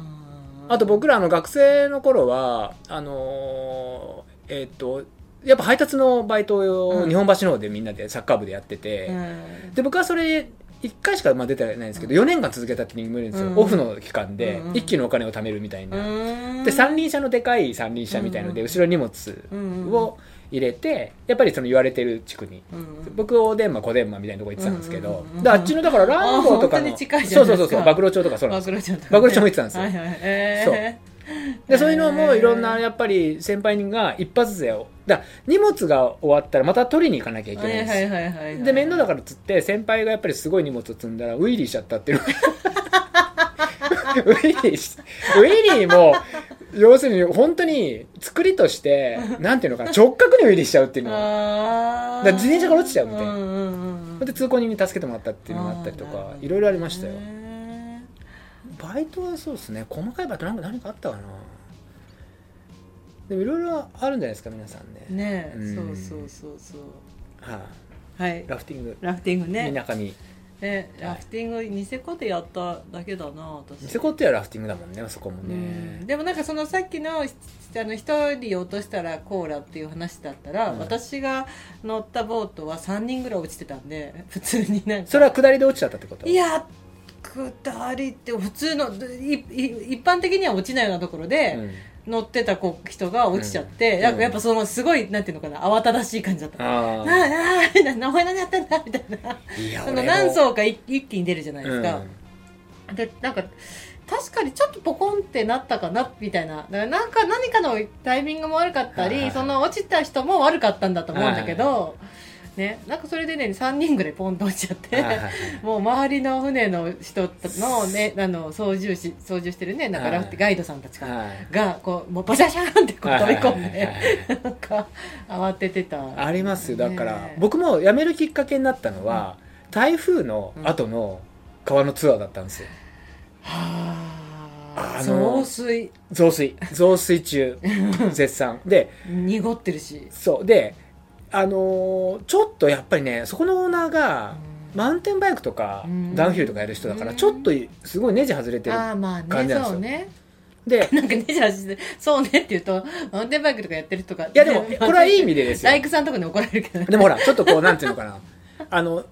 ーあと僕らあの学生の頃はあのーえーっとやっぱ配達のバイトうをん日本橋の方でみんなでサッカー部でやってて、うんで僕はそれ1回しかまあ出てないんですけど、4年間続けたって無理ですよ、うんオフの期間でうん一気にお金を貯めるみたいな、うんで三輪車のでかい三輪車みたいので、うん後ろに荷物を入れてやっぱりその言われてる地区に、うん僕おでんま小でんまみたいなとこ行ってたんですけど、うんうんうんであっちのだからランボーとかあ本当のに近いじゃそなういでそうすかそうそう暴露町とかそうなんマグロですちゃんとかねマグロちゃんも言ってたんですよはいはいえそうーでそういうのもいろんへなーやっぱり先輩が一発勢をだから荷物が終わったらまた取りに行かなきゃいけはないいんですよはいはいはいはいで面倒だからっつって先輩がやっぱりすごい荷物積んだらウィリーしちゃったっていうウィリーしウィリーも要するに本当に作りとしてなんていうのかな直角にウィリーしちゃうっていうのはあーだから自転車から落ちちゃうみたいなうんうんうんうんで通行人に助けてもらったっていうのがあったりとーなるかほどいろいろありましたよねバイトはそうですね細かいバイトなんか何かあったかなでもいろいろあるんじゃないですか皆さんね、ねうんそうそうそうそうはい、はいラフティングラフティングみねなかみねラフティングニセコでやっただけだな私ニセコってはラフティングだもんねそこもうんねでもなんかそのさっきのしあの1人落としたらコーラっていう話だったら、うん私が乗ったボートは3人ぐらい落ちてたんで普通になんかそれは下りで落ちちゃったってこといや下りって普通のいい一般的には落ちないようなところうで、ん乗ってた子人が落ちちゃって、うんなんかやっぱそのすごいなんていうのかな慌ただしい感じだった。なあああなあみたいな名前何やってんだみたいな。いやその俺も何層か一一気に出るじゃないでうすんか。でなんか確かにちょっとポコンってなったかなみたいなだからなんか何かのタイミングも悪かったり、はいはいその落ちた人も悪かったんだと思うんだけど、はね、なんかそれでね3人ぐらいポンと落ちちゃって、はいはいはいもう周りの船の人の,、ね、あの操縦し操縦してるねなんかラフティガイドさんたちが,、はいがこうもうバシャシャーンって こう飛び込んはいではいはいはいなんか慌ててたありますよだからね僕も辞めるきっかけになったのは台風の後の川のツアーだったんですよはああの増水増水増 水中絶賛で濁ってるしそうであのーちょっとやっぱりねそこのオーナーがマウンテンバイクとかうんダウンヒルとかやる人だからうんちょっとすごいネジ外れてるああまあ感ねじなんですそようねでなんかねじゃあそうねって言うとマウンテンバイクとかやってる人がい やでもこれはいい意味でですよ大工さんとかに怒られるけどねでもほらちょっとこうなんていうのかなあの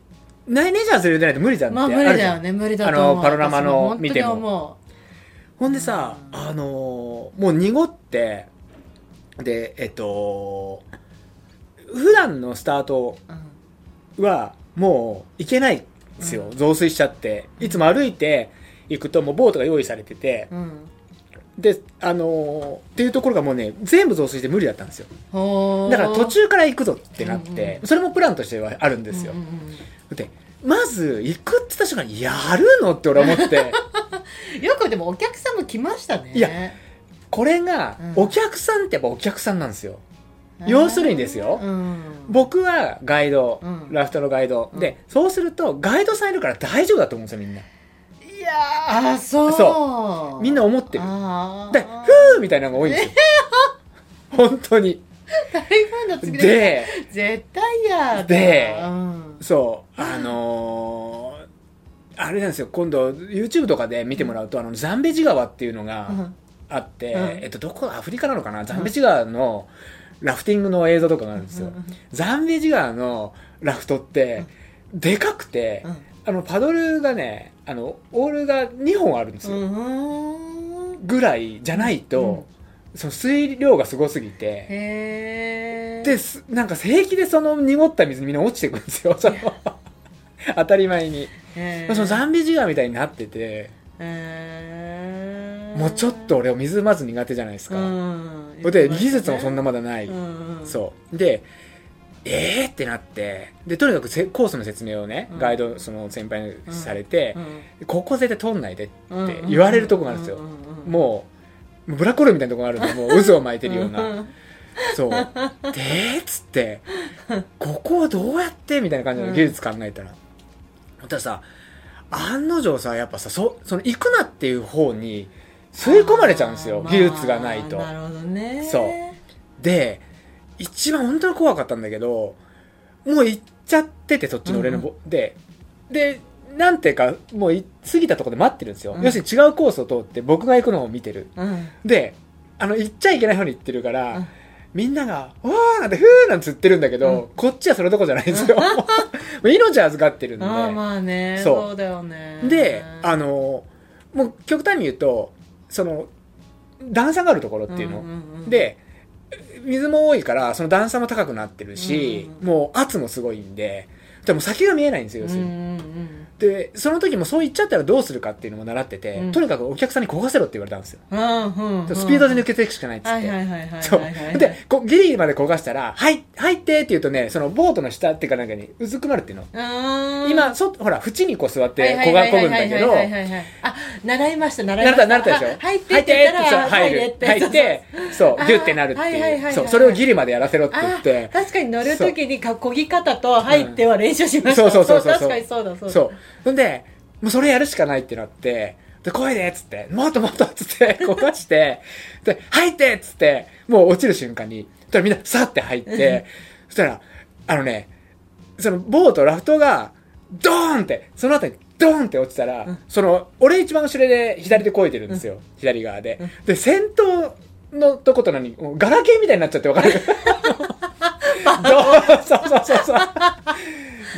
ないネジ外れてないと無理じゃんってまあ無ある理じだゃんよね無理だと思うあのパノラマの私本当に見ても思うほんでさ、うんあのーもう濁って、で、えっと、普段のスタートうんはもう行けないんですよ。う増水しちゃって。いつも歩いて行くともうボートが用意されてて、うんで、あのーっていうところがもうね、全部増水して無理だったんですよ。ほーだから途中から行くぞってなっうんてう、それもプランとしてはあるんですようん。うんうんで、まず行くって言った瞬間に、やるのって俺は思って。よくでもお客さんも来ましたねいや これがうんお客さんってやっぱお客さんなんですよ、要するにですようん僕はガイド、うんラフトのガイド、うんでそうするとガイドさんいるから大丈夫だと思うんですよみんないやーあそうそみんな思ってるあーで「ふー」みたいなのが多いんで すよ本当に大ファンの次だで絶対やーでうんそうあのーあれなんですよ今度 YouTube とかで見てもらうとあのザンベジ川っていうのがうんあって、うんえっと、どこアフリカなのかなザンベジ川のラフティングの映像とかがあるんですよ、ザンベジ川のラフトって、でかくて、うんあの、パドルがね、あの、オールが2本あるんですよ。うんぐらいじゃないと、その水量がすごすぎて、へえで、すなんか平気でその濁った水にみんな落ちてくんですよ、その 当たり前に。へそのザンンベジ川みたいになってて、へもうちょっと俺は水まず苦手じゃないですか、うんで技術もそんなまだない、うんうん、そうでええー、ってなってでとにかくせコースの説明をね、うんガイドその先輩にされてう、ここ絶対通んないで、ん、って言われるとこがあるんですようもうもうブラックホールみたいなとこがあるんでもう渦を巻いてるような、んそうでっつってここはどうやってみたいな感じのうん技術考えたら、またさ案の定さやっぱさそその行くなっていう方に吸い込まれちゃうんですよ、あー技術がないと、まあなるほどねそうで一番本当に怖かったんだけどもう行っちゃっててそっちの俺のぼ、ででなんていうかもうい過ぎたところで待ってるんですよ、うん要するに違うコースを通って僕が行くのを見てるうんであの行っちゃいけない方に行ってるから、うんみんなが「おー!」なんて「ふー!」なんて言ってるんだけど、うんこっちはそれどころじゃないんです よもう命預かってるんで、ああまあねそうそうだよねであののもう極端に言うとその段差があるところっていうの、で水も多いからその段差も高くなってるし、うんもう圧もすごいんででも先が見えないんですよ要するに、でその時もそう言っちゃったらどうするかっていうのも習ってて、うんとにかくお客さんに焦がせろって言われたんですよ、ススピードで抜けていくしかないっつって、はいはいはいはいはいはいそう。で、こうギリまで焦がしたら、はい、入ってって言うとね、そのボートの下っていうかなんかにうずくまるっていうの。うーん今、そ、ほら、縁にこう座っはいてはいは焦がいこはいぐんだけど、はいはいはいはいあ習いました習いましたなったなったでしょあ入ってって言ったら入る。入って、そうあ、ーギュってなるってはいはいはいいはう。いそう、それをギリまでやらせろってあ言って。確かに乗るときにかこぎ方と入っては練習しました、うんそうそうそうそう確かにそうだそうだそう。ほんで、もうそれやるしかないってなって、で、来いでっつって、もっともっとっつって、焦がして、で、入ってっつって、もう落ちる瞬間に、そしたらみんな、さって入って、そしたら、あのね、その、ボート、ラフトが、ドーンって、その後に、ドーンって落ちたら、うんその、俺一番後ろで左でこいでるんですよ。左側でうん。で、先頭のとことなに、もうガラケーみたいになっちゃってわかるどうそうそうそうそう。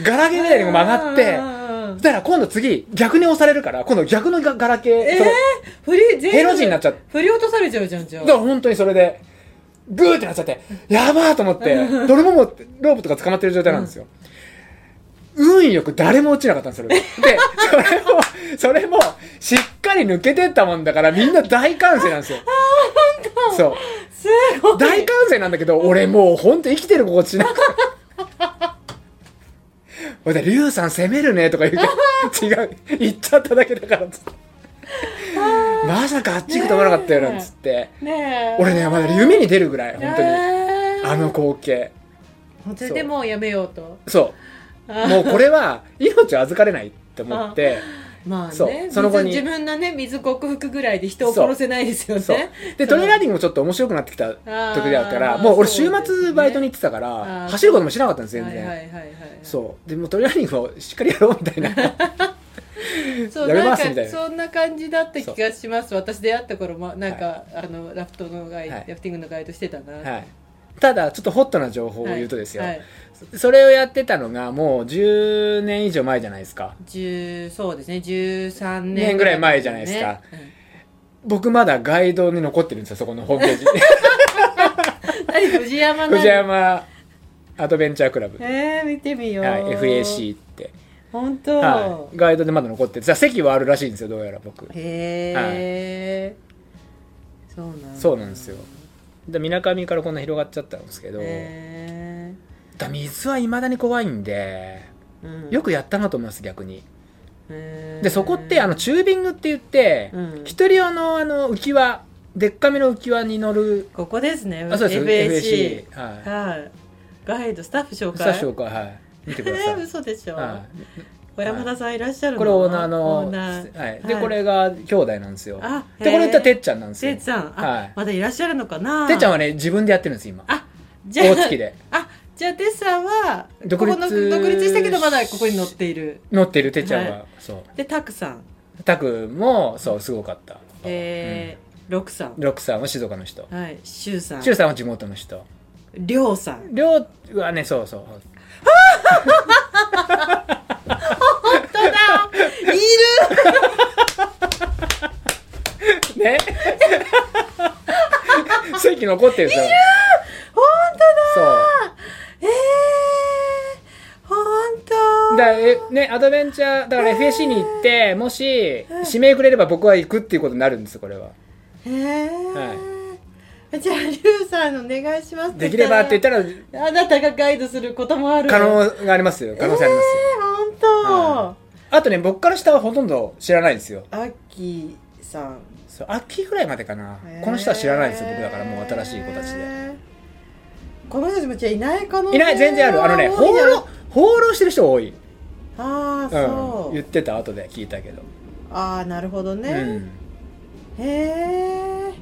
ガラケーみたいにこう曲がってうん、うんうんそしたら今度次、逆に押されるから、今度逆のガガラケー、えその振り全部ヘロ字になっちゃって、振り落とされちゃうじゃんじゃだあから本当にそれで、グーってなっちゃって、やばーと思って、どれももうロープとか捕まってる状態なんですよ。運よく誰も落ちなかったんですよ。それで、それも、それも、しっかり抜けてったもんだから、みんな大歓声なんですよ。そう。すごい大歓声なんだけど、俺もう本当生きてる心地なかった。ほいで、リュウさん攻めるねとか言うけど、違う、行っちゃっただけだからっつって。まさかあっち行くと思わなかったよなんつって。ねえ俺ね、まだ夢に出るぐらい、本当に。えーあの光景。それでもうやめようとそう。もうこれは、命を預かれないって思って、まあねそうその後に水自分のね水克服ぐらいで人を殺せないですよねそう。で、トレーラーディングもちょっと面白くなってきた時だったかあら、ーもう俺そ週うですね末バイトに行ってたかあら、ー走ることもしなかったんです、全はいはい然。はいはいそう。で、もうトレーラーディングをしっかりやろう みたいな。そうやめなまんすかみたいなそんな感じだった気がします私出会った頃もなんか、あのラフトのガイド、はいラフティングのガイドしてたな、はい、ただちょっとホットな情報を言うとですよ、はいそれをやってたのがもう10年以上前じゃないですか10そうですね13年年ぐらい前じゃないですかね僕まだガイドに残ってるんですよそこのホーム ページうん何藤山何藤山アドベンチャークラブ、はい、えー、見てみよう、 FAC って、本当、はい、ガイドでまだ残っててさ席はあるらしいんですよどうやら僕へえ、そうなんだそうなんですよでみなかみからこんな広がっちゃったんですけど、へだ水はいまだに怖いんでーうんよくやったなと思います逆にへーでそこってあのチュービングって言って、うん一人用のあの浮き輪でっかめの浮き輪に乗るここですねあそうです FAC, FAC はいはいガイドスタッフ紹スタ介ッフ紹介はい見てくだえさー、い嘘でしょ、はい小山田さんいらっしゃるのこれオーナーのオーナーはいではいこれが兄弟なんですよあへでーこれ言ったらてっちゃんなんですせよいさんあ、はいまだいらっしゃるのかなてっちゃはんはね自分でやってるんです今あじゃあ大月であじゃあてっさんは独立ここの独立したけどまだここに乗っている乗ってるてっちゃんは、はそでたくさんうたくもそうすごかったえーろくさうんロックさんは静岡の人んはいしゅうさんしゅうさんは地元の人りょうさんりょうはねそうそう本当だ いるね席残ってるさ本そう当だえー、本当だからえねアドベンチャーだから FAC に行ってもし指名くれれば僕は行くっていうことになるんですこれはへえ、はじゃあリュウさんのお願いしますできればって言ったらたらあなたがガイドすることもある可能がありますよ可能性ありますよ、えー、本あとね僕から下はほとんど知らないですよ当、アッキーさんそう秋ぐらいまでかな、この人は知らないですよ僕だからもう新しい子たちででこの人たちもじゃあいない可能性いない全然あるあのね多い放じゃん浪放浪してる人多い、ああうそん、う、言ってた後で聞いたけど、ああなるほどね、うん、へ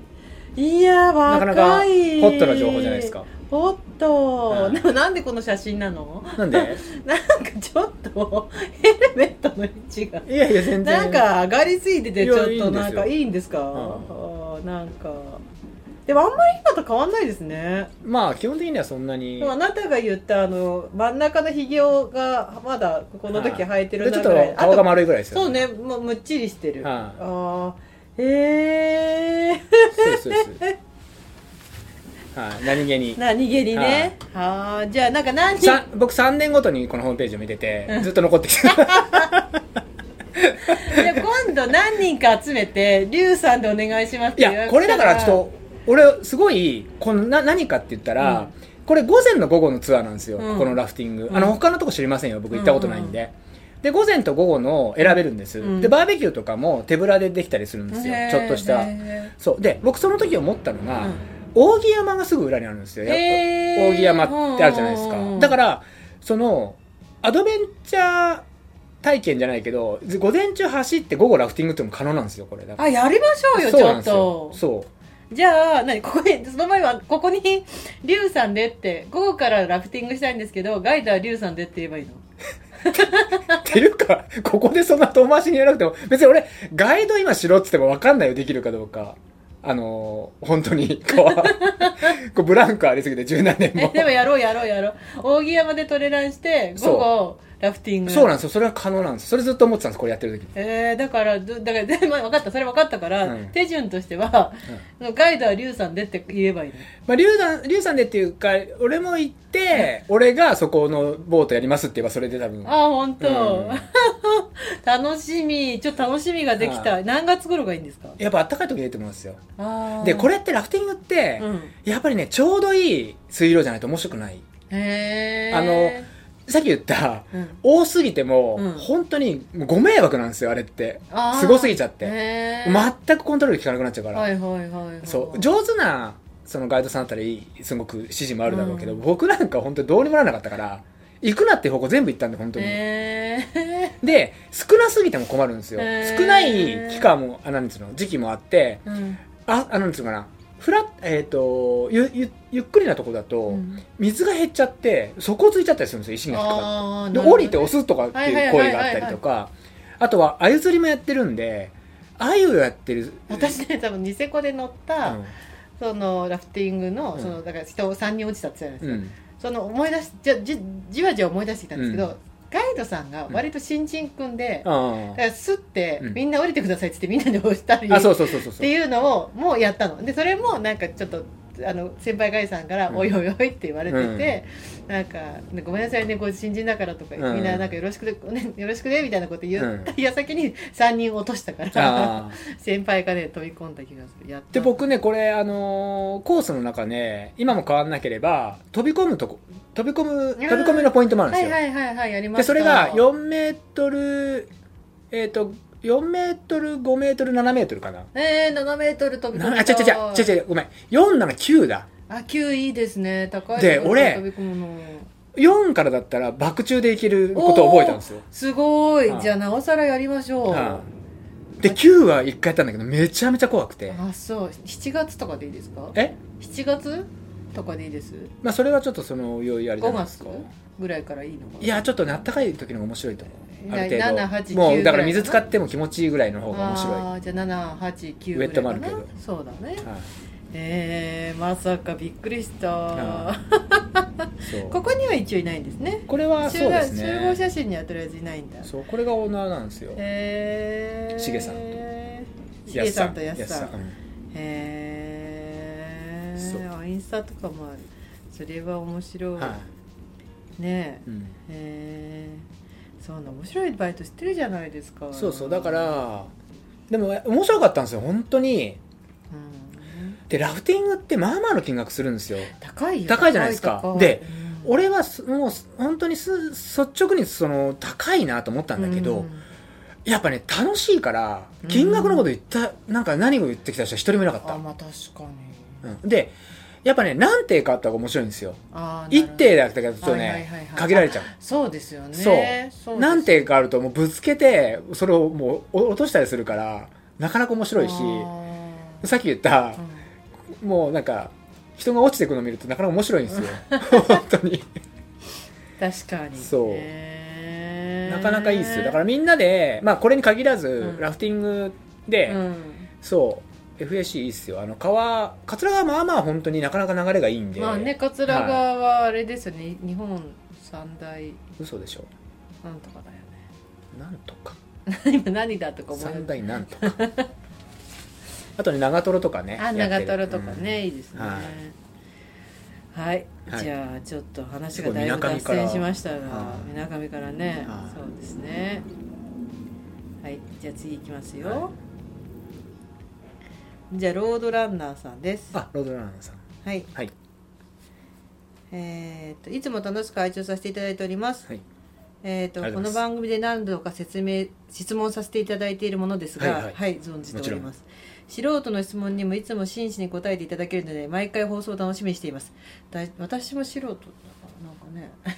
えいやなか若いなかホットな情報じゃないですかホット、うんでもなんでこの写真なの なんでなんかちょっとヘルメットの位置がいやいや全然なんか上がりすぎてていちやょっとなんかいいいんですか、んあーなんかでもあんまり今と変わんないですね、まあ基本的にはそんなにでもあなたが言ったあの真ん中のひげがまだこの時生えてるでちょなっぐとらい顔があ丸いぐらいですとよそうねもうむっちりしてる、はいああーへえそうそうそうはい何気に何気にねはあじゃあなんか何人さん僕3年ごとにこのホームページを見ててずっと残ってきてで今度何人か集めてリュウさんでお願いしますっいてやこれだからちょっと俺すごいこのな何かって言ったら、うんこれ午前の午後のツアーなんですよ、うんこのラフティング、んあの他のとこ知りませんよ僕行ったことないんで、で午前と午後の選べるんです、うんでバーベキューとかも手ぶらでできたりするんですよへーちょっとしたへそうで僕その時思ったのーが、うん扇山がすぐ裏にあるんですよやっぱへー扇山ってあるじゃないですうんかだからそのアドベンチャー体験じゃないけどず午前中走って午後ラフティングっていうのも可能なんですよこれだからあやりましょうよそうちなょんっですよとそうじゃあ何ここにその前はここにリュウさんでって午後からラフティングしたいんですけどガイドはリュウさんでって言えばいいのっていうか、 ここでそんな遠回しにやらなくても、別に俺、ガイド今しろって言っても分かんないよ、できるかどうか。あのー、本当に、こう、こうブランクありすぎて、17年え も。でもやろうやろうやろう扇山でトレランして午後ラフティングそうなんですよ、それは可能なんです。それずっと思ってたんです、これやってる時に。えー、だからどだから でまあ分かったそれ分かったから、うん手順としては、ガイドはリュウさんでって言えばいいのまあ、リュウさん、リュウさんでっていうか、俺も行って、俺がそこのボートやりますって言えば、それで多分。あ本当、うん 楽しみちょっと楽しみができた、は何月頃がいいんですかやっぱあったかい時がいいと思うんですよ。あで、これれってラフティングって、うんやっぱりね、ちょうどいい水路じゃないと面白くない。へえあのさっき言った、うん多すぎても、うん本当にご迷惑なんですよあれってあーすごすぎちゃってへえ全くコントロール効かなくなっちゃうから、はいはいはい、はい、そう上手なそのガイドさんだったらいいすごく指示もあるだろうけど、うん僕なんか本当にどうにもならなかったから行くなっていう方向全部行ったんで本当に、へえで少なすぎても困るんですよ、へー少ない期間もあなんつうの時期もあって うんああなんつうのかなフラえっ、とゆゆゆっくりなとこだと、うん水が減っちゃって底ついちゃったりするんですよ石に引っかかってあーでなるほどね降りて押すとかっていう声があったりとかあとは鮎釣りもやってるんで鮎をやってる、私ね多分ニセコで乗っうた、んそのラフティングの,、うんそのだから人3人落ちたって言ったじゃないですか、うん、その思い出しじゃじじわじわ思い出してきたんですけど、うんガイドさんが割と新人君で、だあからすって、うんみんな降りてくださいって言ってみんなで押したりああそうっそうそうそうそてういうのをもうやったのでそれもなんかちょっとあの先輩ガイドさんから「うんおいおいおい」って言われてて、なんか「ごめんなさいねこう新人だから」とか、うんみんななんかよろしくで、ね、よろしくね」みたいなこと言うんった矢先に3人落としたから、あー先輩がね飛び込んだ気がするやったで僕ねこれあのーコースの中ね今も変わんなければ飛び込むとこ飛び込む飛び込みのポイントもあるんはですいよ、はいはいはいやりまでしたそれが4メートルえっ、と4メートル5メートル7メートルかなえー、7メートル飛び込なむあ違う違う違う違う違うごめん479だあ9いいですね高いでところ俺飛び込むの4からだったら爆中でいけることを覚えたんですよすごい、はいじゃあなおさらやりましょう、はあで9は1回やったんだけどめちゃめちゃ怖くてあそう7月とかでいいですかえ7月とかでいいですまあそれはちょっとその余裕ありじゃ5ないです月かぐらいからいいのかないやちょっとねあったかい時の方が面白いと思うある7程8度9もうだから水ぐ使らいかなっても気持ちいいぐらいの方が面白い、はあーじゃあ789ウェットもあるけどそうだねいえー、まさかびっくりしたあそうここには一応いないんですねこれは集そう合です集合ね写真にはとりあえずいないんだそうこれがオーナーなんですよへえしげさんととしげさんとやすさんやへそえインスタとかもあるそれは面白うい、んはねい、うんえへえそんな面白いバイトしてるじゃないですかそうそうだか、らでも面白かったんですよ本当にうんでラフティングってまあまあの金額するんですよ高いよ高いじゃないですか高いでうん俺はすもうす本当にす率直にその高いなと思ったんだけど、うんやっぱね楽しいから金額のこと言った、なんか何を言ってきた人は一人もいなかあっまあ確かにた、うん、でやっぱね何定かあった方が面白いんですよあーな一るほど定だったけどちょっとね、はいはいはいはい限られちゃうそうですよねそう何定かあるともうぶつけてそれをもうお落としたりするからなかなか面白いしさっき言った、もうなんか人が落ちてくのを見るとなかなか面白いん ですよ本当に確かにそううなかなかいいですよだからみんなで、まあ、これに限らず、うんラフティングで、うんそう FAC いいっすよあの川桂川まあまあ本当になかなか流れがいいんでまあね桂川はあれですよね、日本三大嘘でしょなんとかだよなんとか ね今何だとか思三う大なんとか あとね長瀞とかねあやって長る瀞とかね、いいですねははい、はいじゃあちょっと話すがごいだいぶ脱水上から線しましたがはいみなかみからね、はいそうですねはいじゃあ次いきますよ、はじゃあロードランナーさんですあロードランナーさんはいはいえー、といつも楽しく拝聴させていただいております、 はいえー、とありこがとうござの番います組で何度か説明質問させていただいているものですがは、はいいはい存じております素人の質問にもいつも真摯に答えていただけるので毎回放送を楽しみにしていますだい私も素人だか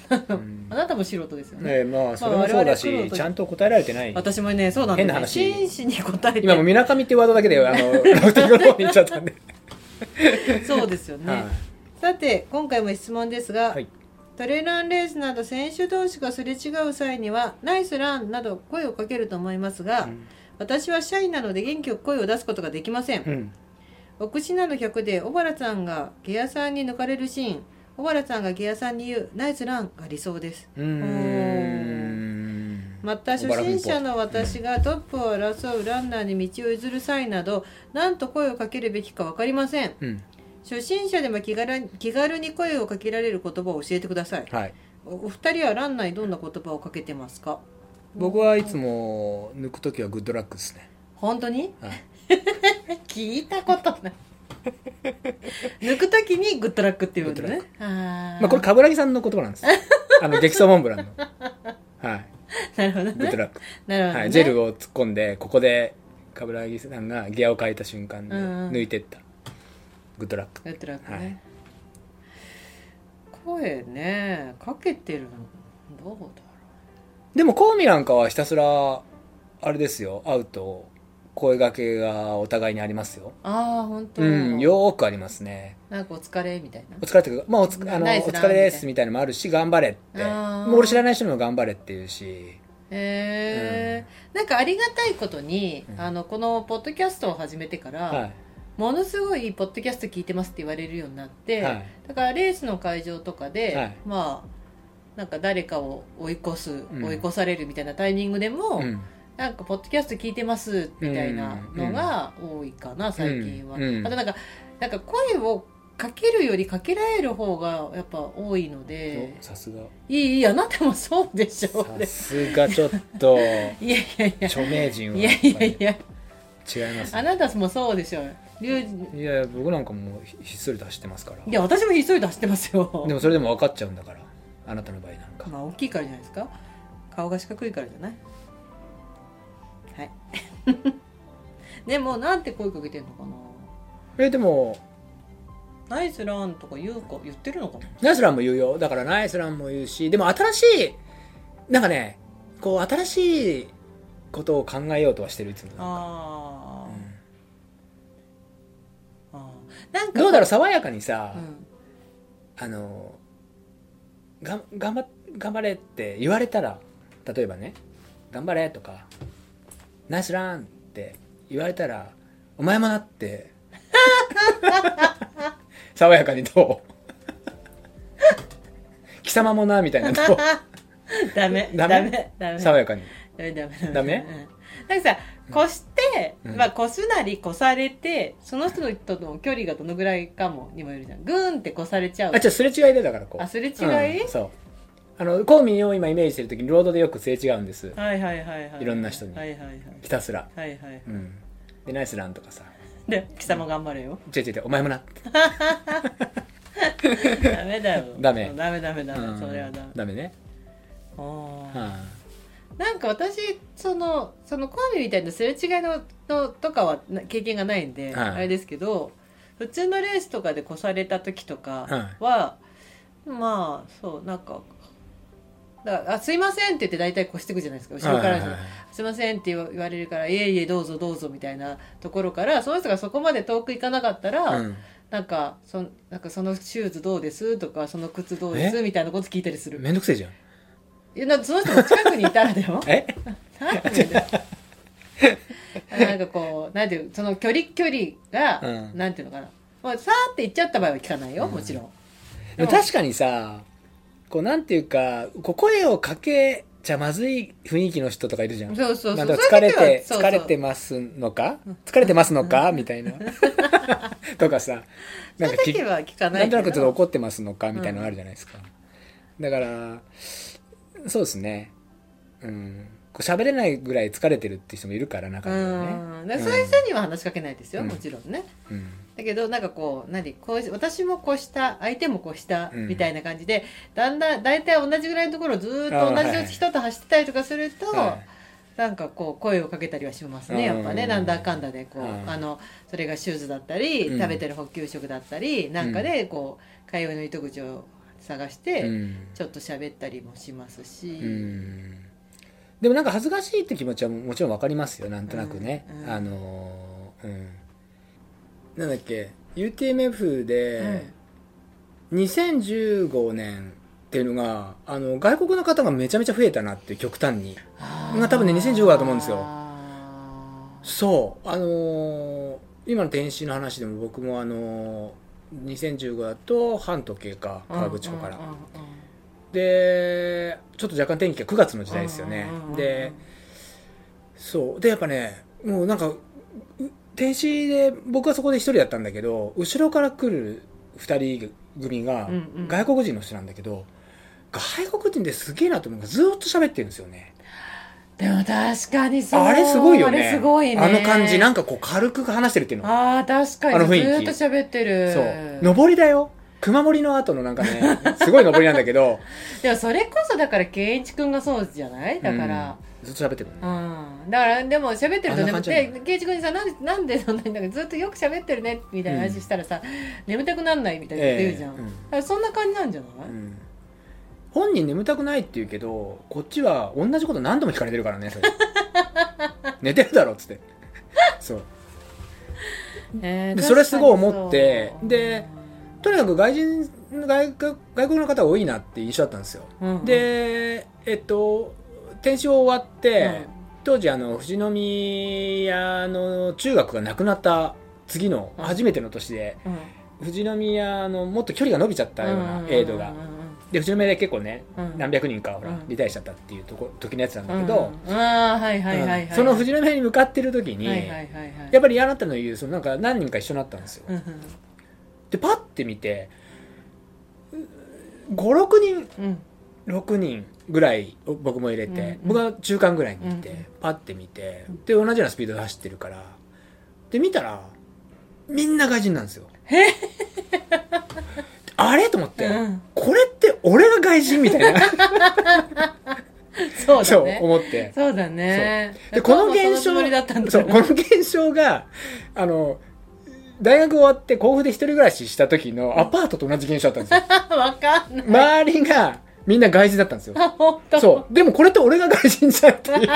らなんかねうんあなたも素人ですよねねまあそれも我々そう苦だ労しとちゃんと答えられてない私もねそうなんだ、変ね、な話真摯に答え今もてみなかみってワードだけであ のラフティングの方に行っちゃったんで、そうですよね、はさて今回も質問ですが、いはいトレーランレースなど選手同士がすれ違う際にはナイスランなど声をかけると思いますが、うん私は社員なので元気よく声を出すことができません、うんお口なの客で小原さんがゲアさんに抜かれるシーン小原さんがゲアさんに言うナイスランが理想ですうーんまた初小原心文法者の私がトップを争うランナーに道を譲る際など何と声をかけるべきか分かりませんうん初心者でも気軽に気軽に声をかけられる言葉を教えてくださいはいおお二人はランナーにどんな言葉をかけてますか僕はいつも抜く時はグッドラックですね、本当にはい、聞いたことない 抜くときにグッドラックっていうのねグあーまあこれ冠城さんの言葉な んですあの激走モンブランのはいなるほどグッドねラック、なるほどね、はい、ジェルを突っ込んでここで冠城さんがギアを変えた瞬間でうんうん抜いてった、グッドラックグッドラックね、はい声ねかけてるのどうだでもコウミなんかはひたすらあれですよ会うと声掛けがお互いにありますよろうああ本当、うんよーくありますねなんかお疲れみたいなお疲れっていうかまあおつあのナイおスラン疲れですみたいなのもあるし頑張れってあーもう俺知らない人にも頑張れっていうしえーなんかありがたいことに、うんあのこのポッドキャストを始めてから、はものすごいポッドキャスト聞いてますって言われるようになっいて、はいだからレースの会場とかで、はいまあなんか誰かを追い越す、ん追い越されるみたいなタイミングでも、うんなんかポッドキャスト聞いてますみたいなのが多いかな、最近は、うんうんあとなんかなんか声をかけるよりかけられる方がやっぱ多いのでおさすがいいいいあなたもそうでしょさすがちょっといやいやいや著名人はいややっぱりいやいや違いますあねなたもそうでしょりゅういや僕なんかもうひひっそりと走ってますからいや私も急いで走ってますよでもそれでも分かっちゃうんだからあなたの場合なんかまあ大きいからじゃないですか顔が四角いからじゃないはい でもなんて声かけてんのかえでもなナイスランとか言うか言ってるのかなナイスランも言うよだからナイスランも言うしでも新しいなんかねこう新しいことを考えようとはしてるいつもあうー、んあーなんかどうだろう爽やかにさ、ん、あのが頑張頑張れって言われたら例えばね「頑張れ」とか「ナイスラン」って言われたら「お前もな」って 爽やかにどう貴様もなみたいなど うダメダダメメダメダ爽メやかにダメダメダメうんなんかさ越して、うんまあ越すなり越されてその人との距離がどのぐらいかもにもよるじゃんグーンって越されちゃうあじゃすれ違いでだからこうあすれ違いうんそうあのコウミを今イメージしてる時にロードでよくすれ違うんですはいはいはいはいいろんな人にはいはいはいひたすらはいはいうんでナイスランとかさで貴様頑張れ よ違う違う違うお前もなってダメだよダメダメダメダメ、うんそれはダメダメね、あーはなんか私そのその好みみたいなすれ違いののとかはな経験がないんで、はいあれですけど普通のレースとかで越された時とかは、まあそうなんかだからあ「すいません」って言って大体越していくじゃないですかい後ろからですはいよはいはいすいません」って言わ言われるから「いえいえどうぞどうぞ」みたいなところからその人がそこまで遠く行かなかったら、うんなんかそんなんかそのシューズどうです?」とか「その靴どうです?」えみたいなこと聞いたりするめんどくせえじゃんいやなんかその人の近くにいたらだよえなんていうんだよなんかこうなんていうその距離距離が、うんなんていうのかな、まあ、さーって行っちゃった場合は聞かないよ、もちろんでも確かにさこうなんていうかこう声をかけちゃまずい雰囲気の人とかいるじゃんそうそうそうなんだろ疲れてそういう時は疲れてそうますのか疲れてますのかみたいな とかさなんかそうきいう時は聞かないなんけどとなくちょっと怒ってますのかみたいなのあるじゃないですか、だからそうですねうんこう喋れないぐらい疲れてるって人もいるから中にはうねんだからそういう人には話しかけないですよ、うんもちろんねうんだけどなんかこう何こうし私もこうした相手もこうしたうんみたいな感じで、だんだん大体同じぐらいのところをずーっとあー同はいじ人と走ってたりとかすると、はなんかこう声をかけたりはしますうんねやっぱねなんだかんだでこう、うんあのそれがシューズだったり、うん食べてる補給食だったりなんかでこう会話の糸口を探しいて、うんちょっと喋ったりもしますし、うんでもなんか恥ずかしいって気持ちはもちろんわかりますよなんとなくね、うんうんあのーうんなんだっけ UTMF で2015年っていうのがあの外国の方がめちゃめちゃ増えたなっていう極端にうんまあ多分ね2015だと思うんですよあーそうあのー今の天使の話でも僕もあのー2015だと半時計か河口湖から、うんうんうんうんでちょっと若干天気が9月の時代ですよね、うんうんうんうんでそうでやっぱねもうなんかう天使で僕はそこで一人だったんだけど後ろから来る二人組がうんうん外国人の人なんだけど、外国人ですげえなと思うのがずーっと喋ってるんですよねでも確かにそうあれすごいよねあれすごいねあの感じなんんかこう軽く話してるっていうのああ確かあのにず雰囲気ーっと喋ってるそう上りだよ熊森の後のなんか ねすごい上りなんだけどでもそれこそだから健一君がそうじゃないだから、うんずっと喋ってるのねうん、だからでも喋ってるとあん眠な感っじなんて圭一君にさなんでなんでそんなになんかずっとよく喋ってるねみたいな話したらさ、眠たくなんないみたいなこと言うじゃん、ええうんだからそんな感じなんじゃない、うん本人眠たくないって言うけどこっちは同じこと何度も聞かれてるから ねそれ寝てるだろっつってそうええ確かでにそれすごい思ってそうでとにかく外人外国外国の方が多いなって印象だったんですよ、うんでえっと転職終わって、うん当時あの富士宮の中学がなくなった次のうん初めての年で、うん富士宮のもっと距離が伸びちゃったようなエイドが、うんで富士宮で結構ねうんうん何百人かほら、うんリタイアしちゃったっていうとこ時のやつなんだけど、うんああはいはいはいはい、うんその富士宮に向かってる時に、はいはいはいはいやっぱりあなたの言うそのなんか何人か一緒になったんですよ、うんでパッて見て56人うんうん6人ぐらいを僕も入れて、うんうん僕は中間ぐらいにいて、うんうんパッて見てで同じようなスピードで走ってるからで見たらみんな外人なんですよあれと思って、うんこれって俺が外人みたいな そうそだうね思ってそうだね。でこの現そ象のつもりだったんだそうこの現象があの大学終わって甲府で一人暮らしした時のアパートと同じ現象だったんです よわかんない。周りがみんな外人だったんですよ本当。そうでもこれって俺が外人じゃんっ ていう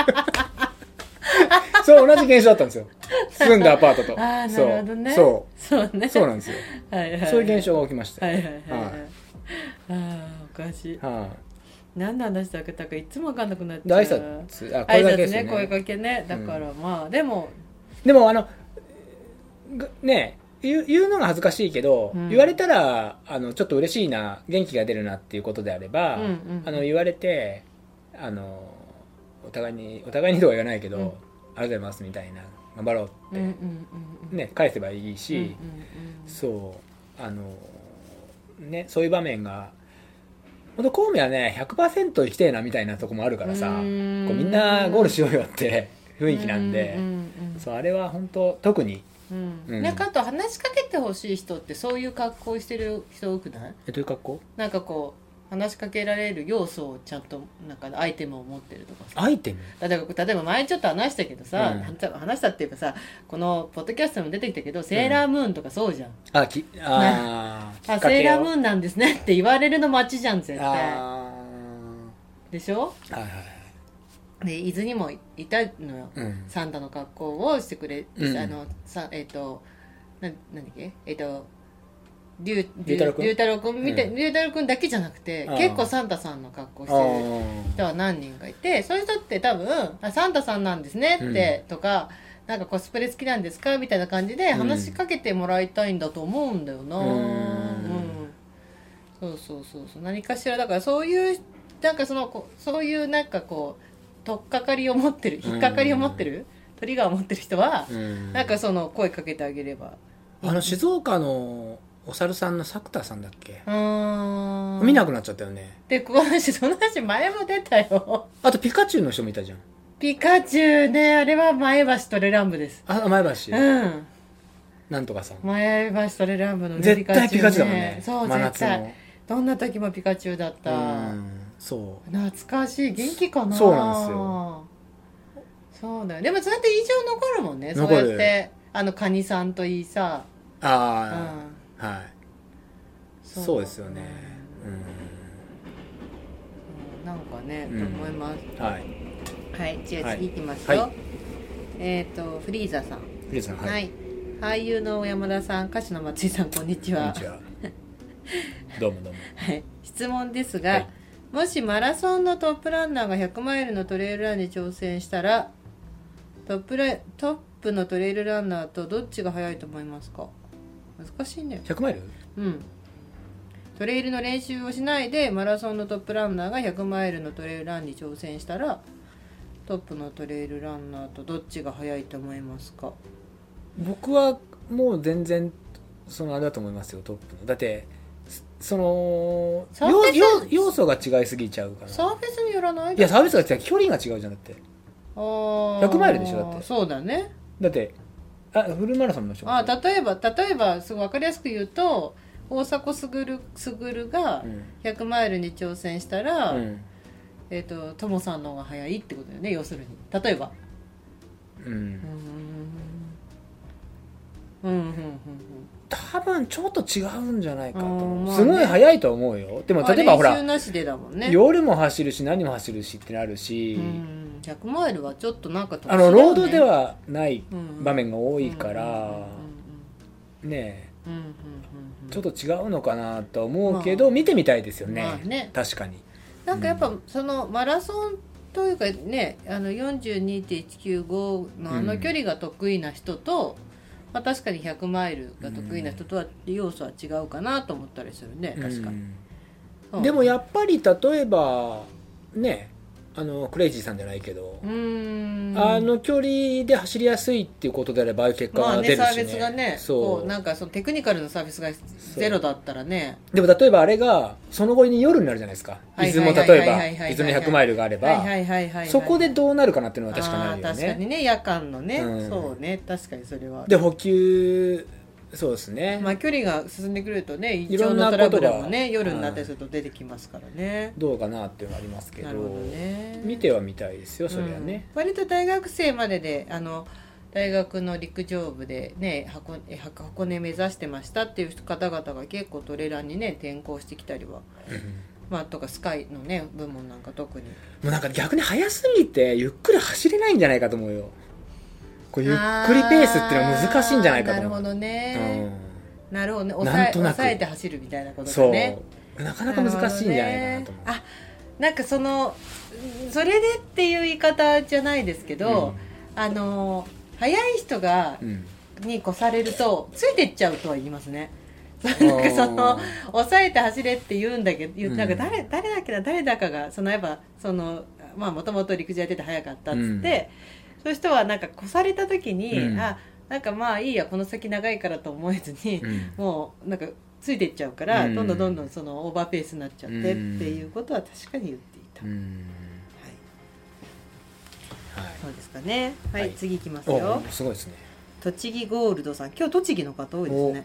そう同じ現象だったんですよ住んだアパートとああ、なるほどね。。そうそううね。そうなんですよ はいはいはい。そういう現象が起きましたははいい、はいはいはい。ああ、おかしい。何の話だっけたかいつもわかんなくなっちでゃう。挨拶あ声挨だけで拶すね、よ声ねかけね。だからまあ、でも、でもあのがね言う言うのが恥ずかしいけど、うん言われたらあのちょっと嬉しいな元気が出るなっていうことであれば、うんうんあの言われてあのお互いにお互いにとは言わないけど、うんありがとうございますみたいな頑張ろううっんうんて、うんうん。ね返せばいいうんうんし、うん。そうあのねそういう場面が本当コウメはね100%生きてえなみたいなとこもあるからさうこうーんみんなゴールしようよって雰囲気なんで。うんうんうんそうあれは本当特にうんうんなんかあと話しかけてほしい人ってそういう格好してる人多くないえどういう格好なんかこう話しかけられる要素をちゃんとなんかアイテムを持ってるとかさアイテム例えば例えば前にちょっと話したけどさ、うんなんちゃ話したっていうかさこのポッドキャストにも出てきたけど、セーラームーンとかそうじゃんあきあーきあっかけをセーラームーンなんですねって言われるの待ちじゃん絶対あでしょーはいはいはいで伊豆にもいたのよ、うんサンダの格好をしてくれて、うんあのさえっ、とななんだっけえっ、と龍龍太郎君龍太郎君見てうん龍太郎君だけじゃなくてあー結構サンタさんの格好あしてる人ーは何人かいてそういう人って多分「あサンタさんなんですね」って、とか「なんかコスプレ好きなんですか?」みたいな感じでうん話しかけてもらいたいんだと思うんだよなううーんん、そうそうそうそう何かしらだからそういうなんかそのこそういうなんかこう取っかかりを持ってる引っかかりを持ってる、トリガーを持ってる人は、うんなんかその声かけてあげればあの静岡のお猿さんの作田さんだっけうーん見なくなっちゃったよねでこの話その話前も出たよあとピカチュウの人もいたじゃんピカチュウねあれは前橋トレランブですあ前橋うんなんとかさん前橋トレランブのね絶対ピカチュウだもんねそう真絶夏の対どんな時もピカチュウだった、うんそう懐かしい元気かなそうなんですよそうだよでもそうやって印象残るもんねそう残るやってあのカニさんといいさ、うあん、あはいそうそうですよねうんなんかね、うんと思いますうんはいはいじゃはあい次いきますよ、はいえっ、とフリーザさんフリーさんはい、はい俳優の小山田さん歌手の松井さんこんにちこんはに ちはどうもどうもはい質問ですが、はいもしマラソンのトップランナーが100マイルのトレイルランに挑戦したらトップラトップのトレイルランナーとどっちが速いと思いますか難しいね100マイルうんトレイルの練習をしないでマラソンのトップランナーが100マイルのトレイルランに挑戦したらトップのトレイルランナーとどっちが速いと思いますか僕はもう全然そのあれだと思いますよトップのだってそそのサー要フェス要要素が違いすぎちゃうからサーフェスによらないいやサービスが違う距離が違うじゃんだって100 100マイルでしょだってそうだねだってあフルマラソンの人あ例えば例えばすごい分かりやすく言うと大迫傑傑がうん100マイルに挑戦したら、うんえっ、とトモさんの方が早いってことだよね要するに例えばうんうんうんうんうん多分ちょっと違うんじゃないかと思う、あーまあねすごい速いと思うようでもん例えばほ練習ら、なしでだもんね夜も走るし何も走るしってなるうし、ん100マイルはちょっとなんか特あ殊だよのねロードではない場面が多いから、ねうんうんうんうんうんうんうんうんうんうんえちょっと違うのかなとは思うけど、見てみたいですよね,、まあね確かになんかやっぱそのマラソンというかねあの42.195のあうのん距離が得意な人と、まあ、確かに100マイルが得意な人とは要素は違うかなと思ったりするね確かに、ううんんでもやっぱり例えばねあのクレイジーさんじゃないけどう、ーんあの距離で走りやすいっていうことであればああいう結果まあがね出るし、ねサービスがねそうこうなんかそのテクニカルのサービスがゼロだったらねでも例えばあれがその後に夜になるじゃないですかはい伊はいは豆いはいも例えはいはいはばい伊豆の100マイルがあれはいはばいはいはいそこでねどうなるかなっていうのは確かなあいーよ確かねにね夜間のね、うんそうね確かにそれはで補給そうですね、まあ、距離が進んでくるとね胃いろ腸んなのこトとがラブルもね夜になったりすると出てきますからね、どうかなっていうのはありますけどなるほどね見てはみたいですよそれはね、うん割と大学生までであの大学の陸上部でね箱え箱箱根目指してましたっていう方々が結構トレーラーにね転校してきたりは、まあ、とかスカイのね部門なんか特にもうなんか逆に速すぎてゆっくり走れないんじゃないかと思うよこうゆっくりペースっていうのは難しいんじゃないかあーとなるほ思うどうね、んなるほどねな抑んえとなく抑えて走るみたいなことだそう、ねなかなか難しいんじゃないかなと思うるほどねあなんかそのうんそれでっていう言い方じゃないですけど、あの早い人がうんうんに越されるとついてっちゃうとは言いますねなんかそあのー抑えて走れって言うんだけど言うなんか誰,、う誰だっけな誰だかがそのやっぱそのまあもともと陸上やってて早かったっつって、そういう人はなんか越された時に、うんあなんかまあいいやこの先長いからと思えずに、うんもうなんかついてっちゃうから、うんどんどんどんどんそのオーバーペースになっちゃってってうんいうことは確かに言っていた、うはいんはいそうですかねはい、はい次いきますおよすごいですね栃木ゴールドさん今日栃木の方多いですね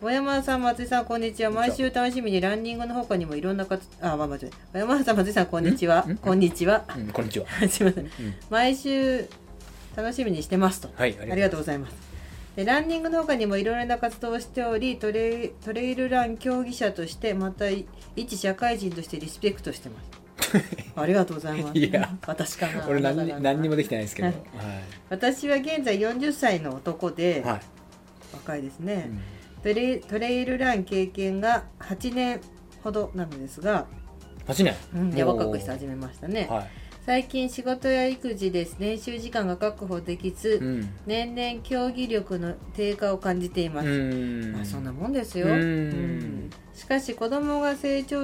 小山田さん松井さんこんにちはこん毎にち週は楽しみにランニングの他にもいろんな方あまあ間違えた小山田さん松井さんこんにちはんんこんにちは うん、こんにちは、すいませんうん、毎週楽しみにしてますとはいありがとうございます。でランニングの他にもいろいろな活動をしておりトレイトレイルラン競技者としてまたい一社会人としてリスペクトしてます ありがとうございますいや私かな俺何あなにたかな何にもできてないですけど、ははい私は現在40歳の男で、いはい若いですね、うんトレイトレイルラン経験が8年ほどなのですが、 8年、うん、いやおー若くして始めましたね、はい最近仕事や育児です練習時間が確保できず、うん年々競技力の低下を感じています、うんまあそんなもんですよ、うんうんしかし子供が成長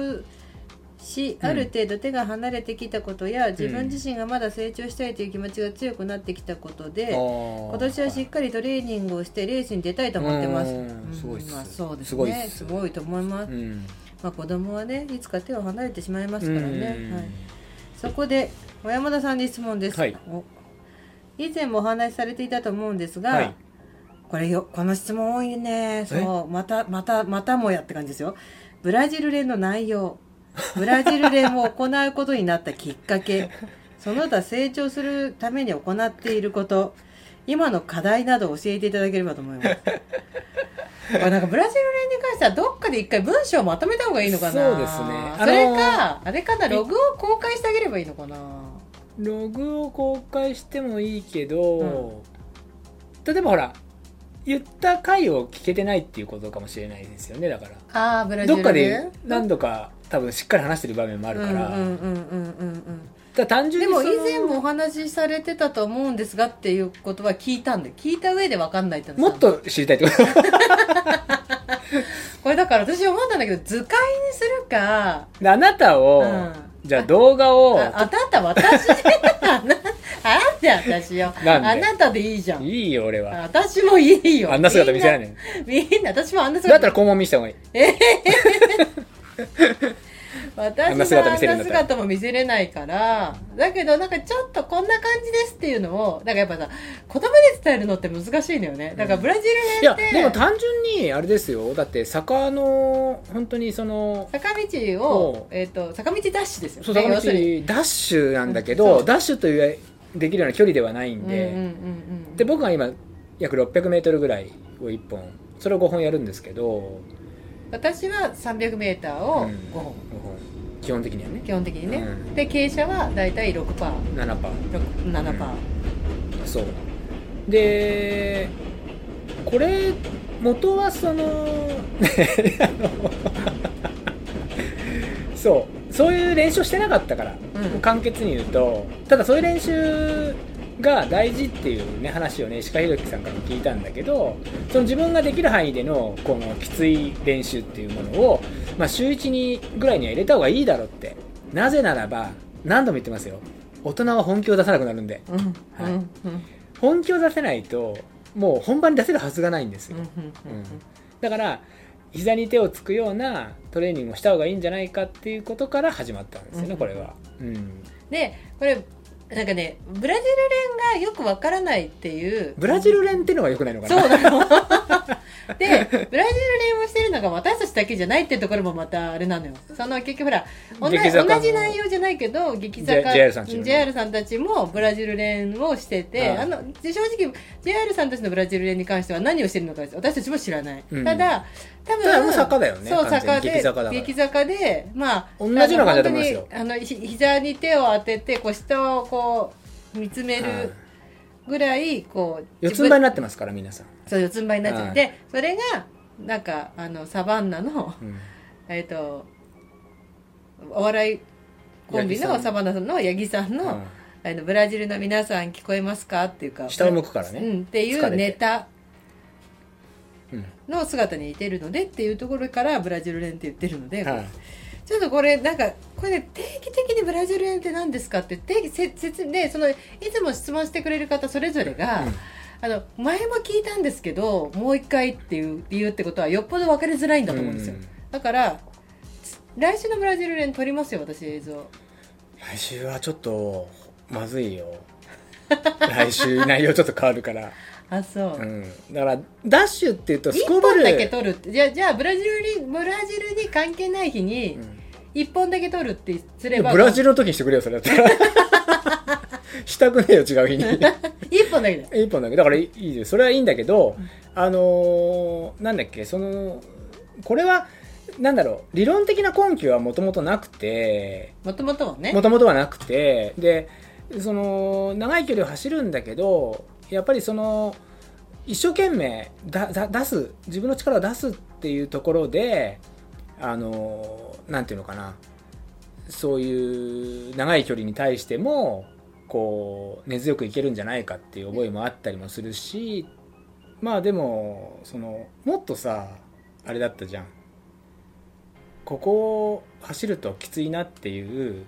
しある程度手が離れてきたことや、自分自身がまだ成長したいという気持ちが強くなってきたことで、今今年はしっかりトレーニングをしてレースに出たいと思ってます、うんすごいっすまあ、そうですすごいっねすすごいと思います、うんまあ、子供はねいつか手を離れてしまいますからね、うんはい、そこで小山田さんに質問です、はいお以前もお話しされていたと思うんですが、はいこれよこの質問多いねそうまたまたまたもやって感じですよブラジル連の内容ブラジル連を行うことになったきっかけその他成長するために行っていること今の課題などを教えていただければと思います これなんかブラジル連に関してはどっかで一回文章をまとめた方がいいのかなそうですねそれあかあれかなログを公開してあげればいいのかなログを公開してもいいけど、例えばほら言った回を聞けてないっていうことかもしれないですよねだからああブラジルど連っかで何度か多分しっかり話してる場面もああるから,、うんうんうんうんうんうんだから単純でにもそ以の前もお話しされてたと思うんですがっていうことは聞いたんで聞いた上で分かんないって話なものっと知りたいってことこれだから私思ったんだけど図解にするかであなたを、うんじゃあ動画をああなた私 あなあなた私よなんであなたでいいじゃんいいよ俺は私もいいよあんな姿見せられいないみんなみんな私もあんなだっ姿たら肛門見せた方がいい私あのんなあ姿見んせるんなだったら姿も見せれないからだけどなんかちょっとこんな感じですっていうのをなんかやっぱさ言葉で伝えるのって難しいのよねだからブラジルい連やって、でも単純にあれですよだって坂の本当にその坂道そをう、えー、と坂道ダッシュですよそうね坂道ダ要するにッシュなんだけうんど、そうダッシュというできるような距離ではないんで、うんうんうんうんで僕が今約 600m ぐらいを1本それを5本やるんですけど私は 300m をうん5本、 5本基本的にはね基本的にね、うんで傾斜はだいたい6パー7パー7パー、そうでこれ元はその あのそうそういう練習をしてなかったから、うん簡潔に言うとただそういう練習が大事っていうね話をね石川博樹さんからも聞いたんだけどその自分ができる範囲でのこのきつい練習っていうものを、まあ、週1にぐらいには入れた方がいいだろうってなぜならば何度も言ってますよ大人は本気を出さなくなるんでうんうんはいうんうん本気を出せないともう本番に出せるはずがないんですよ、うんうんだから膝に手をつくようなトレーニングをした方がいいんじゃないかっていうことから始まったんですよね、うんこれは、うん、でこれなんかねブラジル連がよくわからないっていうブラジル連っていうのが良くないのかなそうなの でブラジル連をしてるのが私たちだけじゃないってところもまたあれなのよその結局ほら同じ激坂同もじ内容じゃないけど激坂 J- JR さんちのね JR さんたちもブラジル連をしてて、はいあので正直 JR さんたちのブラジル連に関しては何をしてるのか私たちも知らない、うんただ多ただも分う坂だよねそう完全坂にで激坂だから激坂でまあ同じような感じだと思いますよあの本当にあのひ膝に手を当ててこう下をこう見つめはいるぐらいこう四自つ分ん這いになってますから皆さん、そう四つん這いになっちゃって、はそれがなんかあのサバンナの うんえっとお笑いコンビ八木さのんサバンナの八木さんの,、あの「ブラジルの皆さん聞こえますか?」っていうか下を向くからうね、ん、ってい疲れうてネタうんの姿に似てるのでっていうところからブラジル連って言ってるので、はいちょっとこれなんかこれね定期的にブラジル連って何ですかって定期せ説でそのいつも質問してくれる方それぞれが、うんあの前も聞いたんですけどもう一回っていう理由ってことはよっぽど分かりづらいんだと思うんですよ、うんだからつ来週のブラジル連撮りますよ私映像来週はちょっとまずいよ来週内容ちょっと変わるからあそう、うん、だからダッシュっていうとす一こ本ぶるだけ取るってじゃあじゃあブラジルにブラジルに関係ない日にうん一本だけ取るってすいれやばブラジルの時にしてくれよそれだったら したくねえよ違う日に一本だけだよ一本だけだからいいいですそれはいいんだけど、あのーなんだっけそのこれはなんだろう理論的な根拠はもともとなくてもともとはねもともとはなくてでその長い距離を走るんだけどやっぱりその一生懸命だだ出す自分の力を出すっていうところであのなんていうのかなそういう長い距離に対してもこう根強くいけるんじゃないかっていう思いもあったりもするしまあでもそのもっとさあれだったじゃんここを走るときついなっていう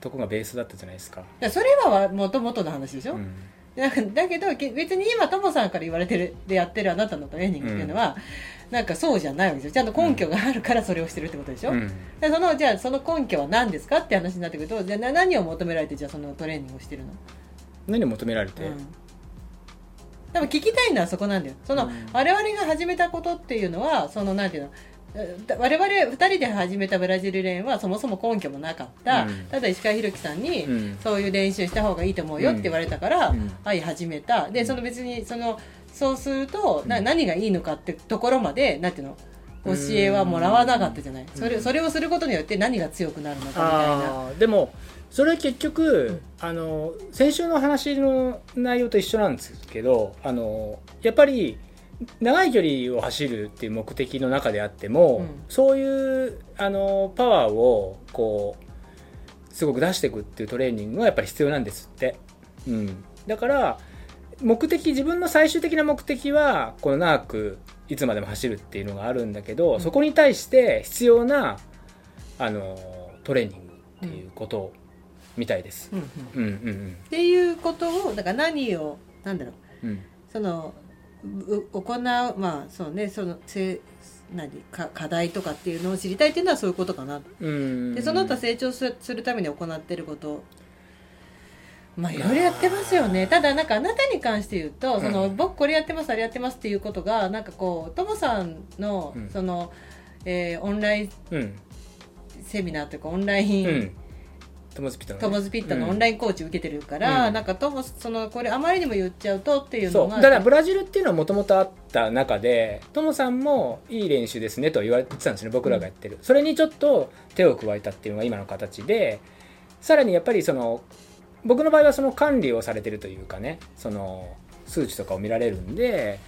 とこがベースだったじゃないですか。だからそれはもともとの話でしょ、うんなんか だけどけ別に今ともさんから言われてるでやってるあなたのトレーニングっていうのは、なんかそうじゃないわけですよちゃんと根拠があるからそれをしてるってことでしょ、うんでそのじゃあその根拠は何ですかって話になってくるとじゃあな何を求められてじゃあそのトレーニングをしてるの、何を求められて、うん多分聞きたいのはそこなんだよその、うん我々が始めたことっていうのはそのなんていうのえー我々2人で始めたブラジル連はそもそも根拠もなかった、うんただ石川弘樹さんに、うんそういう練習した方がいいと思うよって言われたから、うんはい始めたでその別にそのそうすると、なうん何がいいのかってところまでなんていうの教えはもらわなかったじゃない、それそれをすることによって何が強くなるのかみたいなあーでもそれ結局、あの先週の話の内容と一緒なんですけどあのやっぱり長い距離を走るっていう目的の中であっても、うんそういうあのパワーをこうすごく出していくっていうトレーニングはやっぱり必要なんですって、うん、だから目的自分の最終的な目的はこの長くいつまでも走るっていうのがあるんだけど、んそこに対して必要なあのトレーニングっていうことみたいです。うんうんっうんうんていうことをだから何をなんだろううんうんそのう行うまあそうねそのせ何か課題とかっていうのを知りたいっていうのはそういうことかな、うんでその他成長すするために行ってることまあいろいろやってますよねただなんかあなたに関して言うとその、うん僕これやってますあれやってますっていうことがなんかこうともさんの、うんその、えーオンラインうんセミナーというかオンライン、うんトモズピットのねトモズピットのオンラインコーチ受けてるかうら、んなんかともそのこれあまりにも言っちゃうとっていうそのうがだからブラジルっていうのはもともとあった中でトモさんもいい練習ですねと言われてたんですね僕らがやってる、それにちょっと手を加えたっていうのが今の形でさらにやっぱりその僕の場合はその管理をされてるというかねその数値とかを見られるんで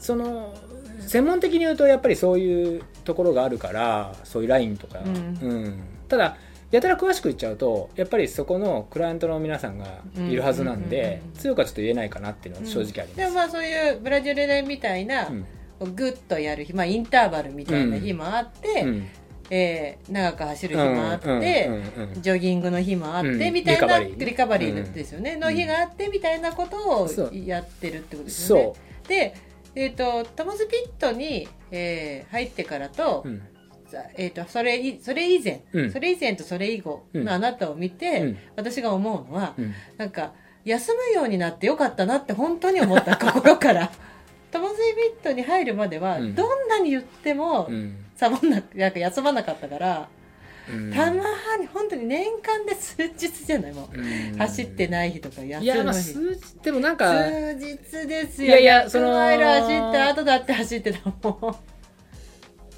その専門的に言うとやっぱりそういうところがあるからそういうラインとか、うんうんただやたら詳しく言っちゃうとやっぱりそこのクライアントの皆さんがいるはずなんうんうんでうんうん強くはちょっと言えないかなっていうのは正直ありでもます。まあそういうブラジル連みたいな、うんグッとやる日、まあ、インターバルみたいな日もあって、うんえー長く走る日もあって、うんうんうんジョギングの日もあって、うんみたいなリカバリーねリカバリーですよね、の日があってみたいなことをそうやってるってことですよねそ。で、えー、とトモズピットに、えー入ってからと,、う、うんえー、とそれいそれ以前、うんそれ以前とそれ以後うんのあなたを見て、うん私が思うのは、うんなんか休むようになってよかったなって本当に思った心 からトモズイビットに入るまでは、うんどんなに言っても、うんサボんななんか休まなかったから、うんたまに本当に年間で数日じゃないもう、うん走ってない日とかい休や、まむあ、日数字でもなんか数日ですよいやいやその100マイル走った後だって走ってたもん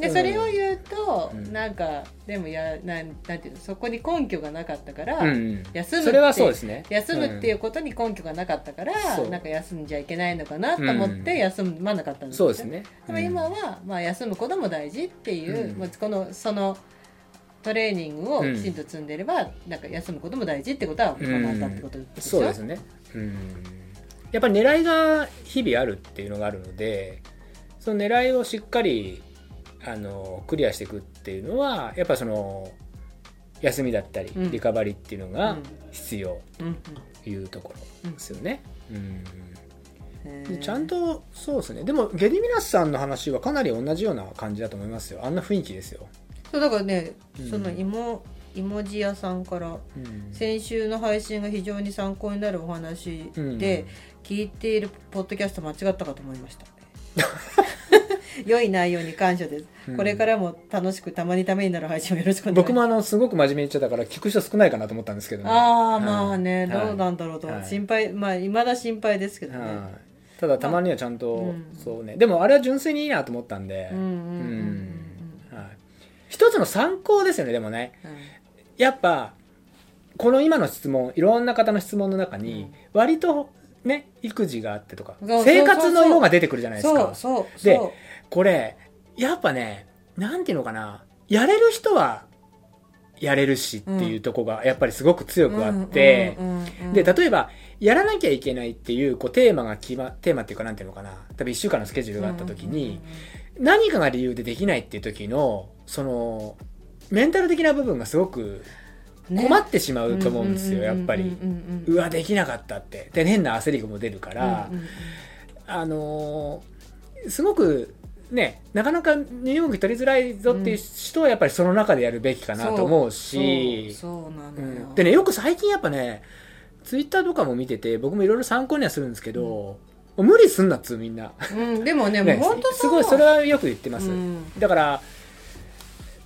でうんそれを言うと、うんなんかでもやなんなんていうのそこに根拠がなかったから、うんうん休むってそれはそうですね休むっていうことに根拠がなかったからうん、そうなんか休んじゃいけないのかなと思ってうん休まなかったんんですそようですねでも今は、まあ、休むことも大事っていう、うんまあこのそのトレーニングをうんきちんと積んでれば、なんか休むことも大事ってことは学んだってことでしょ、そうですね、うん、やっぱり狙いが日々あるっていうのがあるのでその狙いをしっかりあのクリアしていくっていうのはやっぱその休みだったりうんリカバリーっていうのうがん必要うんうんというところですよね。うんえでーちゃんとそうですねでもゲディミナスさんの話はかなり同じような感じだと思いますよあんな雰囲気ですよ。そうだからね、うんその芋いもじ屋さんからうん先週の配信が非常に参考になるお話で、聞いているポッドキャスト間違ったかと思いました。良い内容に感謝です、うんこれからも楽しくたまにためになる配信をよろしくお願いします。僕もあのすごく真面目に言っちゃったから聞く人少ないかなと思ったんですけどねああ、はいまあね、はいどうなんだろうと、はい心配まあいまだ心配ですけどね、はいただたまにはちゃんと、うんそうねでもあれは純粋にいいなと思ったんでうんうんうんうんうんはい一つの参考ですよねでもねうんやっぱこの今の質問いろんな方の質問の中に、割とね育児があってとかそうそうそう生活の色が出てくるじゃないですかそうそうそうでこれやっぱねなんていうのかなやれる人はやれるしっていうとこがやっぱりすごく強くあって、うんうんうんうんで、例えば、やらなきゃいけないっていう、こう、テーマが決ま、テーマっていうか、なんていうのかな。多分一週間のスケジュールがあった時に、何かが理由でできないっていう時の、その、メンタル的な部分がすごくね困ってしまうと思うんですよ、やっぱり。うんうんうんうわ、できなかったって。で、変な焦りも出るからうん、うんあのーすごく、ね、なかなかニューヨーク取りづらいぞっていう人はやっぱりその中でやるべきかなと思うし、そうそうなうのよ、んでねよく最近やっぱねツイッターとかも見てて僕もいろいろ参考にはするんですけど、無理すんなっつうみんな、うんでもねねもう本当すごいそれははよく言ってます、うんだから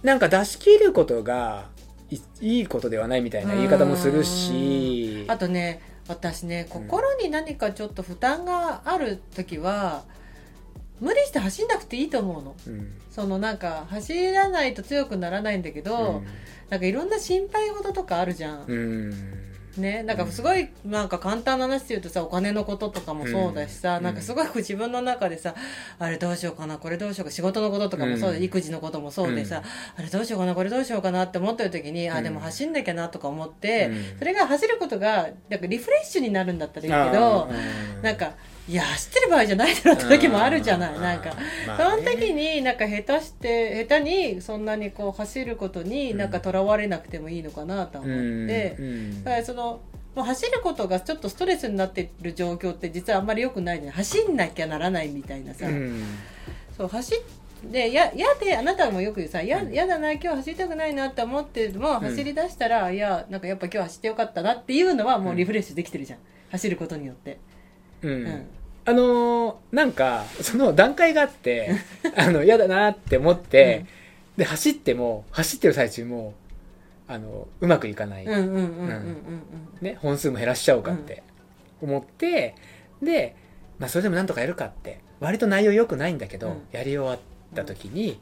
なんか出し切ることがいいいことではないみたいな言い方もするしあとね私ね心に何かちょっと負担がある時は、無理して走んなくていいと思うのうんそのなんか走らないと強くならないんだけど、なんかいろんな心配事とかあるじゃん、うんうんね、なんかすごいなんか簡単な話で言うとさお金のこととかもそうだしさ、うんなんかすごく自分の中でさあれどうしようかなこれどうしようか仕事のこととかもそうで、うん育児のこともそうでさ、あれどうしようかなこれどうしようかなって思ってる時に、うあんでも走んなきゃなとか思って、うんそれが走ることがなんかリフレッシュになるんだったらいいけあどーなんかいや走ってる場合じゃないだろうって時もあるじゃない、うんなんか。まあそねの時になんか下手して下手にそんなにこう走ることになんかとらわれなくてもいいのかなと思って、うんうんだからそのもう走ることがちょっとストレスになってる状況って実はあんまり良くないじゃない走んなきゃならないみたいなさ、うんそう走ってややであなたもよく言うさややだな今日走りたくないなって思っても走り出したら、いやなんかやっぱ今日走ってよかったなっていうのはもうリフレッシュできてるじゃん、走ることによって。ううんんあのーなんかその段階があってあの嫌だなって思って、で走っても走ってる最中もあのうまくいかない、うんうんうんうんうんね、本数も減らしちゃおうかって思って、で、まあ、それでもなんとかやるかって割と内容良くないんだけど、うんやり終わった時に、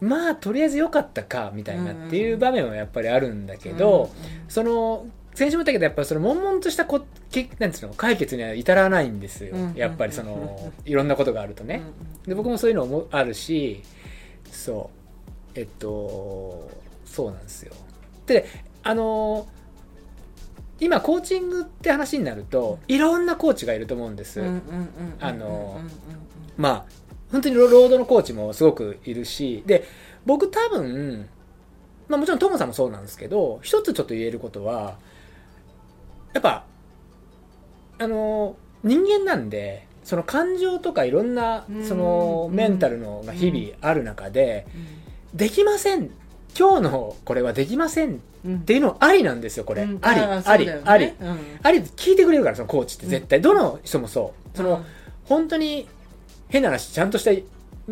まあとりあえず良かったかみたいなっていう場面はやっぱりあるんだけど、その先週も言ったけどやっぱりその悶々としたこけなんつうの解決には至らないんですよ、うんやっぱりそのいろんなことがあるとね、で僕ももそういうのもあるしそうえっとそうなんですよであの今コーチングって話になるといろんなコーチがいると思うんです、あのまあ本当にロロードのコーチもすごくいるしで僕多分まあもちろんトモさんもそうなんですけど一つちょっと言えることはやっぱあの人間なんでその感情とかいろんなうんそのメンタルのが日々ある中でできません今日のこれはできませんっていうのありなんですよこれ、ありありありあり聞いてくれるからそのコーチって絶対どの人もそうその、本当に変な話ちゃんとした、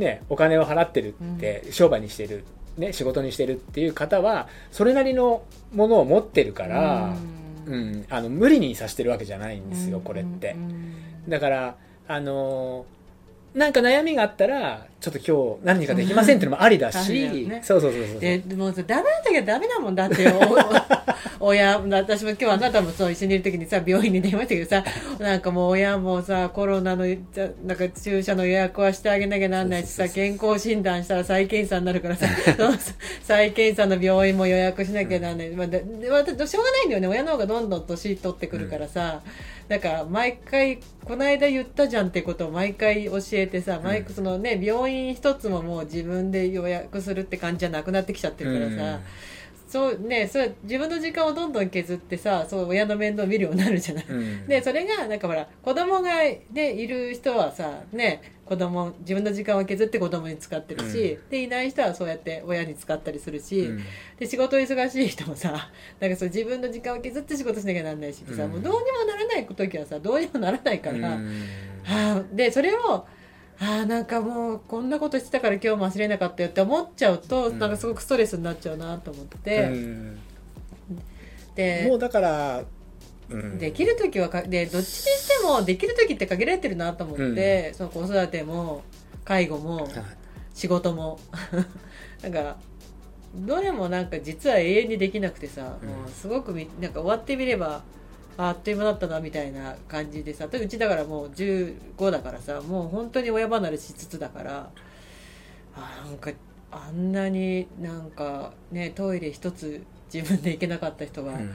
ね、お金を払ってるって、商売にしてる、ね、仕事にしてるっていう方はそれなりのものを持ってるから、うんあの無理にさしてるわけじゃないんですよ、これって、だからあのーなんか悩みがあったらちょっと今日何かできませんっていうのもありだし、うんありだよねそうそうそうそうででもさダメな時はダメだもんだ ってお親私も今日あなたもそう一緒にいる時にさ病院に電話したけどさなんかもう親もさコロナのじゃなんか注射の予約はしてあげなきゃなんないしさそうそう健康診断したら再検査になる からさその再検査の病院も予約しなきゃなんない、まあ、でで私しょうがないんだよね親の方がどんどん年取ってくるからさ、だから毎回この間言ったじゃんってことを毎回教えてさ、毎回そのね病院一つももう自分で予約するって感じじゃなくなってきちゃってるからさ、うんそうねそう自分の時間をどんどん削ってさそう親の面倒見るようになるじゃない、うんでそれがなんかほら子供がねいる人はさね子供自分の時間を削って子供に使ってるし、でいない人はそうやって親に使ったりするし、うんで仕事忙しい人もさ なんかそう自分の時間を削って仕事しなきゃなんないしってさ、うんもうどうにもならない時はさどうにもならないから、うんはあ、でそれをああなんかもうこんなことしてたから今日も忘れなかったよって思っちゃうと、うんなんかすごくストレスになっちゃうなと思って、うんもでうだから、うんできる時はかでどっちにしてもできる時って限られてるなと思って、その子育ても介護もはい仕事も なんかどれもなんか実は永遠にできなくてさ、うんもうすごくみなんか終わってみればああっという間だったなみたいな感じでさとうちだからもう15だからさもう本当に親離れしつつだからあなんかあんなになんかねトイレ一つ自分で行けなかった人が、うん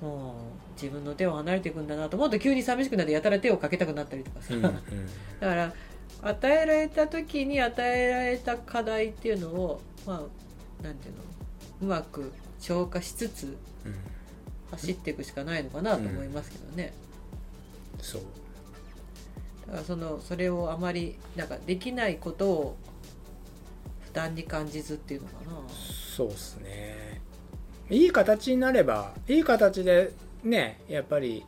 もう自分の手を離れていくんだなと思うと急に寂しくなってやたら手をかけたくなったりとかさ、うん うんだから与えられた時に与えられた課題っていうのをまあなんていうのうまく消化しつつうん走っていくしかないのかなと思いますけどね、そうだからそのそれをあまりなんかできないことを負担に感じずっていうのかなそうっすねいい形になればいい形でねやっぱり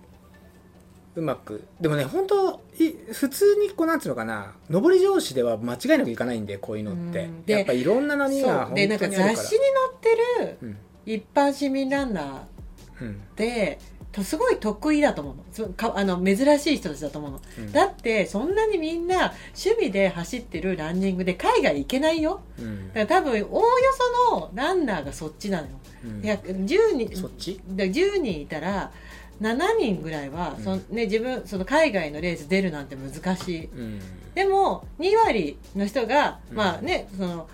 うまくでもね本当い普通にこうなんつうのかな上り調子では間違いなくいかないんでこういうのってうんでやっぱいろんな波がそう本当でになあんるかから雑誌に載ってるうん一般市民ランナーうんってとすごい得意だと思うのそうかあの珍しい人たちだと思うのうんだってそんなにみんな趣味で走ってるランニングで海外行けないようんだから多分おおよそのランナーがそっちなのよ、うんいや10人そっちだ10人いたら7人ぐらいは、うんそのね、自分その海外のレース出るなんて難しいうんでも2割の人が、うんまあねその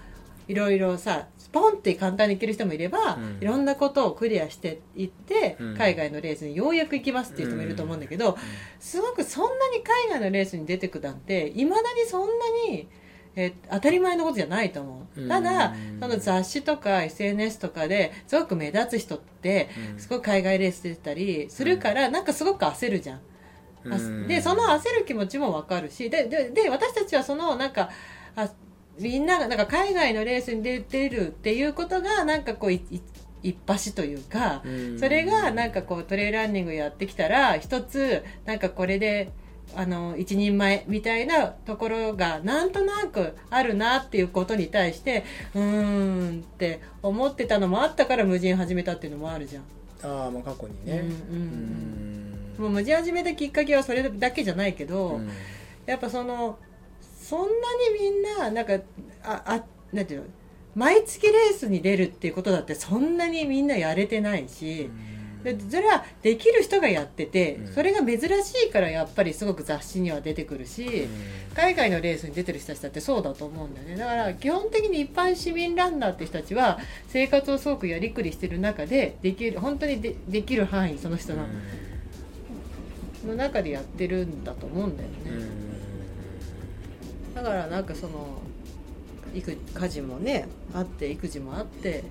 いろいろさポンって簡単に行ける人もいれば、うんいろんなことをクリアしていって、うん海外のレースにようやく行きますっていう人もいると思うんだけど、すごくそんなに海外のレースに出てくなんていまだにそんなに、えー当たり前のことじゃないと思ううんただその雑誌とか SNS とかですごく目立つ人ってうんすごく海外レース出てたりするからなんかすごく焦るじゃん、あうんでその焦る気持ちもわかるしででで私たちはそのなんかあみんながなんか海外のレースに出てるっていうことがなんかこういい一発というか、うんそれがなんかこうトレイルランニングやってきたら一つなんかこれであの一人前みたいなところがなんとなくあるなっていうことに対してうーんって思ってたのもあったから無人始めたっていうのもあるじゃん。ああまあ過去にねうんうんうんんもう無人始めたきっかけはそれだけじゃないけど、うんやっぱそのそんなにみんななんかああなんていうの毎月レースに出るっていうことだってそんなにみんなやれてないし。でそれはできる人がやってて、うんそれが珍しいからやっぱりすごく雑誌には出てくるし、うん海外のレースに出てる人たちだってそうだと思うんだよねだから基本的に一般市民ランナーって人たちは生活をすごくやりくりしてる中でできる本当にでできる範囲その人の,、の中でやってるんだと思うんだよね、うんだからなんかその育家事もねあって育児もあって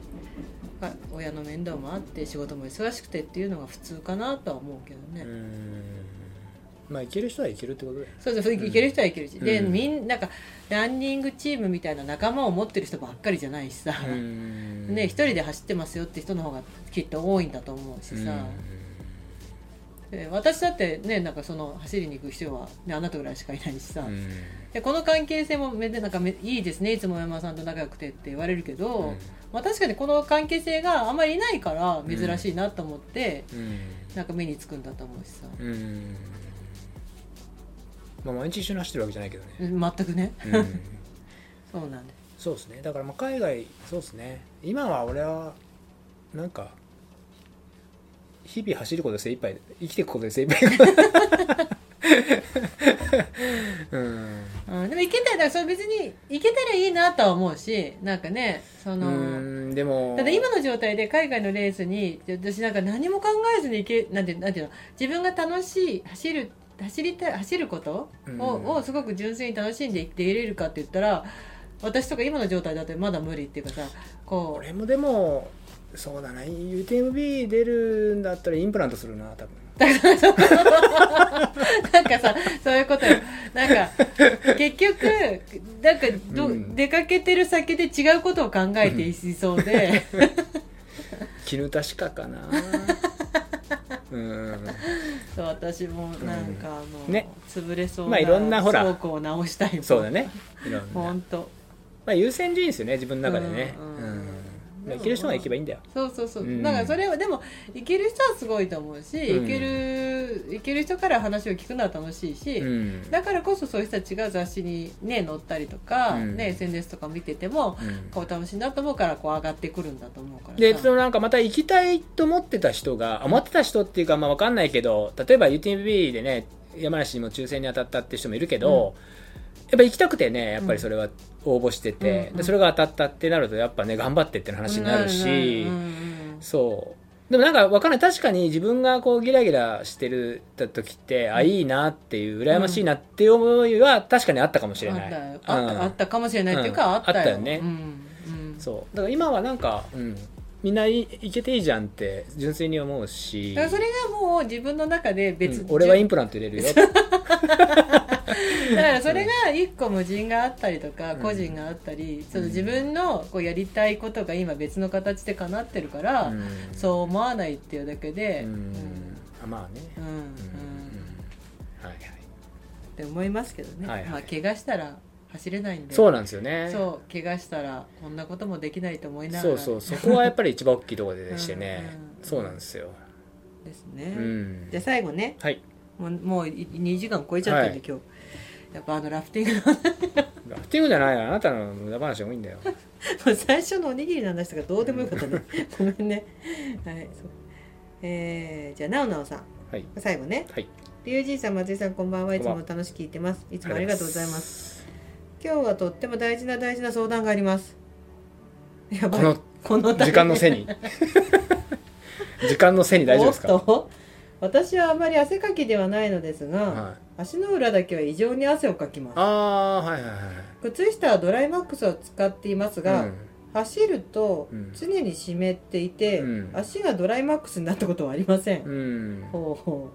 か親の面倒もあって仕事も忙しくてっていうのが普通かなとは思うけどね、うんまあいける人はいけるってことだよそうそういける人はいけるし、でうんみんなんかランニングチームみたいな仲間を持ってる人ばっかりじゃないしさ、ねね一人で走ってますよって人の方がきっと多いんだと思うしさ、で私だってねなんかその走りに行く人は、ね、あなたぐらいしかいないしさ、でこの関係性もめでなんかめいいですねいつも山田さんと仲良くてって言われるけど、まあ、確かにこの関係性があんまりいないから珍しいなと思って、なんか目につくんだと思うしさ、まあ毎日一緒に走ってるわけじゃないけどね全くねうんそうなんですそうですねだからまあ海外そうですね今は俺はなんか日々走ることで精一杯生きていくことで精一杯 うんうん、でも行けたらだからそれ別に行けたらいいなとは思うしなんかねその、うんでもただ今の状態で海外のレースにで私なんか何も考えずに行けなんてなんていうの自分が楽しい走る走りたい走ることを,、うんをすごく純粋に楽しんで生きていれるかって言ったら私とか今の状態だとまだ無理っていうかさこう俺もでもそうだな UTMB 出るんだったらインプラントするな多分 なんかさそういうことよなんか結局なんかど、うん出かけてる先で違うことを考えていそうで絹田鹿かなうんそう私もなんかあの、ね潰れそうまあいろんなほら倉庫を直したいもんそうだねいろんな本、当まあ、優先順位ですよね自分の中でねうんううんんまあ行ける人が行けばいいんだよそうそうそう、うんなんかそれはでも行ける人はすごいと思うし、うん行ける行ける人から話を聞くのは楽しいし、うんだからこそそういう人たちが雑誌にね載ったりとか、うんね SNS とか見ててもうんこう楽しいなと思うからこう上がってくるんだと思うからでさそのなんかまた行きたいと思ってた人があ思ってた人っていうかまあわかんないけど例えば UTMB でね山梨にも抽選に当たったって人もいるけど、やっぱ行きたくてねやっぱりそれは応募してて、うんでそれが当たったってなるとやっぱね頑張ってって話になるし、うんうんうんそうでもなんかわかんない確かに自分がこうギラギラしてるた時って、あいいなっていう羨ましいなっていう思いは確かにあったかもしれあなっいたよあった,、うんあったかもしれないっていうか、うんあったよあったよねうんうんそうだから今はなんか、うん、みんないいけていいじゃんって純粋に思うしだからそれがもう自分の中で別、うん俺はインプラント入れるよってだからそれが一個無人があったりとかうん個人があったり、その自分のこうやりたいことが今別の形で叶ってるから、うんそう思わないっていうだけで、ううんんあまあねうんうんうんうんはいはいって思いますけどね、はいはいまあ、怪我したら走れないんでそうなんですよねそう怪我したらこんなこともできないと思いながそらうそうそこはやっぱり一番大きいところでしてね うんうんそうなんですよですうね、んじゃあ最後ねはいもうもうい2時間超えちゃったんで、はい今日やっぱあのラフティングのラフティングじゃないよあなたの無駄話でもい いんだよもう最初のおにぎりの話とかどうでもよかったねごめんねはいそうえー、じゃあなおなおさんはい最後ねはいリュウジーさん松井さんこんばんはいつも楽しく聞いてますいつもありがとうございますす今日はとっても大事な大事な相談がありますやばいこのこの時間のせ いに時間のせいに大丈夫ですかおっと私はあまり汗かきではないのですが、はい足の裏だけは異常に汗をかきますああーはいはいはいはい靴下はドライマックスを使っていますが、うん走るとうん常に湿っていて、うん足がドライマックスになったことはありません、うんほうほ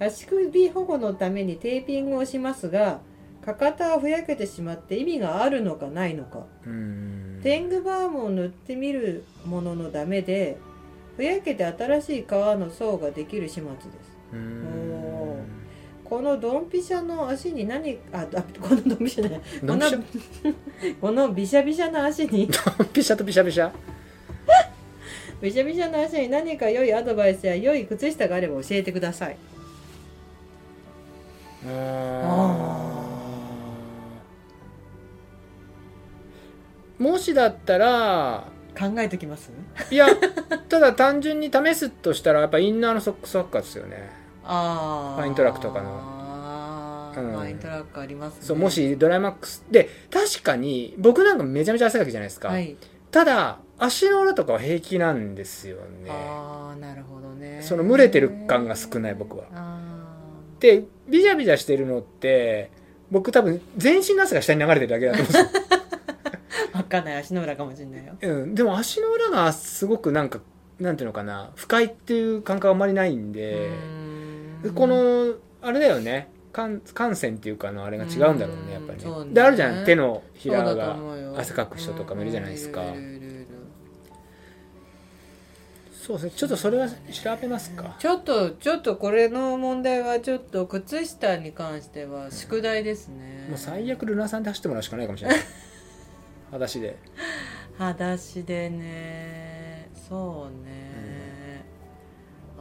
う足首保護のためにテーピングをしますがかかとはふやけてしまって意味があるのかないのかうん天狗バームを塗ってみるもののダメでふやけて新しい皮の層ができる始末ですうんおこのドンピシャの足に何ああこのドンピシャじゃないドンピシャこのビシャビシャの足にドン ピシャとビシャビシャビシャビシャの足に何か良いアドバイスや良い靴下があれば教えてくださいもしだったら考えときますいやただ単純に試すとしたらやっぱインナーのソックスサッカーですよねあファイントラックとかのあーうんファイントラックありますねそうもしドライマックスで確かに僕なんかめちゃめちゃ汗かきじゃないですか、はいただ足の裏とかは平気なんですよねああなるほどねその蒸れてる感が少ない僕はあーでビジャビジャしてるのって僕多分全身の汗が下に流れてるだけだと思うんですよわかんない足の裏かもしれないよ うん、でも足の裏がすごくなんかなんていうのかな不快っていう感覚はあんまりないんで、うーんこのあれだよね感感染っていうかあのあれが違うんだろうねやっぱりねそうねであるじゃん手のひらそうだとが思うよ汗かく人とかもいるじゃないですかうんいるいるいるいるそうですねちょっとそれは調べますかちょっとちょっとこれの問題はちょっと靴下に関しては宿題ですねもう最悪ルナさんで走ってもらうしかないかもしれない裸足で裸足でねそうね、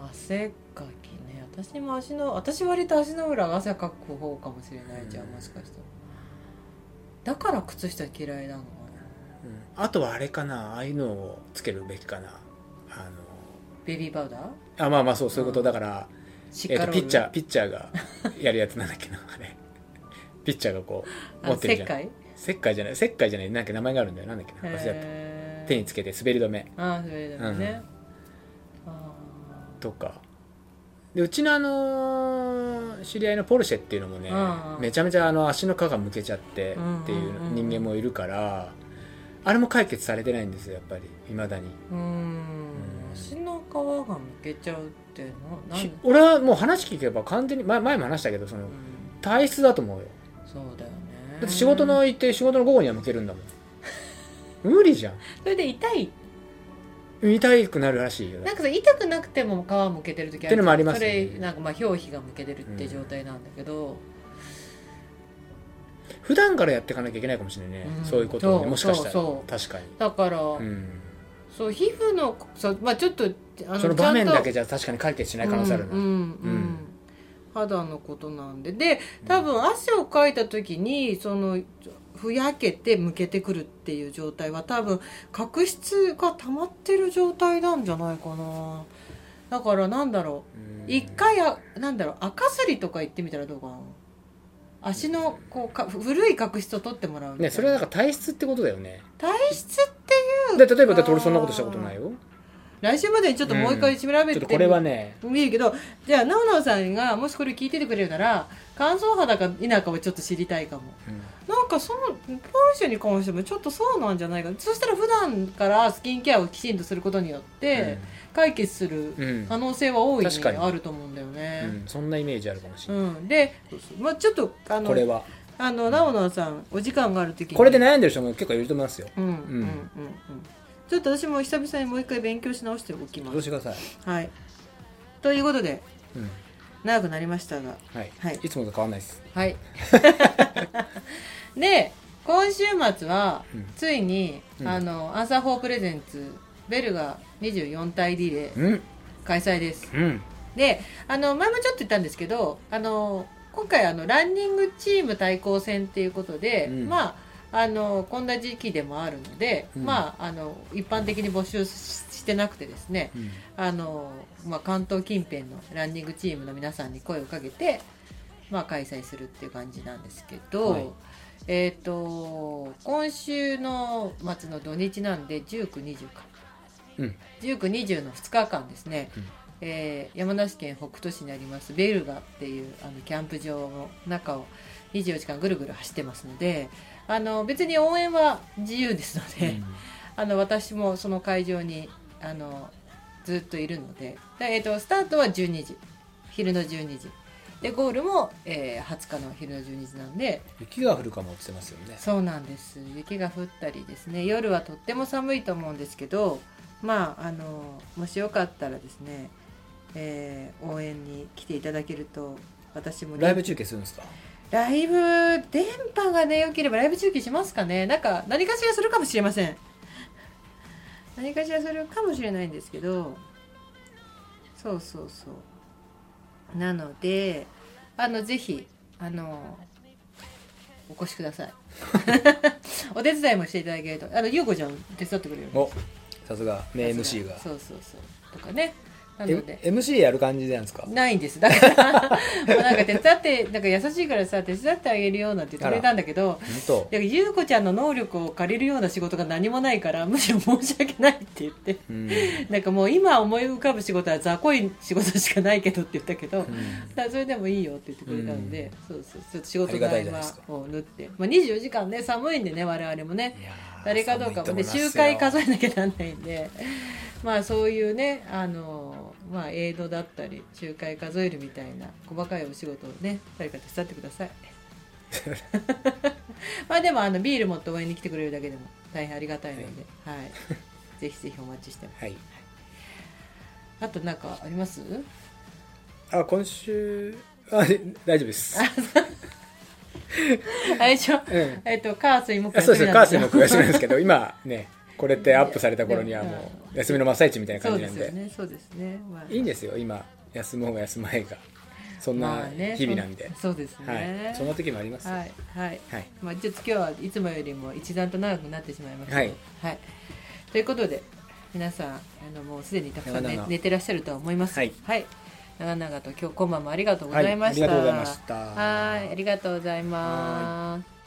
汗かきね私も足の私割と足の裏が汗かく方かもしれないじゃん、うんもしかしたらだから靴下嫌いなのかな うんあとはあれかなああいうのをつけるべきかなあベビーパウダーのあまあまあそうそういうことだから、しえっとピッチャーーピッチャーがやるやつなんだっけなあれピッチャーがこう持あってるじ石ゃん灰石灰じゃない石灰じゃないなんか名前があるんだよなんだっけな忘れちゃったへー手につけて滑り止めああそれだよね、あとかでうちのあのー知り合いのポルシェっていうのもねうんうんめちゃめちゃあの足の皮がむけちゃってっていううんうんうん人間もいるからあれも解決されてないんですよやっぱりいまだにうーん足の皮がむけちゃうってななんし俺はもう話聞けば完全に前前も話したけどそのうん体質だと思うよそうだよねだって仕事の行って仕事の午後には向けるんだもん無理じゃんそれで痛い痛くなるらしいよなんかさ痛くなくても皮むけてる時あってるのもありますそよねれなんかまあ表皮がむけてるって状態なんだけど、普段からやっていかなきゃいけないかもしれないね、うんそういうことをねそうもしかしたらそう確かに、だから、うん、そう皮膚のそうまあちょっとあその場面ちゃんだとけじゃ確かに解決しない可能性あるな、うんうんうんうん肌のことなんでで多分汗をかいた時にそのふやけてむけてくるっていう状態は多分角質が溜まってる状態なんじゃないかなだからなんだろうんう一回あなんだろう赤すりとか行ってみたらどうかな足のこうか古い角質を取ってもらうみたいねそれはなんか体質ってことだよね体質ってで例えばだって俺そんなことしたことないよ来週までにちょっともう一回調べてみちてょっとこれはね見るけどじゃあなおなおさんがもしこれ聞いててくれるなら乾燥肌か否かをちょっと知りたいかもなんかそのポルシェに関してもちょっとそうなんじゃないかなそしたら普段からスキンケアをきちんとすることによって解決するうん、うん可能性は大い確かににあると思うんだよねう、んそんなイメージあるかもしうれない、んで、まあ、ちょっとあこれのはあのなおなおさんお時間がある時にこれで悩んでる人も結構いると思いますようんうんうんんうんちょっと私も久々にもう一回勉強し直しておきまどうしすてください、はいということでうん長くなりましたがはいはいい、つもと変わんないですはい。 で、今週末は、うんついに、うんあの、アンサーフォープレゼンツ、ベルが24体リレーうん開催です。うんで、あの、前もちょっと言ったんですけど、あの、今回、あの、ランニングチーム対抗戦っていうことで、うんまあ、あのこんな時期でもあるので、うんまあ、あの一般的に募集ししてなくてですね、うんあの、まあ、関東近辺のランニングチームの皆さんに声をかけて、まあ、開催するっていう感じなんですけど、はいえっ、と今週の末の土日なんで1920かうん1920の2日間ですね、うんえー山梨県北杜市にありますベルガっていうあのキャンプ場の中を24時間ぐるぐる走ってますのであの別に応援は自由ですので。あの私もその会場にあのずっといるのででえー、とスタートは12時昼の12時でゴールも、えー20日の昼の12時なんで雪が降るかもって言ってますよねそうなんです雪が降ったりですね夜はとっても寒いと思うんですけどまああのもしよかったらですね、えー応援に来ていただけると私もライブ中継するんですかライブ電波がね良ければライブ中継しますかねなんか何かしらするかもしれません何かしらするかもしれないんですけどそうそうそうなのであのぜひあのお越しください お手伝いもしていただけるとあの優子ちゃん手伝ってくれるおさすが名 MC がそうそうそうとかねなので M- MC やる感じなんですかないんですだから もうなんか手伝ってなんか優しいからさ手伝ってあげるよなんて言ってくれたんだけど本だから優子ちゃんの能力を借りるような仕事が何もないからむしろ申し訳ないって言って当うんなんかもう今思い浮かぶ仕事は雑魚い仕事しかないけどって言ったけど、うだんからそれでもいいよって言ってくれたんで、そうそうちょっと仕事のありがたいじ合ゃないです間を縫って、まあ、24時間ね寒いんでね我々もねいやー 誰かどうかもね寒いと思い周ますよ回数えなきゃなんないんでまあそういうねあのまあエイドだったり周回数えるみたいな細かいお仕事をね誰か手伝ってくだ さいまあでもあのビール持って応援に来てくれるだけでも大変ありがたいので、はい ぜひぜひお待ちしてますはいあとなんかありますあ今週あ で大丈夫ですあれでしょうんえっとカースイもあそうですカースイもく悔しいんですけど今ねこれってアップされた頃にはもう休みの真っ最中みたいなそ感うじでなんすでよねそうですね、まあいいんですよ今休もうが休まいがそんまなあね日々なんで、そそうですはねい、そんな時もありますよはいはいはいまあ、ちょっと今日はいつもよりも一段と長くなってしまいましたはい、はい、ということで皆さんあのもうすでにたくさん長寝々寝てらっしゃるとは思いますはい長々と今日今晩もありがとうございました、はいありがとうございましたはいありがとうございます